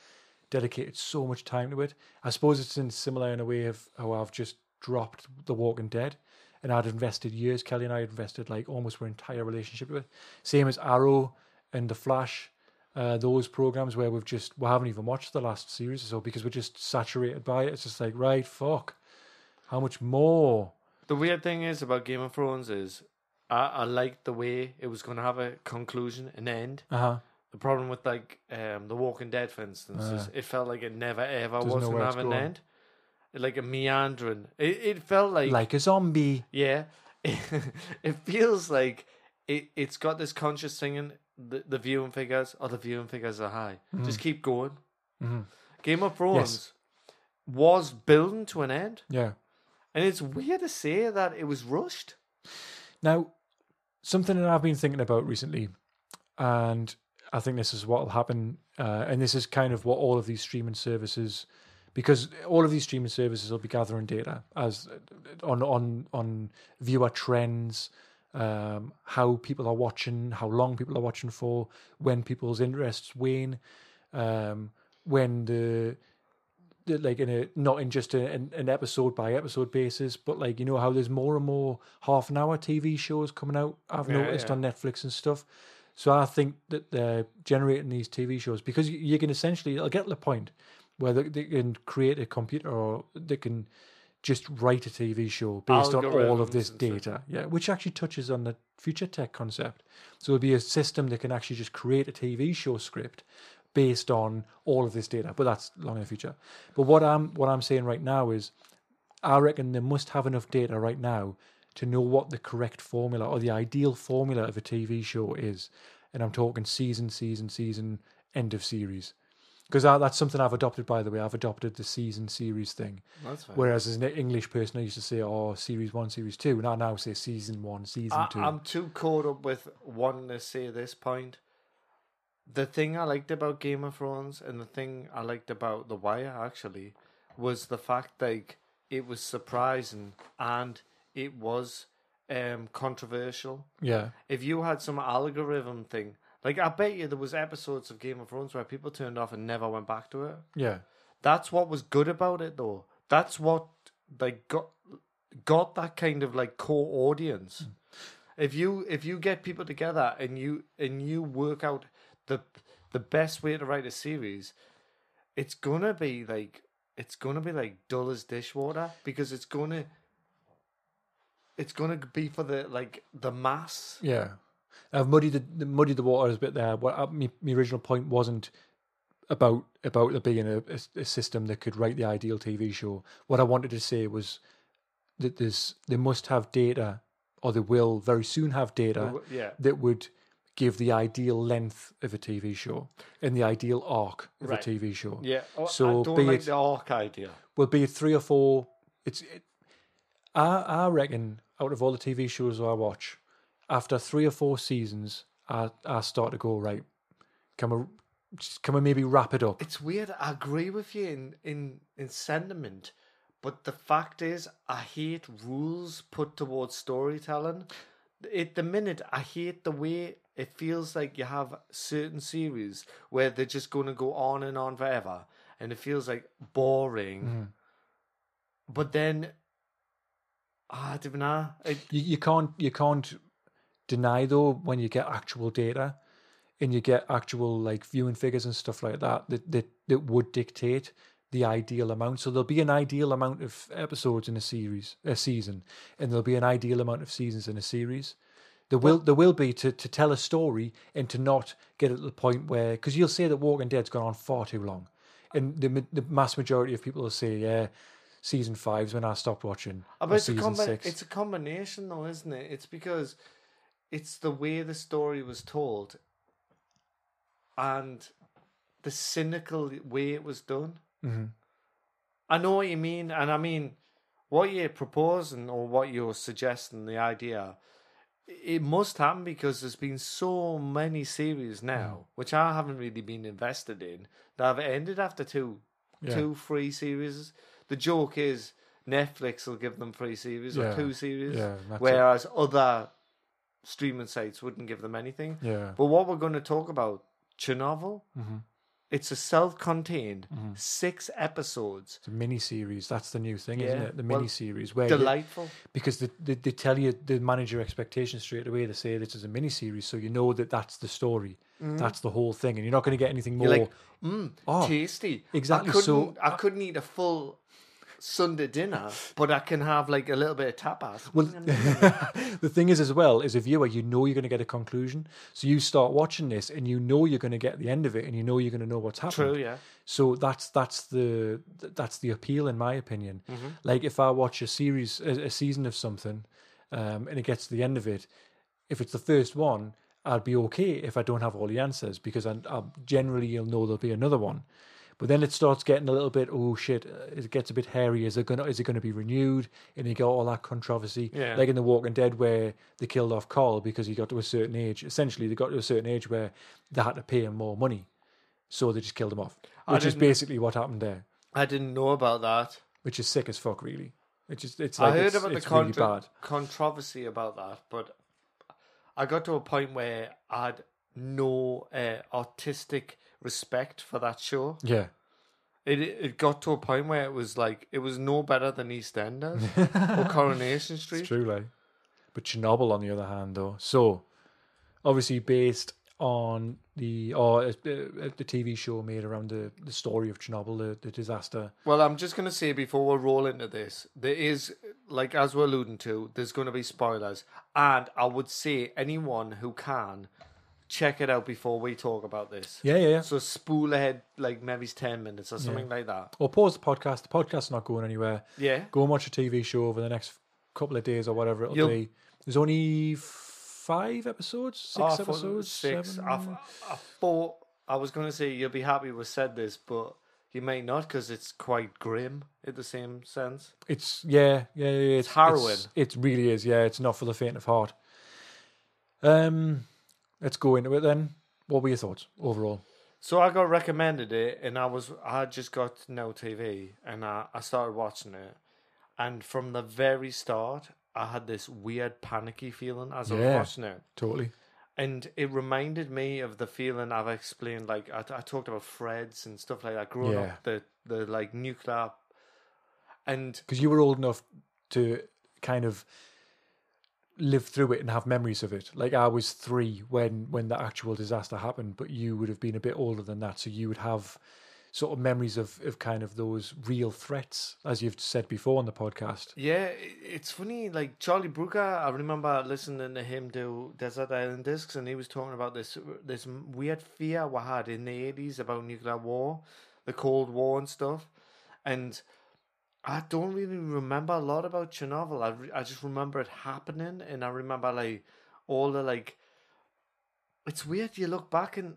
S2: dedicated so much time to it. I suppose it's in similar in a way of how I've just dropped The Walking Dead. And I'd invested years. Kelly and I had invested like almost our entire relationship with. it. Same as Arrow and The Flash uh, those programs where we've just we haven't even watched the last series or so because we're just saturated by it. It's just like right, fuck, how much more?
S1: The weird thing is about Game of Thrones is I, I liked the way it was going to have a conclusion, an end.
S2: Uh huh.
S1: The problem with like um, The Walking Dead, for instance, is
S2: Ah.
S1: it felt like it never ever
S2: Doesn't
S1: was
S2: know
S1: going to
S2: where it's
S1: have an
S2: going.
S1: end. Like a meandering. It, it felt like,
S2: Like a zombie.
S1: yeah, [laughs] it feels like it. It's got this conscious singing. The, the viewing figures, or the viewing figures are high. Just keep going.
S2: Mhm.
S1: Game of Thrones was building to an end,
S2: Yeah.
S1: and it's weird to say that it was rushed.
S2: Now, something that I've been thinking about recently, and I think this is what will happen, uh, and this is kind of what all of these streaming services, because all of these streaming services will be gathering data as on on on viewer trends, um, how people are watching, how long people are watching for, when people's interests wane, um, when the that, like in a not in just a, an, an episode by episode basis, but like you know how there's more and more half an hour TV shows coming out. I've
S1: Yeah,
S2: noticed
S1: yeah.
S2: on Netflix and stuff. So I think that they're generating these TV shows because you, you can essentially it'll get to the point where they, they can create a computer or they can just write a TV show based on all
S1: Algorithms
S2: of this
S1: and stuff.
S2: data. Yeah, which actually touches on the future tech concept. So it'll be a system that can actually just create a TV show script based on all of this data. But that's long in the future. But what I'm what I'm saying right now is I reckon they must have enough data right now to know what the correct formula or the ideal formula of a TV show is. And I'm talking season, season, season, end of series. Because that's something I've adopted, by the way. I've adopted the season series thing.
S1: That's fine.
S2: Whereas as an English person, I used to say, oh, series one, series two. And I now say season one, season
S1: I,
S2: two.
S1: I'm too caught up with wanting to say this point. The thing I liked about Game of Thrones and the thing I liked about The Wire actually was the fact like it was surprising and it was um controversial.
S2: yeah.
S1: If you had some algorithm thing, like I bet you there was episodes of Game of Thrones where people turned off and never went back to it.
S2: Yeah.
S1: That's what was good about it though. That's what like got got that kind of like core audience.
S2: Hmm.
S1: If you if you get people together and you and you work out the the best way to write a series, it's gonna be like it's gonna be like dull as dishwater because it's gonna it's gonna be for the like the mass.
S2: Yeah, I've muddied the- the muddied the waters a bit there. What I, my, my original point wasn't about about there being a, a- a system that could write the ideal TV show. What I wanted to say was that there's they must have data, or they will very soon have data
S1: Yeah.
S2: that would give the ideal length of a TV show and the ideal arc of
S1: Right.
S2: a TV show.
S1: Yeah. Oh, I
S2: So
S1: don't
S2: be
S1: like
S2: it-
S1: the arc idea.
S2: Well, be it three or four. It's it, I I reckon out of all the TV shows I watch, after three or four seasons, I I start to go right. Can we just- can we maybe wrap it up?
S1: It's weird. I agree with you in, in, in sentiment, but the fact is, I hate rules put towards storytelling. At the minute, I hate the way it feels like you have certain series where they're just going to go on and on forever, and it feels like boring. But then, I don't know. It,
S2: You, you can't you can't deny though when you get actual data and you get actual like viewing figures and stuff like that that that, that would dictate the ideal amount. So there'll be an ideal amount of episodes in a series a season, and there'll be an ideal amount of seasons in a series. There will there will be to, to tell a story and to not get it to the point where because you'll say that Walking Dead's gone on far too long, and the ma- the mass majority of people will say yeah, season five's when I stopped watching.
S1: Uh,
S2: or
S1: But it's a,
S2: season
S1: combi-
S2: six.
S1: it's a combination, though, isn't it? It's because it's the way the story was told and the cynical way it was done.
S2: Mhm.
S1: I know what you mean, and I mean what you're proposing or what you're suggesting. The idea it must happen because there's been so many series now,
S2: Mm-hmm.
S1: which I haven't really been invested in, that have ended after two
S2: Yeah.
S1: two free series. The joke is Netflix will give them free series
S2: Yeah.
S1: or two series,
S2: Yeah, that's it.
S1: whereas other streaming sites wouldn't give them anything.
S2: yeah. Mm-hmm.
S1: But what we're going to talk about, Chernobyl, it's a self-contained six episodes.
S2: The mini series, that's the new thing, isn't
S1: Yeah,
S2: it? The
S1: well,
S2: mini series where you-
S1: Delightful.
S2: because they, they, they tell you they manage your expectations straight away. They say this is a mini series, so you know that that's the story, that's the whole thing, and you're not going to get anything more.
S1: Mm. You're like, mm,
S2: Oh,
S1: tasty.
S2: exactly,
S1: I couldn't,
S2: so-
S1: I couldn't eat a full Sunday dinner, but I can have like a little bit of tapas.
S2: the thing is, as well, as a viewer, you know you're going to get a conclusion, so you start watching this, and you know you're going to get the end of it, and you know you're going to know what's happening.
S1: True, yeah.
S2: So that's that's the th- that's the appeal, in my opinion.
S1: Mm-hmm.
S2: Like if I watch a series, a, a season of something, um, and it gets to the end of it, if it's the first one, I'd be okay if I don't have all the answers because I, I generally you'll know there'll be another one. But then it starts getting a little bit oh shit, uh, it gets a bit hairy. Is it gonna is it gonna be renewed? And you got all that controversy,
S1: Yeah.
S2: like in The Walking Dead where they killed off Carl because he got to a certain age. Essentially, they got to a certain age where they had to pay him more money, so they just killed him off, which is
S1: didn't-
S2: basically what happened there.
S1: I didn't know about that.
S2: Which is sick as fuck, really. It's just it's like
S1: I heard
S2: it's,
S1: about
S2: it's
S1: the
S2: really
S1: contra-
S2: bad.
S1: controversy about that, but I got to a point where I had no uh, artistic respect for that show.
S2: Yeah,
S1: It it got to a point where it was like it was no better than EastEnders
S2: [laughs]
S1: or Coronation Street.
S2: It's true, like. But Chernobyl, on the other hand, though, so obviously based on the or uh, uh, the TV show made around the, the story of Chernobyl, the, the disaster.
S1: Well, I'm just going to say before we roll into this, there is, like, as we're alluding to, there's going to be spoilers. And I would say anyone who can, check it out before we talk about this.
S2: Yeah, yeah, yeah.
S1: So spool ahead, like, maybe it's 10 minutes or something like that.
S2: Or pause the podcast. The podcast's not going anywhere.
S1: Yeah.
S2: Go and watch a TV show over the next couple of days or whatever it'll
S1: You'll-
S2: be. There's only five episodes, six
S1: Oh, I thought it was
S2: episodes,
S1: Six.
S2: seven?
S1: I, th- I thought, I was going to say you'll be happy we said this, but you may not because it's quite grim in the same sense.
S2: It's yeah, yeah, yeah. yeah, It's,
S1: harrowing.
S2: It really is. Yeah, it's not for the faint of heart. Um, let's go into it then. What were your thoughts overall?
S1: So I got recommended it, and I was I had just got Now TV, and I, I started watching it, and from the very start, I had this weird panicky feeling as I was
S2: Yeah.
S1: watching it,
S2: Totally.
S1: and it reminded me of the feeling I've explained, like I, I talked about Freds and stuff like that growing
S2: Yeah.
S1: up, the the like nuclear, and
S2: Because you were old enough to kind of live through it and have memories of it. Like I was three when when the actual disaster happened, but you would have been a bit older than that, so you would have sort of memories of of kind of those real threats, as you've said before on the podcast.
S1: Yeah, i- it's funny. Like Charlie Brooker, I remember listening to him do Desert Island Discs, and he was talking about this this weird fear we had in the eighties about nuclear war, the Cold War and stuff. And I don't really remember a lot about Chernobyl. I re- I just remember it happening, and I remember like all the like. It's weird. You look back and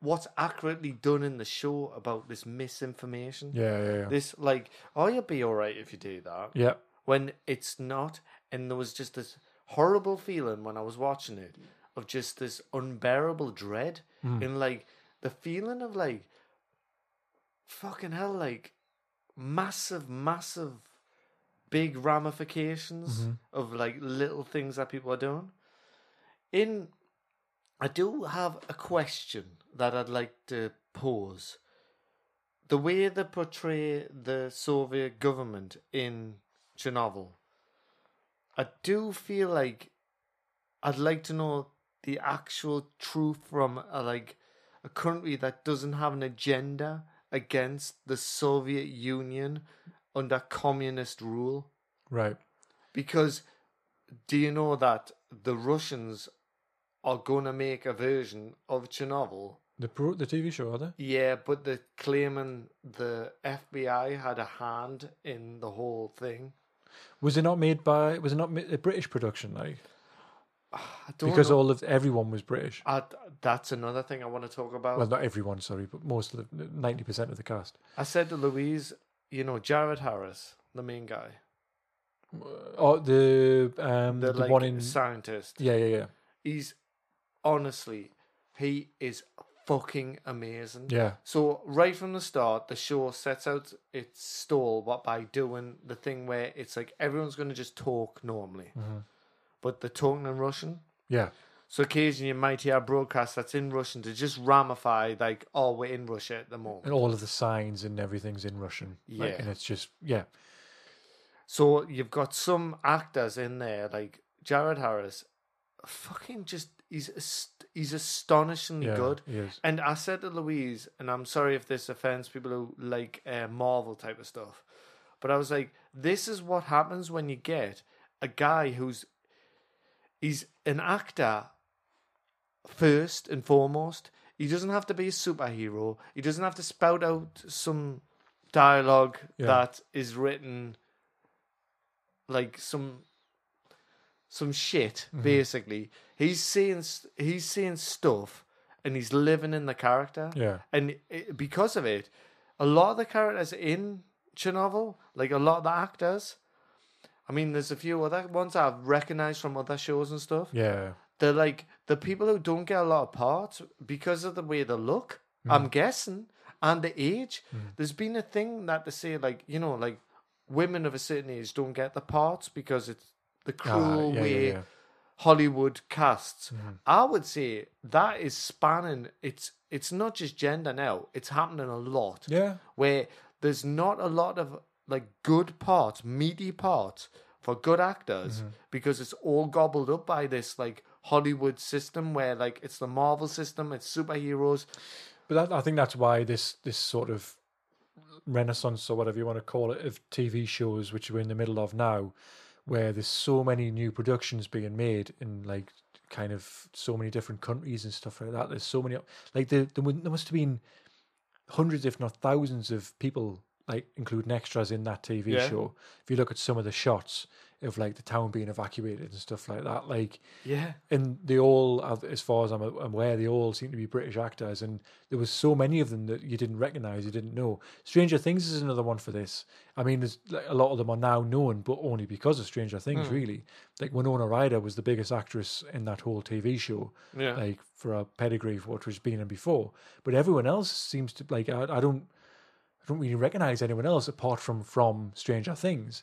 S1: what's accurately done in the show about this misinformation
S2: Yeah, yeah, yeah.
S1: this like oh you'll be all right if you do that
S2: yeah.
S1: when it's not and there was just this horrible feeling when i was watching it of just this unbearable dread
S2: Hmm.
S1: and like the feeling of like fucking hell like massive massive big ramifications
S2: Mm-hmm.
S1: of like little things that people are doing in i do have a question that i'd like to pose the way they portray the Soviet government in Chernobyl, I do feel like I'd like to know the actual truth from a, like a country that doesn't have an agenda against the Soviet Union under communist rule
S2: Right.
S1: because do you know that the Russians are going to make a version of Chernobyl.
S2: The pro- the TV show, are they?
S1: Yeah, but they're claiming the FBI had a hand in the whole thing.
S2: Was it not made by? Was it not ma- a British production? Like
S1: I don't
S2: because
S1: know.
S2: all of everyone was British.
S1: I, that's another thing I want to talk about.
S2: Well, not everyone, sorry, but most of the ninety percent of the cast.
S1: I said to Louise, you know, Jared Harris, the main guy,
S2: Oh, the um
S1: the,
S2: the,
S1: like,
S2: one in
S1: scientist.
S2: yeah yeah yeah
S1: He's honestly, he is fucking amazing.
S2: yeah.
S1: So right from the start, the show sets out its stall what by doing the thing where it's like everyone's going to just talk normally,
S2: Mm-hmm.
S1: but they're talking in Russian.
S2: Yeah,
S1: So occasionally you might hear a broadcast that's in Russian to just ramify like, oh, we're in Russia at the
S2: and
S1: moment.
S2: all of the signs and everything's in Russian. like,
S1: Yeah.
S2: and it's just yeah,
S1: So you've got some actors in there like Jared Harris, fucking just he's ast- he's astonishingly
S2: yeah
S1: good.
S2: It is.
S1: And I said to Louise, and I'm sorry if this offends people who like uh, Marvel type of stuff, but I was like, this is what happens when you get a guy who's he's an actor first and foremost. He doesn't have to be a superhero. He doesn't have to spout out some dialogue
S2: Yeah.
S1: that is written like some some shit
S2: Mm-hmm.
S1: basically he's seeing s- he's seeing stuff and he's living in the character
S2: Yeah,
S1: and it, because of it a lot of the characters in chernobyl like a lot of the actors i mean there's a few other ones i've recognized from other shows and stuff
S2: yeah,
S1: they're like the people who don't get a lot of parts because of the way they look
S2: Mm-hmm.
S1: i'm guessing and the age there's been a thing that they say like you know like women of a certain age don't get the parts because it's the
S2: Ah,
S1: cruel
S2: yeah,
S1: way
S2: yeah, yeah.
S1: Hollywood casts.
S2: Mm-hmm.
S1: I would say that is spanning. It's it's not just gender now. It's happening a lot.
S2: Yeah.
S1: where there's not a lot of like good parts, meaty parts for good actors
S2: Mm-hmm.
S1: because it's all gobbled up by this like Hollywood system where like it's the Marvel system, it's superheroes.
S2: But that, I think that's why this this sort of renaissance or whatever you want to call it of TV shows, which we're in the middle of now, where there's so many new productions being made in like kind of so many different countries and stuff like that. There's so many like there there mu- there must have been hundreds, if not thousands, of people like including extras in that TV
S1: Yeah.
S2: show. If you look at some of the shots of like the town being evacuated and stuff like that, like
S1: Yeah,
S2: and they all, as- as far as I'm aware, they all seem to be British actors, and there was so many of them that you didn't recognise, you didn't know. Stranger Things is another one for this. I mean, there's like, a lot of them are now known, but only because of Stranger Things, really. Like Winona Ryder was the biggest actress in that whole TV show,
S1: Yeah.
S2: like for a pedigree for what was been in before. But everyone else seems to like I, I don't, I don't really recognise anyone else apart from from Stranger Things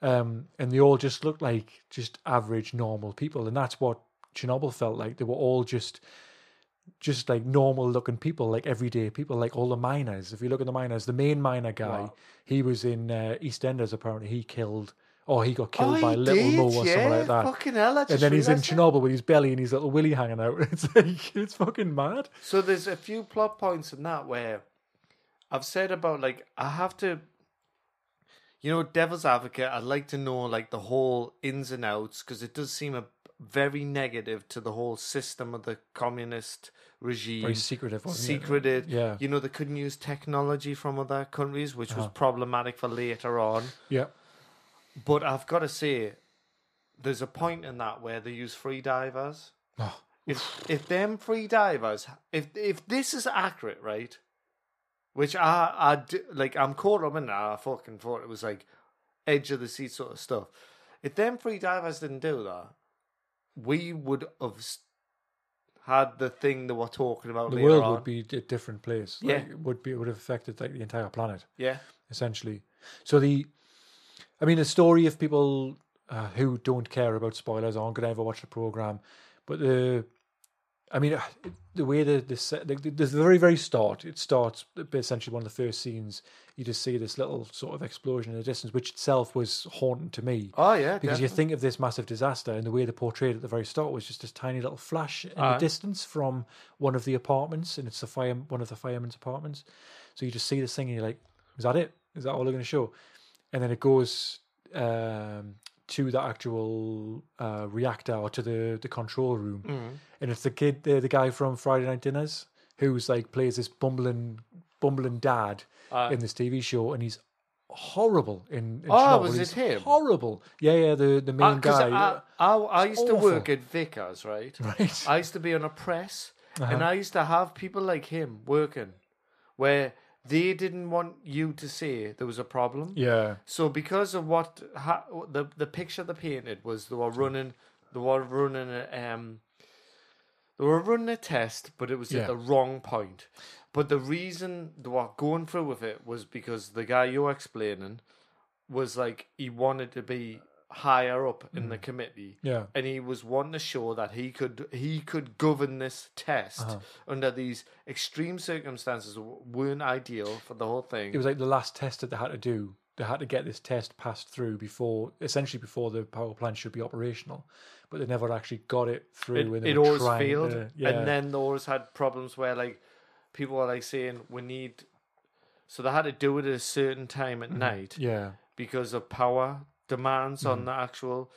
S2: um, and they all just looked like just average normal people and that's what chernobyl felt like they were all just just like normal looking people like everyday people like all the miners if you look at the miners the main miner guy he was in uh, eastenders apparently he killed or he got killed
S1: Oh,
S2: by
S1: he
S2: little
S1: did,
S2: mo or something
S1: yeah,
S2: like that
S1: Fucking hell! I
S2: and
S1: just
S2: then he's in
S1: realised that.
S2: chernobyl with his belly and his little willy hanging out [laughs] it's like it's fucking mad
S1: So there's a few plot points in that where I've said about like I have to you know devil's advocate I'd like to know like the whole ins and outs because it does seem a very negative to the whole system of the communist regime
S2: very secretive wasn't it?
S1: secreted
S2: Yeah.
S1: you know they couldn't use technology from other countries which
S2: Uh-huh.
S1: was problematic for later on
S2: yeah
S1: but I've got to say there's a point in that where they use free divers
S2: Oh,
S1: if if them free divers if if this is accurate right which i i d- like i'm caught up in that i fucking thought it was like edge of the seat sort of stuff if them free divers didn't do that we would have s- had the thing that we're talking about
S2: the
S1: later
S2: world
S1: on.
S2: would be a different place
S1: Yeah.
S2: Like, it would be it would have affected like the entire planet
S1: yeah
S2: essentially. So the, I mean, the story of people uh, who don't care about spoilers aren't going to ever watch the program, but the, I mean, [sighs] uh, the way the the set, the, the, the very very start, it starts essentially one of the first scenes. You just see this little sort of explosion in the distance, which itself was haunting to me.
S1: oh yeah
S2: Because you
S1: definitely.
S2: think of this massive disaster, and the way they portrayed it at the very start was just this tiny little flash in the
S1: Aye.
S2: distance from one of the apartments, and it's the fire one of the firemen's apartments. So you just see this thing, and you're like, "Is that it? Is that all they're going to show?" And then it goes um, to the actual uh, reactor or to the, the control room,
S1: Mm.
S2: and it's the kid, the, the guy from Friday Night Dinners, who's like plays this bumbling bumbling dad in this TV show, and he's horrible in. in
S1: Oh,
S2: Chernobyl.
S1: was it
S2: He's
S1: him?
S2: Horrible. Yeah, yeah. The the main
S1: Because
S2: guy.
S1: Uh, I, I, I used to work
S2: awful.
S1: at Vickers, right?
S2: [laughs] Right.
S1: I used to be on a press, and I used to have people like him working, where they didn't want you to say there was a problem.
S2: yeah.
S1: So because of what ha, the the picture they painted was they were running, they were running a, um, they were running a test, but it was
S2: Yeah.
S1: at the wrong point. But the reason they were going through with it was because the guy you're explaining was like he wanted to be higher up in the committee
S2: Mm. Yeah.
S1: and he was wanting to show that he could he could govern this test
S2: Uh-huh.
S1: under these extreme circumstances w- weren't ideal for the whole thing
S2: It was like the last test that they had to do. They had to get this test passed through before, essentially, before the power plant should be operational. But they never actually got it through.
S1: it,
S2: and they
S1: it
S2: were
S1: always
S2: trying
S1: failed
S2: to- yeah.
S1: and then they always had problems where like people were like saying we need so they had to do it at a certain time at night
S2: Mm-hmm. yeah, Mm-hmm.
S1: because of power demands on the actual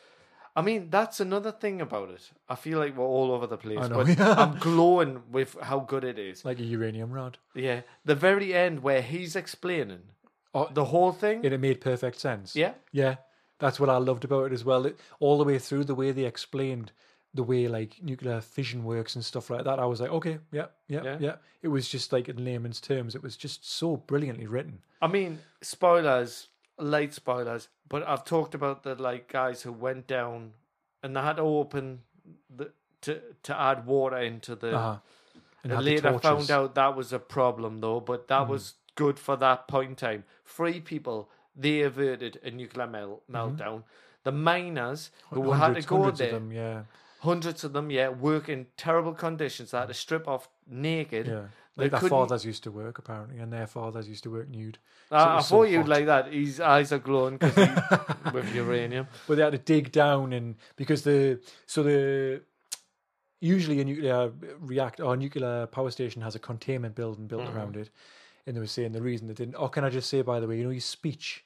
S1: I mean, that's another thing about it. I feel like we're all over the place,
S2: know, [laughs]
S1: but
S2: yeah.
S1: I'm glowing with how good it is.
S2: like a uranium rod.
S1: Yeah, the very end where he's explaining
S2: Oh,
S1: the whole thing.
S2: and it made perfect sense.
S1: Yeah.
S2: yeah, that's what I loved about it as well. It, all the way through, the way they explained the way like nuclear fission works and stuff like that, I was like, okay, yeah, yeah, yeah.
S1: Yeah.
S2: It was just like in layman's terms, it was just so brilliantly written.
S1: I mean, spoilers, late spoilers, but I've talked about the like guys who went down and they had to open the to to add water into the.
S2: Uh-huh. And
S1: and
S2: had the
S1: later
S2: torches. Mm-hmm.
S1: found out that was a problem though, but that was good for that point in time. Three people they averted a nuclear mel- meltdown. The miners who had to
S2: Mm-hmm. hundreds,
S1: go
S2: hundreds of
S1: there,
S2: them, yeah,
S1: hundreds of them, yeah, work in terrible conditions. They had to strip off naked.
S2: yeah.
S1: They
S2: Like their
S1: couldn't-
S2: fathers used to work apparently, and their fathers used to work nude. So it
S1: Ah, I, I
S2: was so
S1: thought you'd
S2: hot.
S1: like that. His eyes are glowing 'cause
S2: [laughs]
S1: he, with uranium.
S2: but they had to dig down and because the so the usually a nuclear react or a nuclear power station has a containment building built around it and they were saying the reason they didn't oh can i just say by the way you know your speech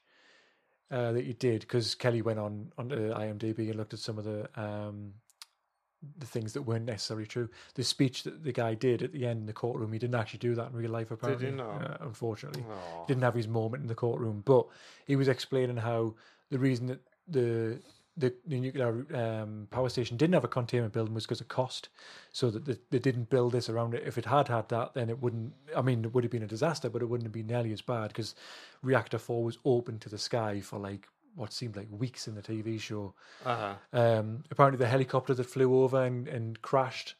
S2: uh, that you did because kelly went on on imdb and looked at some of the um the things that weren't necessarily true the speech that the guy did at the end in the courtroom he didn't actually do that in real life apparently
S1: not? Oh.
S2: uh, unfortunately didn't have his moment in the courtroom, but he was explaining how the reason that the the, the nuclear um, power station didn't have a containment building was because of cost, so that they, they didn't build this around it. If it had had that, then it wouldn't. I mean, it would have been a disaster, but it wouldn't have been nearly as bad because reactor four was open to the sky for like what seemed like weeks in the TV show.
S1: Uh-huh.
S2: Um, apparently, the helicopter that flew over and, and crashed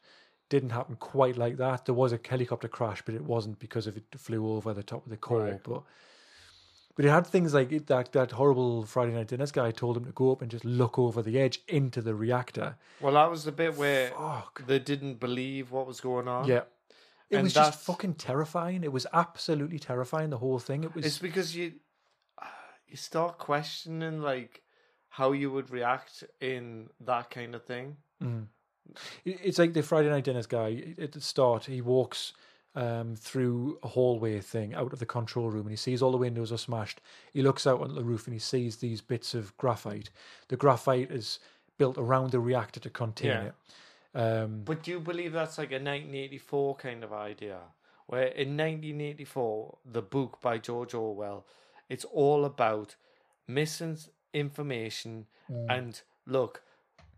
S2: didn't happen quite like that. There was a helicopter crash, but it wasn't because of it flew over the top of the core.
S1: Right.
S2: But but it had things like it, that that horrible Friday Night Dinners guy told him to go up and just look over the edge into the reactor.
S1: Well, that was the bit where
S2: Fuck.
S1: they didn't believe what was going on.
S2: Yeah. It
S1: And
S2: was just
S1: that's-
S2: fucking terrifying. It was absolutely terrifying. The whole thing. It was
S1: It's because you uh, you start questioning like how you would react in that kind of thing.
S2: It- It's like the Friday Night Dinners guy at the start. He walks um, through a hallway thing out of the control room, and he sees all the windows are smashed. He looks out onto the roof and he sees these bits of graphite. The graphite is built around the reactor to contain
S1: Yeah.
S2: it. Um,
S1: But do you believe that's like a 1984 kind of idea? Where in 1984, the book by George Orwell, it's all about misinformation
S2: Mm.
S1: and look,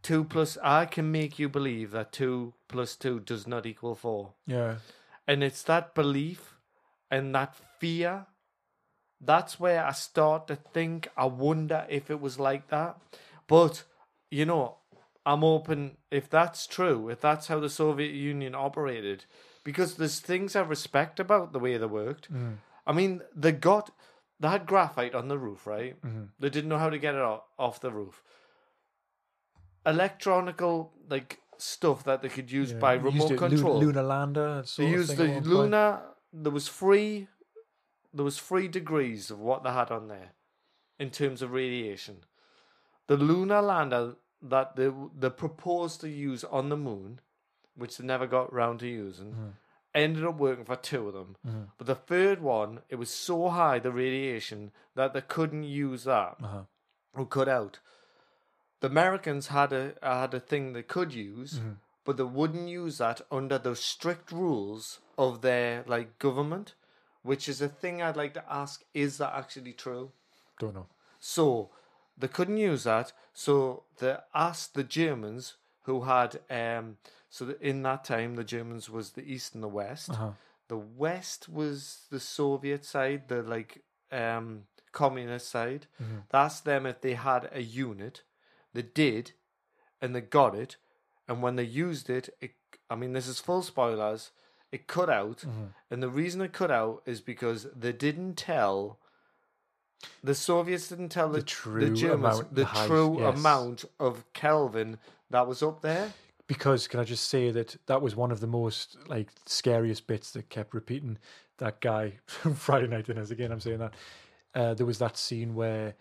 S1: two plus, I can make you believe that two plus two does not equal four.
S2: yeah,
S1: And it's that belief and that fear. That's where I start to think, I wonder if it was like that. But, you know, I'm open if that's true, if that's how the Soviet Union operated, because there's things I respect about the way they worked.
S2: Mm.
S1: I mean, they got, they had graphite on the roof, right?
S2: Mm-hmm.
S1: They didn't know how to get it o- off the roof. Electronical, like, stuff that they could use
S2: yeah.
S1: by
S2: He
S1: remote
S2: used it, Lu-
S1: control.
S2: Lunar Lander.
S1: They
S2: Sort of
S1: used
S2: thing at
S1: the
S2: one point.
S1: Luna. There was three. There was three degrees of what they had on there, in terms of radiation. The lunar lander that they they proposed to use on the moon, which they never got round to using,
S2: Mm-hmm.
S1: ended up working for two of them. But the third one, it was so high the radiation that they couldn't use that
S2: Uh-huh.
S1: or cut out. the Americans had a uh, had a thing they could use, but they wouldn't use that under the strict rules of their like government, which is a thing I'd like to ask: Is that actually true?
S2: Don't know.
S1: So they couldn't use that. So they asked the Germans who had um so that in that time the Germans was the east and the west. The west was the Soviet side, the like um communist side. They asked them if they had a unit. They did, and they got it. And when they used it, it I mean this is full spoilers. It cut out,
S2: Mm-hmm.
S1: and the reason it cut out is because they didn't tell the Soviets didn't tell the,
S2: The
S1: the
S2: true
S1: Germans
S2: amount,
S1: the
S2: the height,
S1: true
S2: yes.
S1: amount of Kelvin that was up there.
S2: Because can I just say that that was one of the most like scariest bits that kept repeating. That guy [laughs] from Friday Night Dinners again. I'm saying that uh, there was that scene where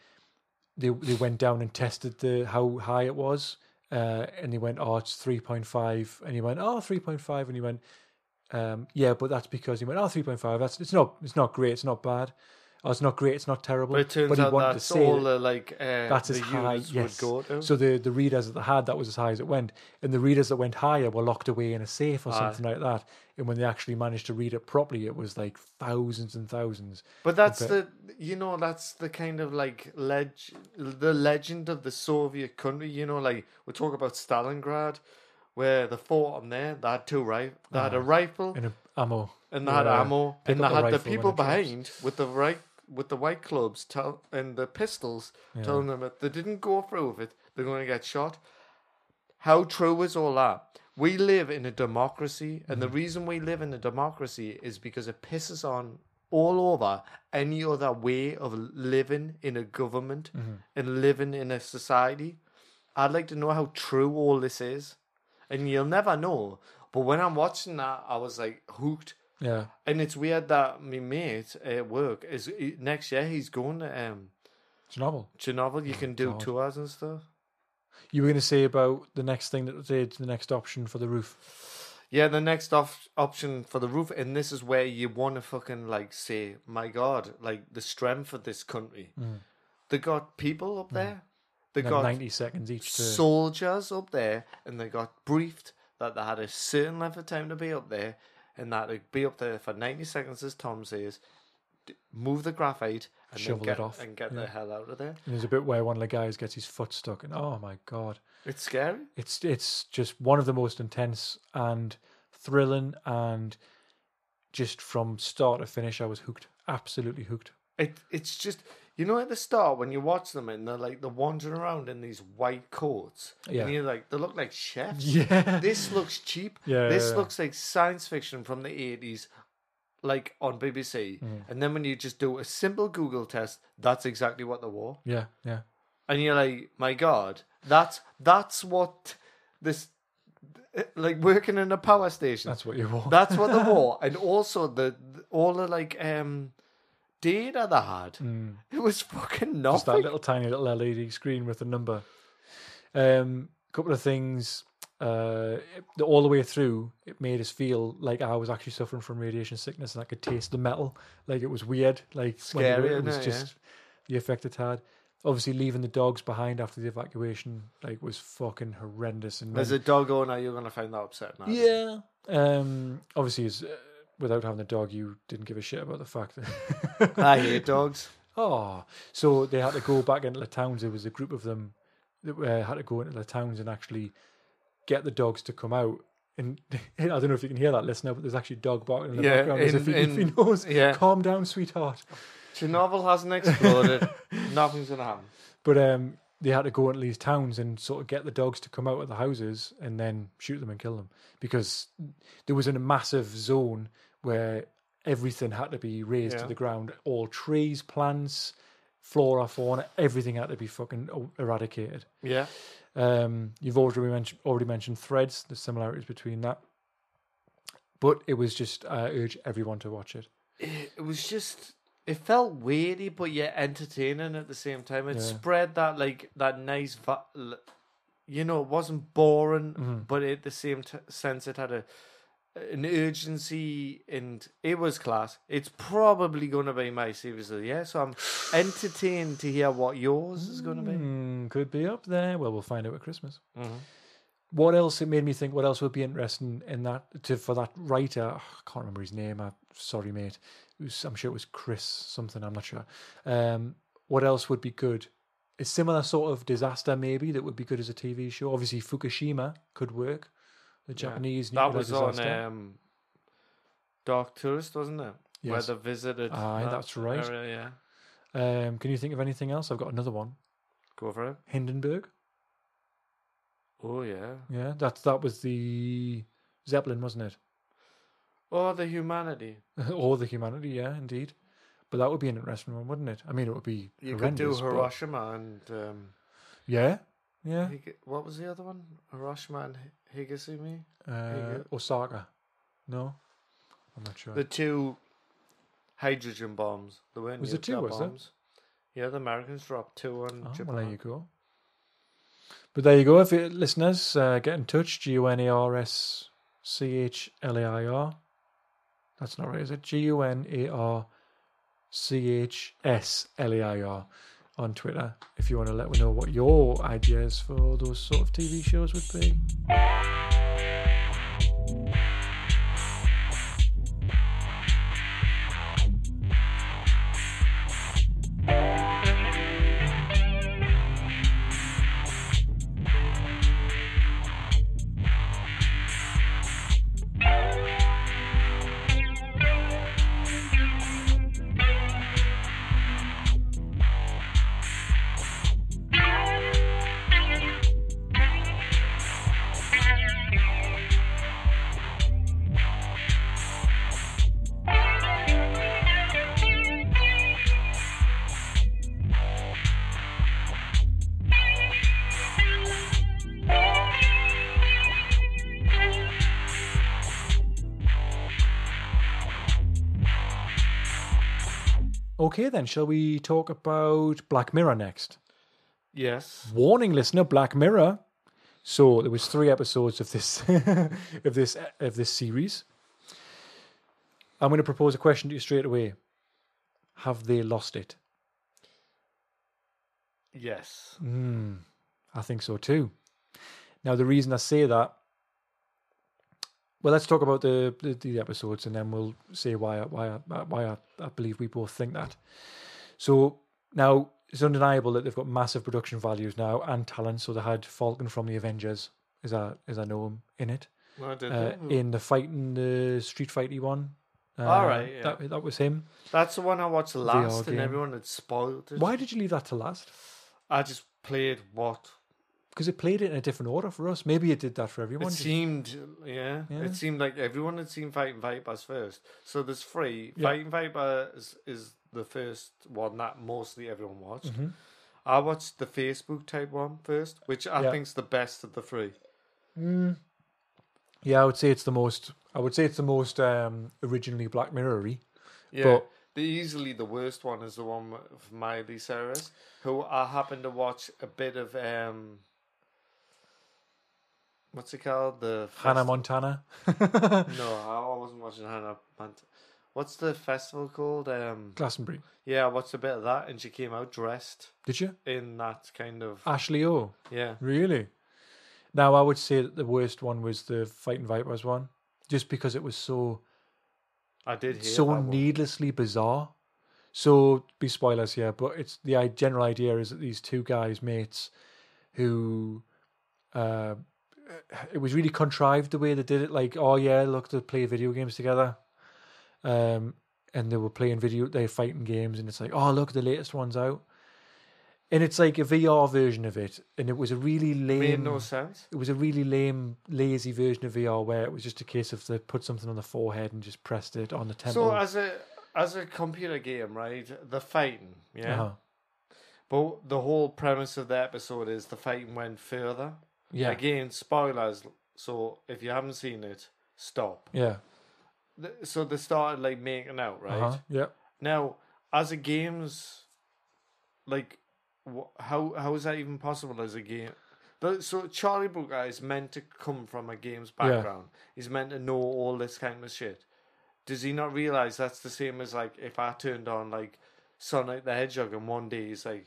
S2: they they went down and tested the how high it was, uh, and they went, "Oh, it's three point five, and he went, "Oh, 3.5. and he went, um, "Yeah, but that's because he went, "Oh, 3.5. That's it's not it's not great, it's not bad, oh, it's not great, it's not terrible."
S1: But it turns
S2: he
S1: out
S2: wanted to
S1: that's
S2: say
S1: all
S2: that-
S1: the like uh,
S2: that's
S1: the
S2: as high
S1: units
S2: yes.
S1: would go to.
S2: So the the readers that had that was as high as it went, and the readers that went higher were locked away in a safe or
S1: Ah.
S2: something like that. And when they actually managed to read it properly, it was like thousands and thousands.
S1: but that's
S2: but-
S1: the you know that's the kind of like leg the legend of the Soviet country. You know, like we talk about Stalingrad, where they fought on there. They had two rifle. They had a rifle
S2: And a, ammo
S1: and they had
S2: Yeah.
S1: ammo,
S2: Pick
S1: and they
S2: up
S1: had the
S2: rifle when
S1: people
S2: it drops.
S1: behind with the right with the white clubs tell and the pistols telling them if they didn't go through with it, they're going to get shot. How true is all that? We live in a democracy, and the reason we live in a democracy is because it pisses on all over any other way of living in a government and living in a society. I'd like to know how true all this is, and you'll never know. But when I'm watching that, I was like hooked.
S2: Yeah,
S1: And it's weird that my mate at work is he- next year he's going to um,
S2: it's a novel.
S1: Chernobyl. You can do
S2: Oh God.
S1: tours and stuff.
S2: You were going to say about the next thing that they did, the next option for the roof.
S1: Yeah, the next op- option for the roof, and this is where you want to fucking like say, my God, like the strength of this country. They got people up there. They
S2: They had
S1: got
S2: Mm. ninety seconds each to
S1: soldiers up there, and they got briefed that they had a certain length of time to be up there, and that they'd be up there for ninety seconds, as Tom says. d- Move the graphite and then
S2: Shovel it
S1: get,
S2: off,
S1: and get
S2: yeah.
S1: the hell out of there.
S2: And there's a bit where one of the guys gets his foot stuck, and oh my god.
S1: It's scary.
S2: it's it's just one of the most intense and thrilling and just from start to finish I was hooked absolutely hooked
S1: It it's just you know at the start when you watch them and they're like they're wandering around in these white coats.
S2: Yeah.
S1: And you're like they look like chefs.
S2: Yeah. [laughs]
S1: This looks cheap.
S2: Yeah,
S1: This
S2: yeah, yeah.
S1: looks like science fiction from the eighties, like on BBC.
S2: Mm.
S1: And then when you just do a simple Google test, that's exactly what they wore.
S2: yeah yeah
S1: And you're like, my God, that's that's what this like working in a power station.
S2: that's what you want
S1: That's what they
S2: [laughs]
S1: wore, and also the the- all the like um data they had. It was fucking
S2: Mm. just that
S1: nothing.
S2: little tiny little LED screen with a number um couple of things uh it- all the way through it made us feel like I was actually suffering from radiation sickness and I could taste the metal like it was weird like when
S1: Scary,
S2: it,
S1: isn't
S2: was
S1: it? Yeah.
S2: just the effect it had obviously leaving the dogs behind after the evacuation like was fucking horrendous and
S1: There's
S2: then-
S1: a dog owner. You're gonna find that upset now.
S2: Yeah. Um. Obviously, as, uh, without having the dog, you didn't give a shit about the fact that.
S1: I hate dogs.
S2: oh, so they had to go back into the towns. There was a group of them that uh, had to go into the towns and actually get the dogs to come out. And [laughs] I don't know if you can hear that listener, but there's actually a dog barking in the
S1: Yeah,
S2: background as
S1: in-
S2: if he, if he
S1: in-
S2: knows.
S1: yeah.
S2: Calm down, sweetheart.
S1: Chernobyl hasn't
S2: [laughs]
S1: exploded. Nothing's gonna happen.
S2: But um, they had to go into these towns and sort of get the dogs to come out of the houses and then shoot them and kill them because there was in a massive zone where everything had to be raised
S1: Yeah.
S2: to the ground. All trees, plants, flora, fauna, everything had to be fucking o- eradicated.
S1: Yeah.
S2: Um, you've already mentioned already mentioned threads, the similarities between that. But it was just I urge everyone to watch it.
S1: It was just. It felt weirdy, but yet entertaining at the same time. It
S2: Yeah.
S1: spread that like that nice, va-
S2: Mm-hmm.
S1: l- you know, it wasn't boring, but at the same t- sense, it had a an urgency, and it was class. It's probably going to be my series of the year, so
S2: [sighs]
S1: I'm entertained to hear what yours is going to be.
S2: Hmm, could be up there. Well, we'll find out at Christmas. What else? It made me think. What else would be interesting in that to for that writer? oh, I can't remember his name. I sorry, mate. It was, I'm sure it was Chris something. I'm not sure. Um, what else would be good? A similar sort of disaster, maybe that would be good as a TV show. Obviously, Fukushima could work. The Japanese
S1: That
S2: nuclear
S1: was on
S2: disaster.
S1: um, Dark Tourist, wasn't it?
S2: Yes.
S1: Where they visited.
S2: Aye,
S1: that
S2: that's right.
S1: area, yeah,
S2: Um, can you think of anything else? I've got another one.
S1: go for it.
S2: Hindenburg.
S1: Oh yeah.
S2: Yeah, that that was the Zeppelin, wasn't it?
S1: Oh, the humanity.
S2: [laughs] or the humanity, yeah, indeed. But that would be an interesting one, wouldn't it? I mean, it would be
S1: You could do
S2: horrendous, but-
S1: Hiroshima and um,
S2: Yeah, yeah.
S1: Hig- what was the other one? Hiroshima and Hi- Higasumi.
S2: Uh,
S1: go.
S2: Osaka. No, I'm not sure.
S1: The two hydrogen bombs. They weren't
S2: Was there two,
S1: nuclear
S2: was there?
S1: bombs. Yeah, the Americans dropped two on
S2: Oh,
S1: Japan.
S2: well, there you go. But there you go. If you listeners uh, get in touch, G U N A R S C H L A I R. That's not right, is it? G U N A R C H S L A I R on Twitter. If you want to let me know what your ideas for those sort of TV shows would be. Okay, then, shall we talk about Black Mirror next?
S1: Yes.
S2: warning listener black mirror so there was three episodes of this [laughs] of this of this series i'm going to propose a question to you straight away have they lost it
S1: Yes.
S2: Mm. i think so too now the reason i say that well let's talk about the the, the episodes and then we'll say why I- why I- why I, I believe we both think that so now it's undeniable that they've got massive production values now and talent so they had falcon from the avengers as i as i know him in it
S1: No, did
S2: uh,
S1: they?
S2: in the fighting the street fighty one. Uh,
S1: All right, yeah.
S2: that that was him.
S1: That's the one I watched last, and
S2: game.
S1: everyone had spoiled it.
S2: Why did you leave that to last?
S1: I just played what
S2: Because it played it in a different order for us. Maybe it did that for everyone.
S1: it
S2: just-
S1: seemed. Yeah,
S2: Yeah.
S1: it seemed like everyone had seen Fighting Vipers first. So there's three.
S2: Yeah.
S1: Fighting Vipers is, is the first one that mostly everyone watched.
S2: Mm-hmm.
S1: I watched the Facebook type one first, which I
S2: Yeah.
S1: think's the best of the three.
S2: yeah, I would say it's the most. I would say it's the most um, originally Black Mirror-y.
S1: Yeah.
S2: But-
S1: the easily the worst one is the one with Miley Cyrus, who I happened to watch a bit of um what's it called? The
S2: Hannah
S1: fest-
S2: Montana.
S1: [laughs] No, I wasn't watching Hannah Montana. What's the festival called? Um
S2: Glastonbury.
S1: Yeah, I watched a bit of that and she came out dressed
S2: Did you?
S1: in that kind of
S2: Ashley O.
S1: Yeah.
S2: Really? Now I would say that the worst one was the Fighting Vipers one, just because it was so
S1: I did hear that
S2: so
S1: one.
S2: needlessly bizarre. So be spoilers here, but it's the i- general idea is that these two guys, mates, who uh, it was really contrived the way they did it. Like, oh yeah, look, they play video games together, um, and they were playing video, they're fighting games, and it's like, oh look, the latest one's out, and it's like a VR version of it, and it was a really lame
S1: Made no sense.
S2: it was a really lame, lazy version of VR where it was just a case of they put something on the forehead and just pressed it on the temple.
S1: So as a as a computer game, right? The fighting, yeah.
S2: Uh-huh.
S1: But the whole premise of the episode is the fighting went further.
S2: yeah,
S1: Again, spoilers. So if you haven't seen it, stop.
S2: yeah,
S1: Th- So they started like making out, right?
S2: uh-huh. yeah.
S1: Now, as a games, like, wh- how how is that even possible as a game? But so Charlie Brooker is meant to come from a games background. He's meant to know all this kind of shit. Does he not realize that's the same as like if I turned on like Sonic the Hedgehog and one day he's like,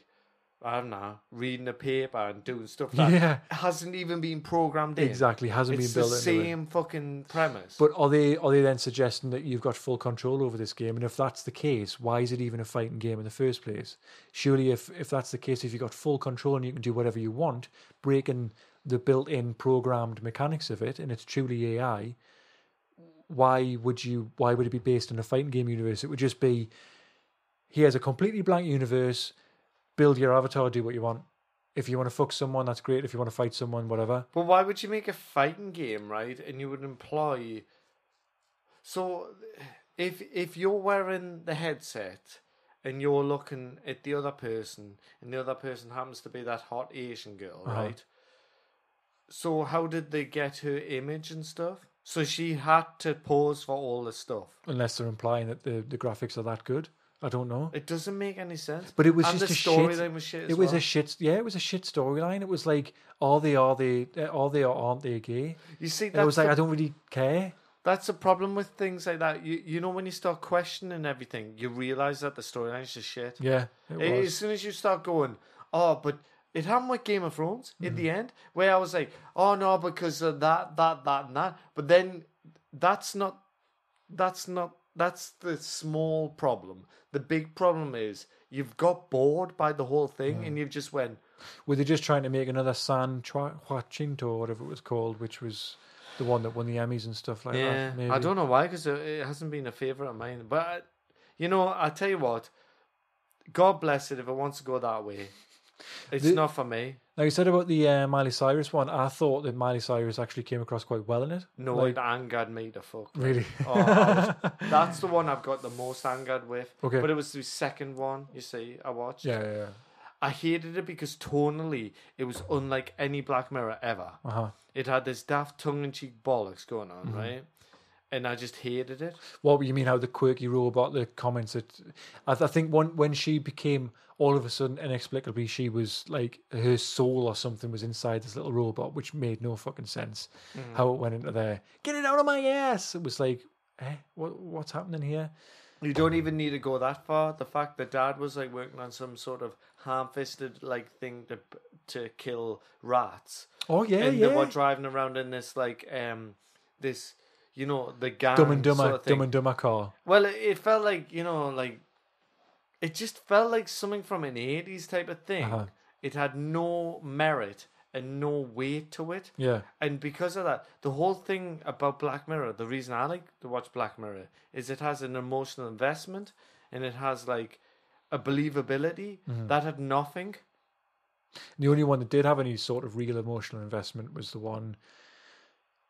S1: I don't know, reading the paper and doing stuff that
S2: [laughs] Yeah.
S1: hasn't even been programmed in.
S2: Exactly, hasn't
S1: It's
S2: been
S1: the
S2: built into it.
S1: same fucking premise.
S2: But are they are they then suggesting that you've got full control over this game? And if that's the case, why is it even a fighting game in the first place? Surely, if if that's the case, if you've got full control and you can do whatever you want, breaking the built-in programmed mechanics of it, and it's truly AI, why would you? Why would it be based on a fighting game universe? It would just be here's a completely blank universe. Build your avatar, do what you want. If you want to fuck someone, that's great. If you want to fight someone, whatever.
S1: But why would you make a fighting game, right? And you would employ. So, if if you're wearing the headset and you're looking at the other person, and the other person happens to be that hot Asian girl,
S2: Uh-huh.
S1: right? So how did they get her image and stuff? So she had to pose for all the stuff.
S2: unless they're implying that the, the graphics are that good. I don't know.
S1: It doesn't make any sense.
S2: But it was
S1: and
S2: just
S1: the
S2: a
S1: storyline
S2: shit.
S1: was shit. As
S2: It was
S1: well.
S2: a shit. Yeah, it was a shit storyline. It was like, are they? Are they? uh, Are they? Or aren't they gay?
S1: You see,
S2: And I was
S1: that's
S2: like,
S1: the
S2: I don't really care.
S1: That's the problem with things like that. You you know when you start questioning everything, you realize that the storyline's just shit.
S2: Yeah, it
S1: A-
S2: was.
S1: As soon as you start going, oh, but it happened with Game of Thrones
S2: Mm-hmm.
S1: in the end, where I was like, oh no, because of that, that, that, and that. But then that's not that's not that's the small problem. The big problem is you've got bored by the whole thing and you've just went,
S2: Were they just trying to make another San Tra- Jacinto or whatever it was called, which was the one that won the Emmys and stuff like
S1: Yeah,
S2: that? Maybe.
S1: I don't know why because it, it hasn't been a favorite of mine. But I, you know, I tell you what, God bless it if it wants to go that way. It's
S2: The-
S1: not for me.
S2: Now you said about the uh, Miley Cyrus one. I thought that Miley Cyrus actually came across quite well in it.
S1: No,
S2: Like-
S1: it angered me to fuck.
S2: [laughs] really.
S1: Oh, I was- that's the one I've got the most angered with.
S2: Okay.
S1: But it was the second one, you see, I watched.
S2: yeah, yeah. yeah.
S1: I hated it because tonally it was unlike any Black Mirror ever.
S2: Uh huh.
S1: It had this daft tongue in cheek bollocks going on,
S2: Mm-hmm.
S1: right? And I just hated it.
S2: What you mean? How the quirky robot, the comments that I, th- I think when when she became all of a sudden inexplicably she was like her soul or something was inside this little robot, which made no fucking sense. How it went into there, get it out of my ass! It was like, eh, what what's happening here?
S1: You don't even need to go that far. The fact that Dad was like working on some sort of ham-fisted like thing to to kill rats,
S2: Oh yeah,
S1: and
S2: yeah.
S1: they were driving around in this like um this you know the gang
S2: Dumb and Dumber,
S1: sort of thing.
S2: Dumb and Dumber car.
S1: Well, it, it felt like you know like it just felt like something from an eighties type of thing.
S2: Uh-huh.
S1: It had no merit and no weight to it.
S2: Yeah,
S1: And because of that, the whole thing about Black Mirror, the reason I like to watch Black Mirror is it has an emotional investment and it has like a believability
S2: Mm-hmm.
S1: that had nothing.
S2: the only one that did have any sort of real emotional investment was the one.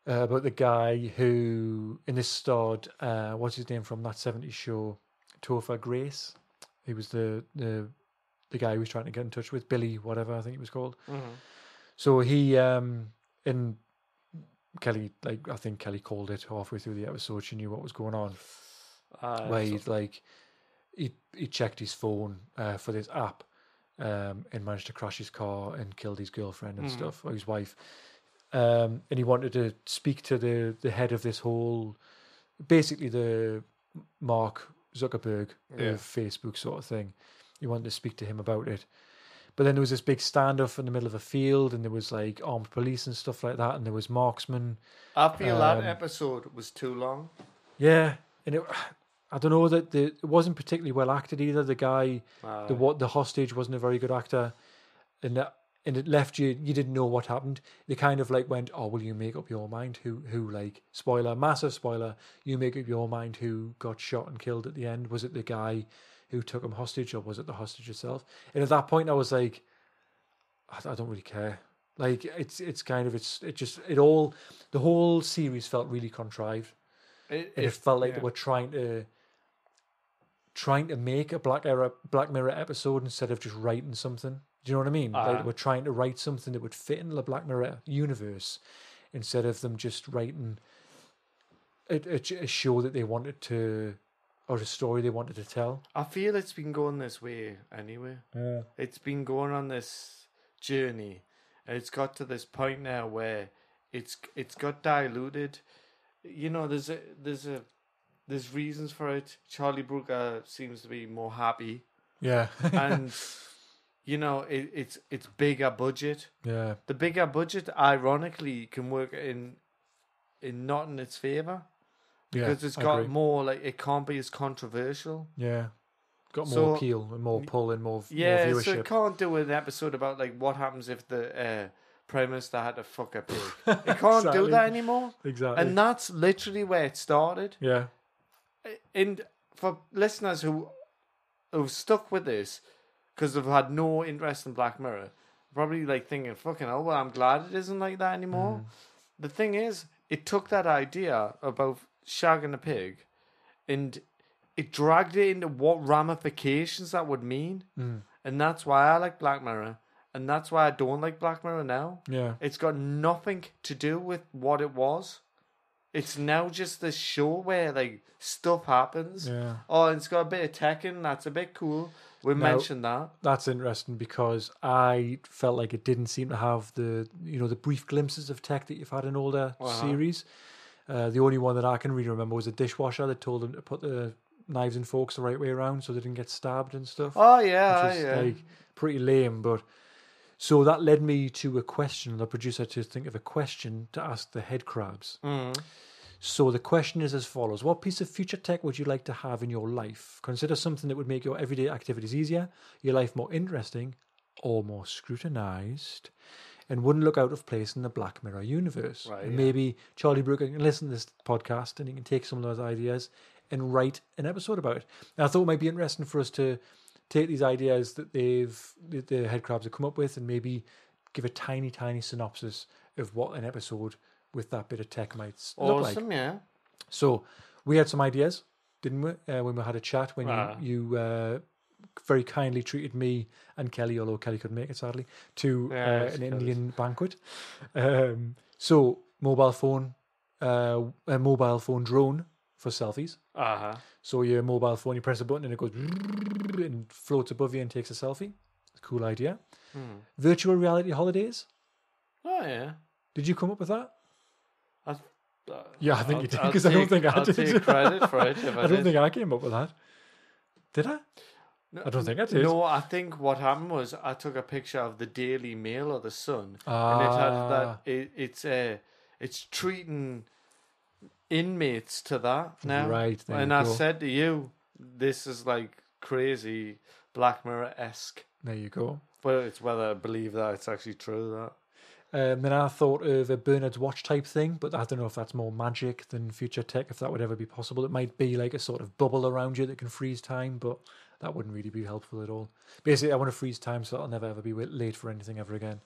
S2: Uh, about the guy who, in this starred, uh, what's his name from that 70s show, Topher Grace. He was the the the guy who was trying to get in touch with Billy, whatever I think he was called. So he um and Kelly, like I think Kelly called it halfway through the episode. She knew what was going on.
S1: Uh,
S2: where he like he he checked his phone uh, for this app um, and managed to crash his car and killed his girlfriend
S1: Mm.
S2: and stuff or his wife. Um, and he wanted to speak to the the head of this whole, basically the Mark Zuckerberg
S1: Yeah.
S2: of Facebook sort of thing. He wanted to speak to him about it. But then there was this big standoff in the middle of a field, and there was like armed police and stuff like that, and there was marksmen.
S1: I feel
S2: um,
S1: that episode was too long.
S2: Yeah, and it, [sighs] I don't know that the it wasn't particularly well acted either. The guy,
S1: Uh,
S2: the what the hostage wasn't a very good actor, and that, and it left you you didn't know what happened. They kind of like went, oh, will you make up your mind who who like spoiler massive spoiler you make up your mind who got shot and killed at the end? Was it the guy who took him hostage or was it the hostage herself? And at that point, I was like, I, I don't really care. Like it's it's kind of it's it just it all the whole series felt really contrived
S1: It,
S2: and it, felt like they were trying to trying to make a black era black mirror episode instead of just writing something do you know what i mean like
S1: Ah.
S2: they were trying to write something that would fit in the black mirror universe instead of them just writing a, a, a show that they wanted to or a story they wanted to tell
S1: I feel it's been going this way anyway.
S2: yeah
S1: It's been going on this journey, and it's got to this point now where it's it's got diluted. You know, there's a there's a there's reasons for it. Charlie Brooker seems to be more
S2: [laughs]
S1: happy,
S2: Yeah.
S1: and you know, it, it's it's bigger budget.
S2: yeah.
S1: The bigger budget, ironically, can work in in not in its favor
S2: Yeah.
S1: because it's
S2: I
S1: got
S2: agree.
S1: more like it can't be as controversial.
S2: Yeah. Got more
S1: So-
S2: appeal and more pull and more,
S1: Yeah,
S2: more
S1: so
S2: viewership.
S1: it can't do an episode about like what happens if the uh, prime minister had to fuck a pig. It can't do
S2: Exactly.
S1: that anymore.
S2: exactly.
S1: And that's literally where it started.
S2: yeah.
S1: And for listeners who who stuck with this because they've had no interest in Black Mirror, probably like thinking, "Fucking hell, well, I'm glad it isn't like that anymore." The thing is, it took that idea about shagging a pig, and it dragged it into what ramifications that would mean, and that's why I like Black Mirror, and that's why I don't like Black Mirror now.
S2: Yeah.
S1: It's got nothing to do with what it was. It's now just this show where like stuff happens.
S2: Yeah.
S1: Oh, and it's got a bit of tech in. That's a bit cool. We
S2: Now-
S1: mentioned that.
S2: That's interesting because I felt like it didn't seem to have the you know the brief glimpses of tech that you've had in older series. Uh, the only one that I can really remember was a dishwasher that told them to put the knives and forks the right way around so they didn't get stabbed and stuff.
S1: Oh
S2: which
S1: yeah,
S2: was
S1: yeah.
S2: like pretty lame. But so that led me to a question, the producer to think of a question to ask the head crabs.
S1: Mm-hmm.
S2: So the question is as follows: What piece of future tech would you like to have in your life? Consider something that would make your everyday activities easier, your life more interesting, or more scrutinized. And wouldn't look out of place in the Black Mirror universe.
S1: Right,
S2: and
S1: yeah.
S2: Maybe Charlie Brooker can listen to this podcast and he can take some of those ideas and write an episode about it. And I thought it might be interesting for us to take these ideas that they've that the head crabs have come up with and maybe give a tiny, tiny synopsis of what an episode with that bit of tech might s- look like.
S1: Awesome, yeah.
S2: So we had some ideas, didn't we? Uh, when we had a chat, when
S1: Ah.
S2: you, you uh, very kindly treated me and Kelly, although Kelly couldn't make it sadly, to
S1: Yeah,
S2: uh,
S1: she
S2: an
S1: couldn't.
S2: Indian banquet. Um, so mobile phone, uh, a mobile phone drone for selfies.
S1: Uh huh.
S2: So your mobile phone, you press a button and it goes and floats above you and takes a selfie. It's a cool idea.
S1: Hmm.
S2: Virtual reality holidays.
S1: Oh yeah.
S2: Did you come up with that?
S1: I, th- uh,
S2: Yeah, I think
S1: I'll-
S2: you did
S1: I'll
S2: because I don't
S1: take-
S2: think I
S1: I'll
S2: did.
S1: take credit for it if I
S2: [laughs] I don't
S1: did.
S2: think I came up with that. Did I? I don't think I did.
S1: No, I think what happened was I took a picture of the Daily Mail or the Sun,
S2: Ah.
S1: and it had that. It, it's uh, it's treating inmates to that now,
S2: Right, there
S1: and
S2: you
S1: I
S2: go.
S1: said to you, this is like crazy Black Mirror esque.
S2: There you go.
S1: Well, it's whether I believe that it's actually true that.
S2: Um, then I thought of a Bernard's watch type thing, but I don't know if that's more magic than future tech, if that would ever be possible. It might be like a sort of bubble around you that can freeze time, but that wouldn't really be helpful at all. Basically, I want to freeze time so that I'll never ever be wa- late for anything ever again.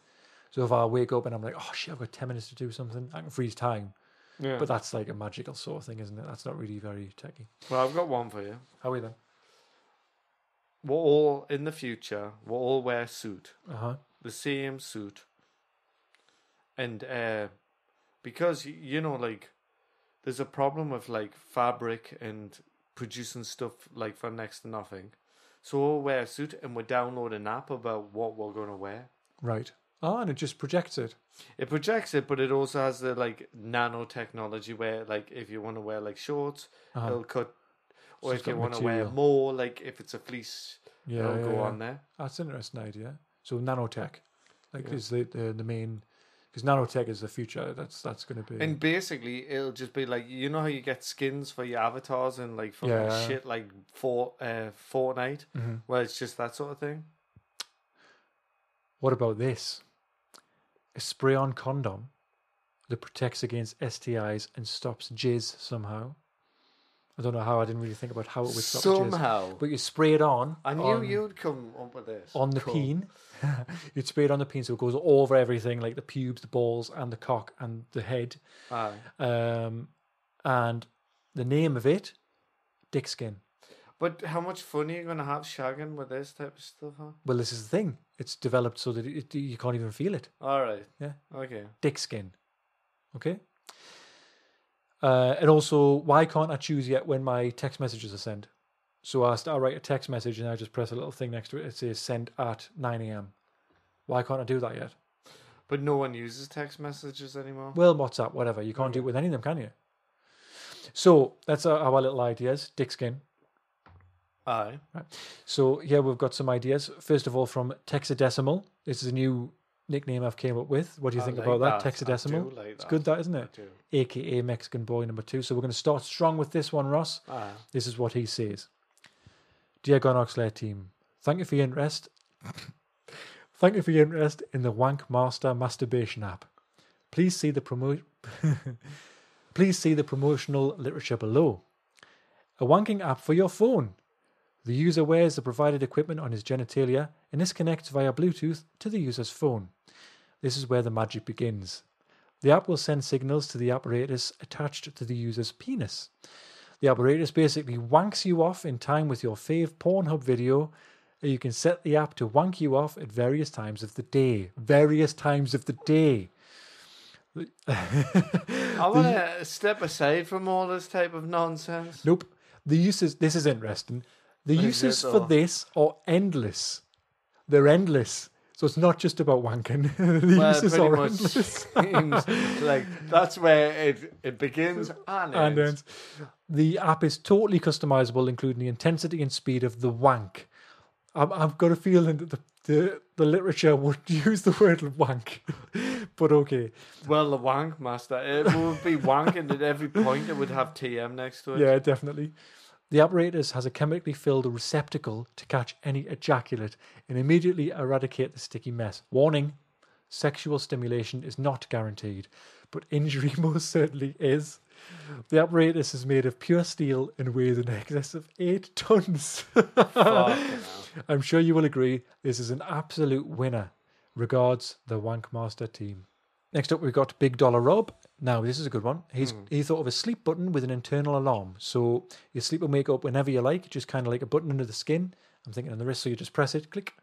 S2: So if I wake up and I'm like, oh shit, I've got 10 minutes to do something, I can freeze time.
S1: Yeah.
S2: But that's like a magical sort of thing, isn't it? That's not really very techy.
S1: Well, I've got one for you.
S2: How are we then?
S1: We'll all in the future. We'll all wear suit,
S2: Uh huh.
S1: the same suit, and uh, because y- you know, like, there's a problem with like fabric and producing stuff like for next to nothing. So we'll wear a suit and we download an app about what we're gonna wear.
S2: Right. Ah, and it just projects it.
S1: It projects it, but it also has the like nanotechnology where, like, if you want to wear like shorts, it'll cut. Or
S2: So Uh-huh. it's
S1: if you
S2: got
S1: want to wear
S2: material.
S1: more, like if it's a fleece,
S2: Yeah.
S1: it'll
S2: yeah,
S1: go
S2: yeah.
S1: on there.
S2: That's an interesting idea. So nanotech, like, is the, the the main because nanotech is the future. That's that's going to be.
S1: And basically, it'll just be like you know how you get skins for your avatars and like from like,
S2: Yeah. Mm-hmm.
S1: shit like for uh, Fortnite, where it's just that sort of thing.
S2: what about this? A spray-on condom that protects against STIs and stops jizz somehow. I don't know how. I didn't really think about how it would stop
S1: Somehow.
S2: jizz. But you spray it on.
S1: I knew
S2: on-
S1: you'd come up with this
S2: on the
S1: Cool.
S2: peen. [laughs] You'd spray it on the peen, so it goes over everything, like the pubes, the balls, and the cock, and the head.
S1: Aye.
S2: Um, and the name of it, dick skin.
S1: But how much fun are you gonna have shagging with this type of stuff? Huh?
S2: Well, this is the thing. It's developed so that it, you can't even feel it.
S1: All right.
S2: Yeah.
S1: Okay.
S2: Dick skin. Okay. Uh, and also, why can't I choose yet when my text messages are sent? So I, st- I write a text message and I just press a little thing next to it. It says sent at 9 a.m. Why can't I do that yet?
S1: But no one uses text messages anymore.
S2: Well, WhatsApp, whatever. You can't do it with any of them, can you? So that's our, our little ideas. Dick skin.
S1: Aye.
S2: So here we've got some ideas. First of all, from Texadecimal. This is a new nickname I've came up with. What do you
S1: I
S2: think
S1: like
S2: about that,
S1: that. I
S2: Texadecimal?
S1: do like
S2: It's
S1: that.
S2: good, that isn't
S1: I
S2: it?
S1: do.
S2: AKA Mexican boy number two. So we're going to start strong with this one, Ross.
S1: Aye.
S2: This is what he says. Dear Gonox Lair team, thank you for your interest. thank you for your interest in the Wank Master masturbation app. Please see the promo- [laughs] Please see the promotional literature below. A wanking app for your phone. The user wears the provided equipment on his genitalia and this connects via Bluetooth to the user's phone. This is where the magic begins. The app will send signals to the apparatus attached to the user's penis. The apparatus basically wanks you off in time with your fave Pornhub video. You can set the app to wank you off at various times of the day. Various times of the day.
S1: I want to step aside from all this type of nonsense.
S2: Nope. The uses, this is interesting. The
S1: What is this
S2: uses for
S1: all?
S2: this are endless. They're endless. So it's not just about wanking. [laughs] the
S1: Well,
S2: uses
S1: pretty
S2: are
S1: much [laughs]
S2: endless.
S1: seems like that's where it, it
S2: [laughs]
S1: begins and,
S2: and
S1: ends.
S2: ends. The app is totally customizable, including the intensity and speed of the wank. I've, I've got a feeling that the, the, the literature [laughs] would use the word wank, [laughs] but okay.
S1: Well, the wank master. It would be wanking at every point. It would have TM next to it.
S2: Yeah, definitely. The apparatus has a chemically filled receptacle to catch any ejaculate and immediately eradicate the sticky mess. Warning sexual stimulation is not guaranteed, but injury [laughs] most certainly is. The apparatus is made of pure steel and weighs in excess of eight tons.
S1: [laughs]
S2: [laughs]
S1: Fucking hell.
S2: I'm sure you will agree this is an absolute winner. Regards, the Wankmaster team. Next up, we've got Big Dollar Rob. Now, this is a good one. He's he thought of a sleep button with an internal alarm, so your sleep will wake up whenever you like, just kind of like a button under the skin. I'm thinking on the wrist, so you just press it, click,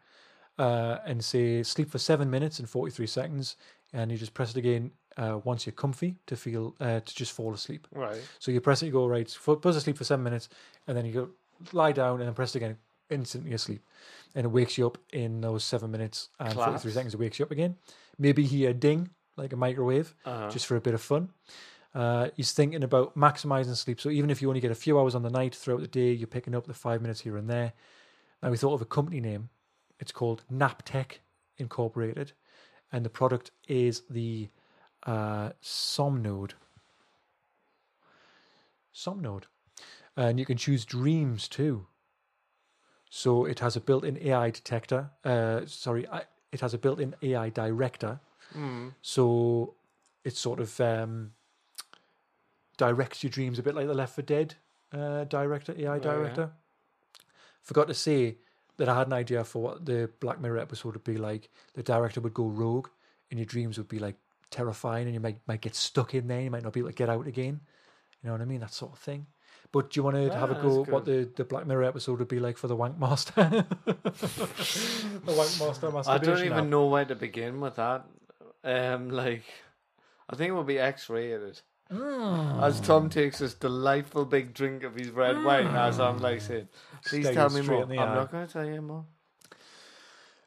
S2: uh, and say sleep for seven minutes and forty three seconds, and you just press it again uh, once you're comfy to feel uh, to just fall asleep.
S1: Right.
S2: So you press it, you go right, f- buzz asleep for seven minutes, and then you go lie down and then press it again, instantly asleep. And it wakes you up in those seven minutes and
S1: Class.
S2: 43 seconds, it wakes you up again. Maybe you hear a ding, like a microwave,
S1: Uh-huh.
S2: just for a bit of fun. Uh, he's thinking about maximizing sleep. So even if you only get a few hours on the night throughout the day, you're picking up the five minutes here and there. Now, we thought of a company name. It's called Naptech Incorporated, and the product is the uh, Somnode. Somnode. And you can choose dreams too. So it has a built in AI detector. Uh, sorry, I, it has a built in AI director.
S1: Hmm.
S2: So it sort of um, directs your dreams a bit like the Left for Dead uh, director,
S1: Oh,
S2: AI director. Forgot to say that I had an idea for what the Black Mirror episode would be like. The director would go rogue, and your dreams would be like terrifying, and you might might get stuck in there. You might not be able to get out again. You know what I mean? That sort of thing. But do you want to have a
S1: Ah,
S2: go
S1: that's
S2: at what the, the Black Mirror episode would be like for the Wank Master? [laughs] the Wank Master masturbation.
S1: I don't even
S2: app.
S1: know where to begin with that. Um, like, I think it will be X-rated.
S2: Hmm. Ah.
S1: As Tom takes this delightful big drink of his red wine, as I'm like saying, "Please
S2: Stare
S1: tell
S2: you
S1: me
S2: Ah.
S1: more."
S2: straight in
S1: I'm
S2: the eye.
S1: not going to tell you more.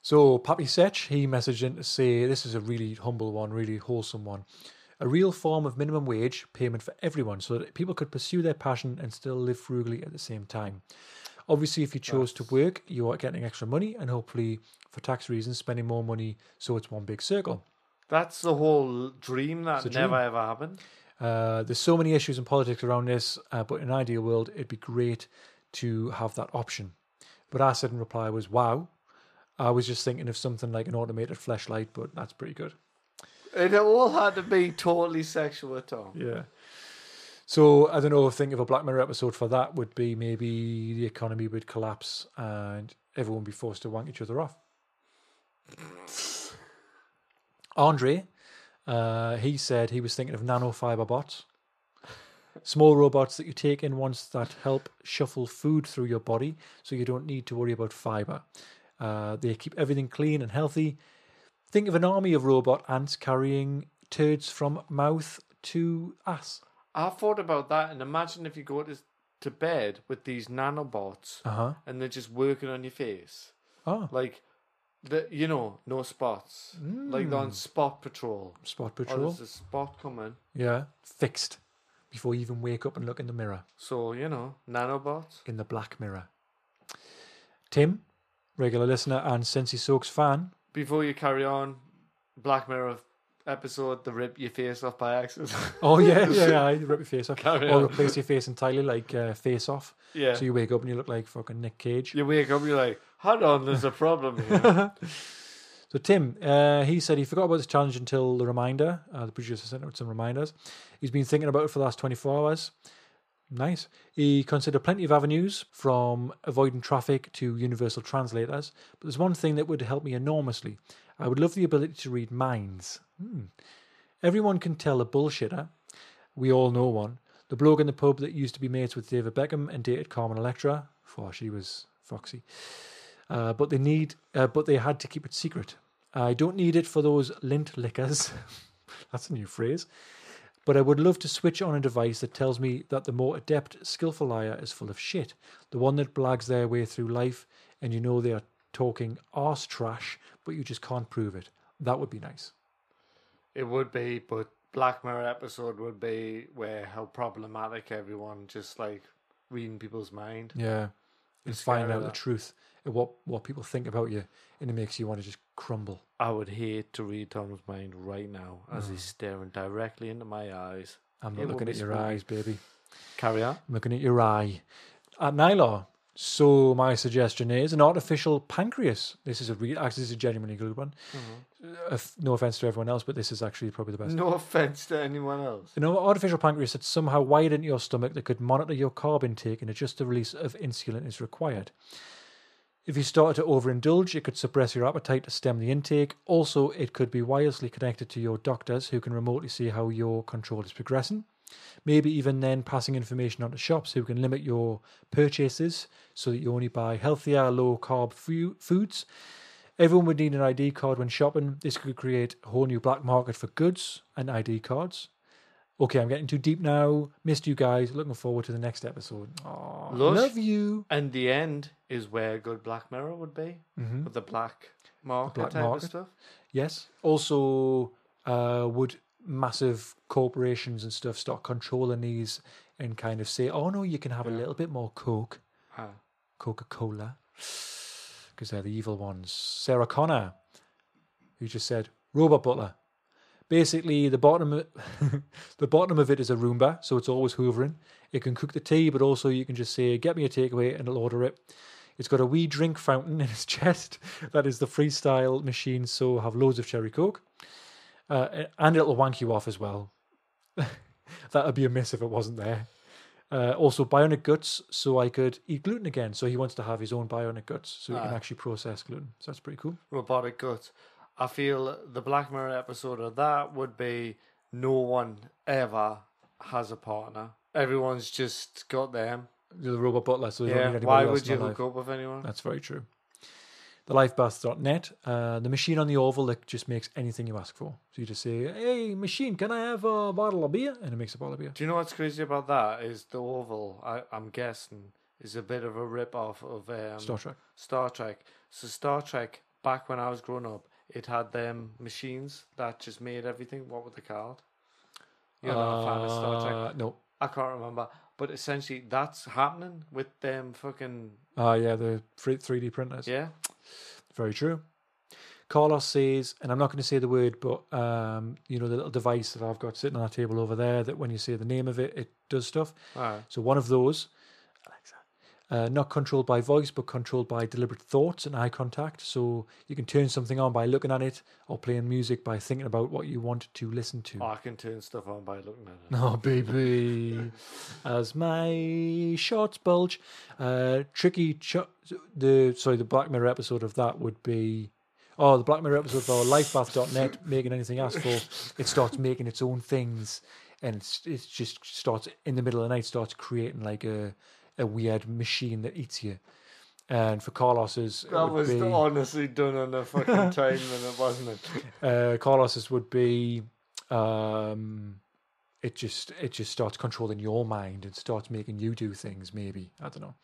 S2: So Pappy Sech, he messaged in to say this is a really humble one, really wholesome one. A real form of minimum wage payment for everyone so that people could pursue their passion and still live frugally at the same time. Obviously, if you chose to work, you are getting extra money and hopefully, for tax reasons, spending more money so it's one big circle.
S1: That's the whole dream that
S2: It's a dream.
S1: never ever happened.
S2: Uh, there's so many issues in politics around this, uh, but in an ideal world, it'd be great to have that option. But I said in reply was, wow. I was just thinking of something like an automated flashlight, but that's pretty good.
S1: It all had to be totally sexual, Tom.
S2: Yeah. So I don't know. I think of a Black Mirror episode for that would be maybe the economy would collapse and everyone would be forced to wank each other off. Andre, uh, he said he was thinking of nanofiber bots, small robots that you take in once that help shuffle food through your body, so you don't need to worry about fiber. Uh, they keep everything clean and healthy, Think of an army of robot ants carrying turds from mouth to ass.
S1: I thought about that, and imagine if you go to to bed with these nanobots,
S2: huh.
S1: and they're just working on your face.
S2: Oh,
S1: Uh-huh. Like, the, you know, no spots. Like on Oh, spot patrol.
S2: Hmm. Spot
S1: Or
S2: Mm. patrol.
S1: there's a spot coming.
S2: Yeah. Fixed. Before you even wake up and look in the mirror.
S1: So, you know, nanobots.
S2: in the Black Mirror. Tim, regular listener and Sensi Soaks fan,
S1: Before you carry on, Black Mirror episode, the rip your face off by accident. [laughs]
S2: Oh yeah, yeah, yeah. Rip your face off,
S1: Carry
S2: or
S1: on.
S2: replace your face entirely, like uh, face off.
S1: yeah.
S2: So you wake up and you look like fucking Nick Cage.
S1: You wake up, you're like, hold on, there's a problem
S2: [laughs]
S1: here.
S2: So Tim, uh, he said he forgot about this challenge until the reminder. Uh, the producer sent out some reminders. He's been thinking about it for the last 24 hours. Nice. He considered plenty of avenues, from avoiding traffic to universal translators. But there's one thing that would help me enormously. I would love the ability to read minds. Hmm. Everyone can tell a bullshitter. We all know one. The bloke in the pub that used to be mates with David Beckham and dated Carmen Electra, for she was foxy uh, but they need, uh, but they had to keep it secret. I don't need it for those lint lickers. [laughs] That's a new phrase. But I would love to switch on a device that tells me that the more adept, skillful liar is full of shit, the one that blags their way through life, and you know they are talking arse trash, but you just can't prove it. That would be nice.
S1: it would be, but Black Mirror episode would be where how problematic everyone just like reading people's mind.
S2: Yeah, and
S1: It's
S2: find
S1: scary,
S2: out the
S1: that.
S2: truth and what what people think about you, and it makes you want to just crumble.
S1: I would hate to read Tom's mind right now as he's staring directly into my eyes.
S2: I'm not
S1: It would
S2: looking
S1: be
S2: at your
S1: spooky.
S2: eyes, baby.
S1: Carry on.
S2: I'm looking at your eye. At Nylar. So my suggestion is an artificial pancreas. This is a real, actually, this is a genuinely good one. Uh, f- no offense to everyone else, but this is actually probably the best.
S1: No offense to anyone else.
S2: An artificial pancreas that's somehow wired into your stomach that could monitor your carb intake and adjust the release of insulin is required. If you started to overindulge, it could suppress your appetite to stem the intake. Also, it could be wirelessly connected to your doctors who can remotely see how your control is progressing. Maybe even then passing information on to shops who can limit your purchases so that you only buy healthier, low carb fu- foods. Everyone would need an ID card when shopping. This could create a whole new black market for goods and ID cards. Okay, I'm getting too deep now. Missed you guys. Looking forward to the next episode. Aw,
S1: Lush.
S2: love you.
S1: And the end is where good Black Mirror would be with the black market
S2: black
S1: type
S2: market.
S1: of stuff.
S2: Yes. Also, uh, would massive corporations and stuff start controlling these and kind of say, "Oh no, you can have a little bit more Coke,
S1: Ah.
S2: Coca Cola," because they're the evil ones. Sarah Connor, who just said, "Robot Butler." Basically, the bottom of, [laughs] the bottom of it is a Roomba, so it's always hoovering. It can cook the tea, but also you can just say, "Get me a takeaway," and it'll order it. It's got a wee drink fountain [laughs] in its chest. That is the freestyle machine, so have loads of cherry coke. Uh, and it'll wank you off as well. [laughs] that would be a miss if it wasn't there. Uh, also, bionic guts, so I could eat gluten again. So he wants to have his own bionic guts, so he can actually process gluten. So that's pretty cool.
S1: robotic guts. I feel the Black Mirror episode of that would be no one ever has a partner. Everyone's just got them.
S2: You're the robot butler, so you don't
S1: Yeah. Uh,
S2: need anybody
S1: Why
S2: else
S1: would
S2: in my
S1: you
S2: life.
S1: hook up with anyone?
S2: That's very true. Thelifebath.net, uh, the machine on the oval that just makes anything you ask for. So you just say, hey, machine, can I have a bottle of beer? And it makes a bottle of beer.
S1: Do you know what's crazy about that? Is the Oval? I, I'm guessing is a bit of a rip off of um,
S2: Star Trek.
S1: Star Trek. So Star Trek, back when I was growing up, it had them machines that just made everything. What were they called? You're not a fan of Star Trek.
S2: Uh, No.
S1: I can't remember. But essentially, that's happening with them fucking
S2: Ah, yeah, the three- 3D printers.
S1: yeah.
S2: Very true. Carlos says, and I'm not going to say the word, but um, you know the little device that I've got sitting on our table over there that when you say the name of it, it does stuff.
S1: Alright.
S2: So one of those, Alexa, uh, not controlled by voice, but controlled by deliberate thoughts and eye contact. So you can turn something on by looking at it, or playing music by thinking about what you want to listen to.
S1: Oh, I can turn stuff on by looking at
S2: [laughs]
S1: it.
S2: Oh, baby. As my shorts bulge. Uh, tricky. Cho- the Sorry, the Black Mirror episode of that would be. Oh, the Black Mirror episode
S1: [laughs]
S2: of lifebath.net, making anything asked for. It starts making its own things. And it's, it's just starts in the middle of the night, starts creating like a, a weird machine that eats you. And for Carlos's, it
S1: That
S2: would
S1: was
S2: be,
S1: honestly done on a
S2: [laughs]
S1: fucking time limit, wasn't it?
S2: uh, Carlos's would be um, it just it just starts controlling your mind and starts making you do things. Maybe I don't know.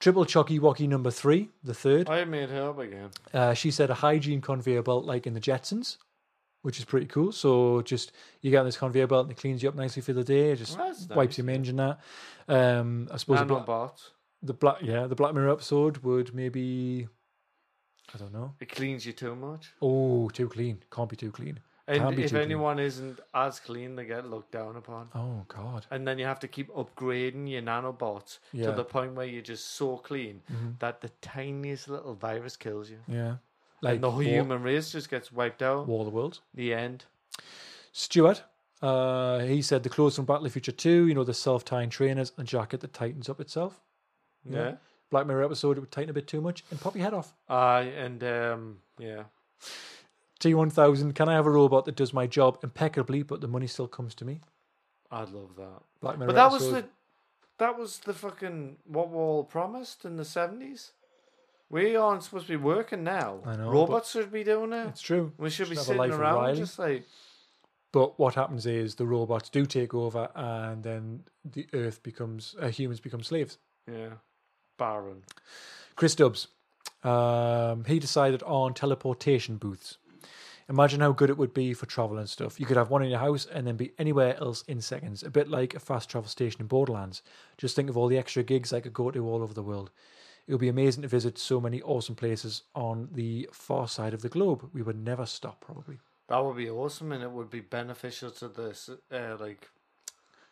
S2: Triple Chocky Wocky number three, the third.
S1: I made her up again.
S2: Uh, she said a hygiene conveyor belt like in the Jetsons, which is pretty cool. So just you get on this conveyor belt and it cleans you up nicely for the day. It just
S1: Well, that's
S2: wipes your minge and that. Um, I suppose the black,
S1: Nanobots.
S2: the black, yeah, the Black Mirror episode would maybe, I don't know.
S1: It cleans you too much.
S2: Oh, too clean. Can't be too clean. Can't
S1: And
S2: be
S1: if
S2: too clean.
S1: anyone isn't as clean, they get looked down upon.
S2: Oh God.
S1: And then you have to keep upgrading your nanobots
S2: Yeah. Mm-hmm.
S1: to the point where you're just so clean that the tiniest little virus kills you.
S2: Yeah. Like
S1: and the whole
S2: War,
S1: human race just gets wiped out.
S2: War of the Worlds.
S1: The end.
S2: Stuart, uh, he said the clothes from Battle of Future 2, you know, the self tying trainers and jacket that tightens up itself.
S1: Yeah.
S2: Black Mirror episode, it would tighten a bit too much and pop your head off.
S1: Aye, and um, yeah.
S2: T1000, can I have a robot that does my job impeccably, but the money still comes to me?
S1: I'd love that.
S2: Black Mirror
S1: But that was
S2: episode.
S1: the that was the fucking what we all promised in the seventies. We aren't supposed to be working now.
S2: I know, but-
S1: Robots should be doing it.
S2: It's true.
S1: We should be
S2: have a
S1: sitting
S2: life of
S1: around
S2: Riley.
S1: just like
S2: But what happens is the robots do take over and then the Earth becomes, uh, humans become slaves.
S1: yeah, barren.
S2: Chris Dubbs. Um, he decided on teleportation booths. Imagine how good it would be for travel and stuff. You could have one in your house and then be anywhere else in seconds, a bit like a fast travel station in Borderlands. Just think of all the extra gigs I could go to all over the world. It would be amazing to visit so many awesome places on the far side of the globe. We would never stop, probably.
S1: That would be awesome, and it would be beneficial to this uh, like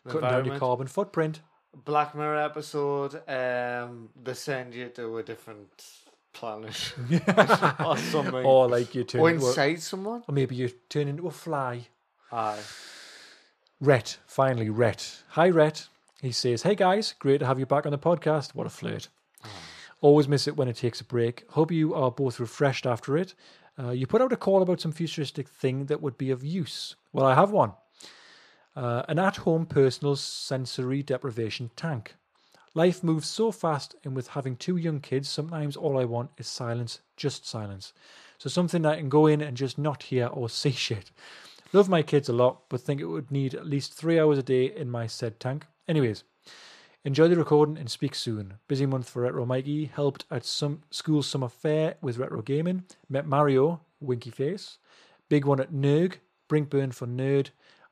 S1: the
S2: Cutting down your
S1: environment.
S2: carbon footprint.
S1: Black Mirror episode. Um, they send you to a different
S2: [laughs]
S1: planet [laughs] or something,
S2: Or like you turn
S1: or
S2: into a-
S1: inside someone.
S2: or maybe you turn into a fly.
S1: Aye.
S2: Rhett, finally, Rhett. Hi, Rhett. He says, Hey guys, great to have you back on the podcast. What a flirt. Always miss it when it takes a break. Hope you are both refreshed after it. Uh, you put out a call about some futuristic thing that would be of use. Well, I have one uh, an at home personal sensory deprivation tank. Life moves so fast, and with having two young kids, sometimes all I want is silence, just silence. So something that I can go in and just not hear or [laughs] see shit. Love my kids a lot, but think it would need at least three hours a day in my said tank. Anyways, enjoy the recording and speak soon. Busy month for Retro Mikey. Helped at some school summer fair with retro gaming. Met Mario, Winky Face. Big one at Nerg, Brinkburn for Nerd,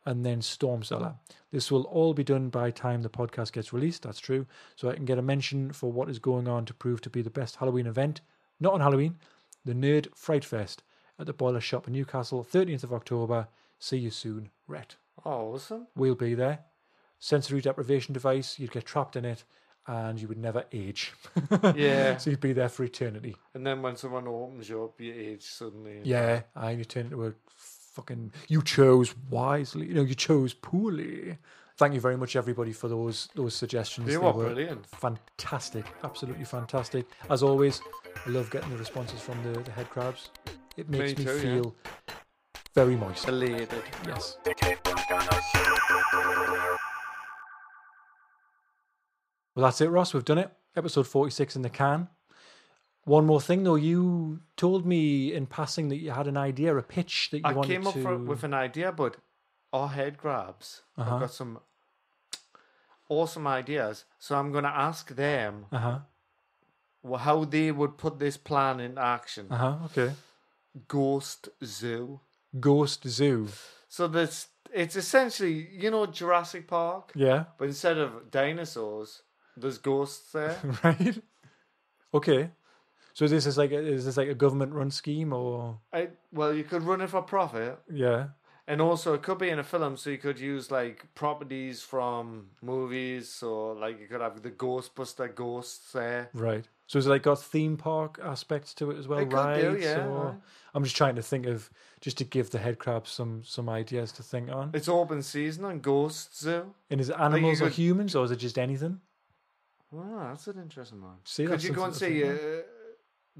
S2: and then Stormseller. This will all be done by time the podcast gets released. That's true. So I can get a mention for what is going on to prove to be the best Halloween event. Not on Halloween, the Nerd Fright Fest at the Boiler Shop in Newcastle, 13th of October. See you soon, Rhett.
S1: Oh, awesome.
S2: We'll be there. Sensory deprivation device, you'd get trapped in it and you would never age. [laughs]
S1: Yeah.
S2: so you'd be there for eternity.
S1: And then when someone opens you up, you age suddenly.
S2: Yeah, and you turn into a fucking. You chose wisely. You know, you chose poorly. Thank you very much, everybody, for those those suggestions.
S1: They were brilliant.
S2: fantastic, absolutely fantastic. As always, I love getting the responses from the, the head crabs. It makes me,
S1: too, yeah.
S2: feel very moist.
S1: Elated.
S2: Yes. Well, that's it, Ross. We've done it. Episode 46 in the can. One more thing, though. You told me in passing that you had an idea, a pitch that you
S1: I
S2: wanted
S1: came up
S2: to.
S1: for, with an idea, but our head grabs.
S2: Uh-huh.
S1: I've got some awesome ideas. So I'm going to ask them
S2: Uh huh.
S1: wh- how they would put this plan into action.
S2: Uh huh. Okay.
S1: Ghost Zoo.
S2: Ghost Zoo.
S1: So this, it's essentially, you know, Jurassic Park,
S2: Yeah. [laughs]
S1: but instead of dinosaurs, there's ghosts there.
S2: [laughs] Right. Okay. So this is like a, is this like a government-run scheme, or
S1: I, well, you could run it for profit.
S2: yeah?
S1: And also, it could be in a film, so you could use like properties from movies, so like you could have the Ghostbuster ghosts there.
S2: Right. So it's like got theme park aspects to it as well,
S1: It could
S2: right?
S1: do, yeah,
S2: or-
S1: right.
S2: I'm just trying to think of just to give the head crabs some some ideas to think on.
S1: It's open season on Ghost Zoo.
S2: And is it animals or
S1: could-
S2: humans or is it just anything?
S1: Oh, that's an interesting one.
S2: See,
S1: could
S2: that's
S1: you go and
S2: something-
S1: see uh,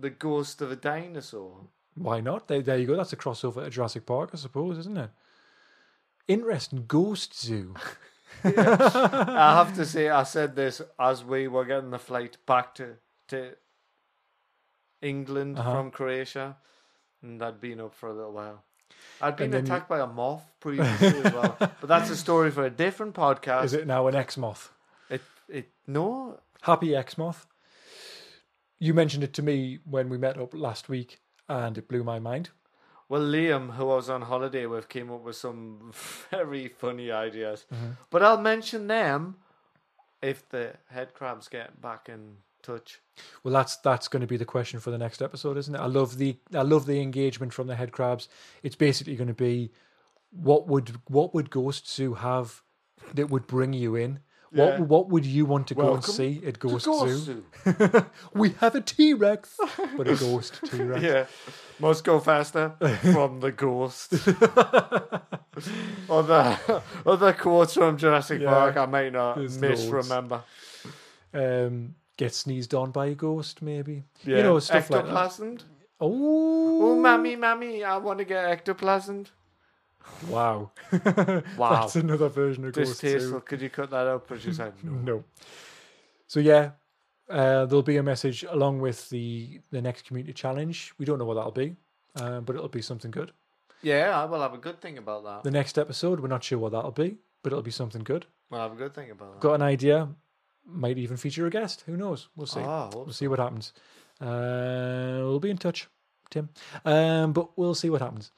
S1: the ghost of a dinosaur? [laughs]
S2: Why not? There, there you go. That's a crossover to Jurassic Park, I suppose, isn't it? Interesting ghost zoo.
S1: I have to say, I said this as we were getting the flight back to to England
S2: Uh-huh.
S1: from Croatia, and I'd been up for a little while. I'd been
S2: And then you-
S1: attacked by a moth
S2: [laughs]
S1: previously as well, but that's a story for a different podcast.
S2: Is it now an ex moth?
S1: It, it no,
S2: Happy ex moth. you mentioned it to me when we met up last week, and it blew my mind.
S1: Well, Liam, who I was on holiday with, came up with some [laughs] very funny ideas.
S2: Mm-hmm.
S1: But I'll mention them if the head crabs get back in touch.
S2: Well, that's that's going to be the question for the next episode, isn't it? I love the I love the engagement from the head crabs. It's basically going to be what would what would Ghost Zoo have that would bring you in?
S1: Yeah.
S2: What what would you want to go and
S1: Welcome
S2: see at Ghost,
S1: Ghost
S2: Zoo?
S1: Zoo.
S2: We have a T
S1: [laughs]
S2: Rex, but a ghost T Rex.
S1: Yeah. Must go
S2: [laughs]
S1: faster from the ghost. other, [laughs] other quotes from Jurassic
S2: Yeah.
S1: Park I might not
S2: There's
S1: misremember.
S2: [laughs] Um, get sneezed on by a ghost, maybe.
S1: Yeah.
S2: You know stuff like that.
S1: ectoplasm.
S2: Oh,
S1: Oh, mammy, mammy, I want to get
S2: [laughs]
S1: ectoplasm.
S2: Wow,
S1: Wow. [laughs]
S2: that's another version of Ghost Zoo. Mm-hmm.
S1: Distasteful. Could you cut that out, producer? No.
S2: No. So yeah, uh, there'll be a message along with the the next community challenge. We don't know what that'll be, uh, but it'll be something good.
S1: Yeah, I will have a good thing about that.
S2: The next episode, we're not sure what that'll be, but it'll be something good.
S1: Well, have a good thing about that.
S2: Got an idea? Might even feature a guest. Who knows? We'll see.
S1: Ah, well,
S2: We'll see what happens. Uh, we'll be in touch, Tim. Um, but we'll see what happens.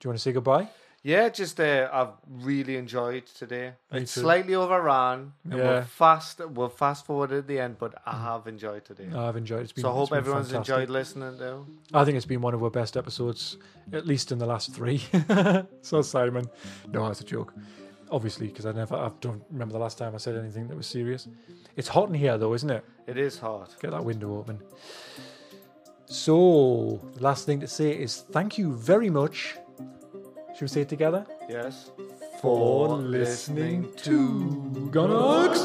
S2: Do you want to say goodbye?
S1: yeah, just uh, I've really enjoyed today.
S2: Me
S1: It's
S2: too.
S1: slightly overrun. And
S2: Yeah.
S1: we're fast. We'll fast forward at the end, but I have enjoyed today.
S2: I've enjoyed. it. It's been.
S1: so I
S2: it's
S1: hope
S2: been
S1: everyone's
S2: fantastic.
S1: enjoyed listening to.
S2: I think it's been one of our best episodes, at least in the last three. [laughs] so Simon, no, that's a joke. Obviously, because I never, I don't remember the last time I said anything that was serious. It's hot in here, though, isn't it?
S1: It is hard.
S2: Get that window open. So, the last thing to say is thank you very much. Should we say it together?
S1: Yes.
S2: to Gunogs.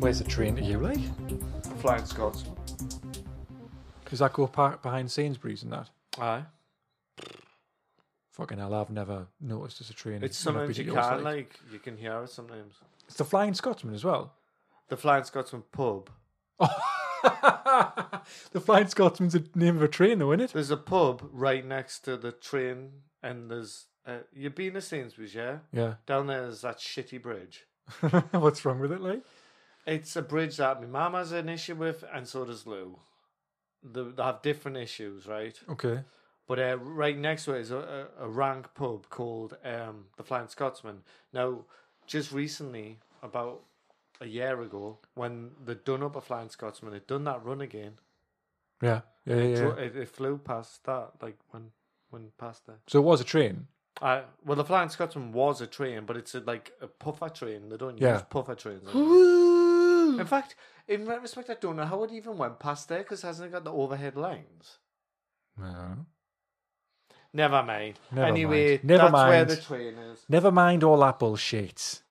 S2: Where's the train to you, like?
S1: Flying Scots.
S2: Does that go park behind Sainsbury's and that?
S1: Aye.
S2: Fucking hell, I've never noticed there's a train.
S1: It's
S2: when I've
S1: sometimes
S2: been
S1: you
S2: at yours,
S1: can like you can hear it sometimes.
S2: It's the Flying Scotsman as well. [laughs]
S1: The Flying Scotsman pub.
S2: the Flying Scotsman's the name of a train, though, isn't it?
S1: There's a pub right next to the train, and there's uh, you've been to Sainsbury's, yeah?
S2: Yeah.
S1: Down there is that shitty bridge.
S2: [laughs] What's wrong with it, like?
S1: It's a bridge that my mum has an issue with, and so does Lou. They they have different issues, right?
S2: Okay.
S1: But uh, right next to it is a, a, a rank pub called um, the Flying Scotsman. Now, just recently, about a year ago, when they done up a Flying Scotsman, it done that run again.
S2: Yeah. Yeah. yeah, yeah.
S1: So it, it flew past that, like when when past there.
S2: So it was a train.
S1: Uh, well, the Flying Scotsman was a train, but it's a, like a puffer train. They don't
S2: Yeah.
S1: use puffer trains. anymore. in fact, in that respect, I don't know how it even went past there because hasn't it got the overhead lines?
S2: No.
S1: Never mind.
S2: Never
S1: anyway,
S2: mind. Never
S1: that's where
S2: mind.
S1: the train is.
S2: Never mind all that bullshit.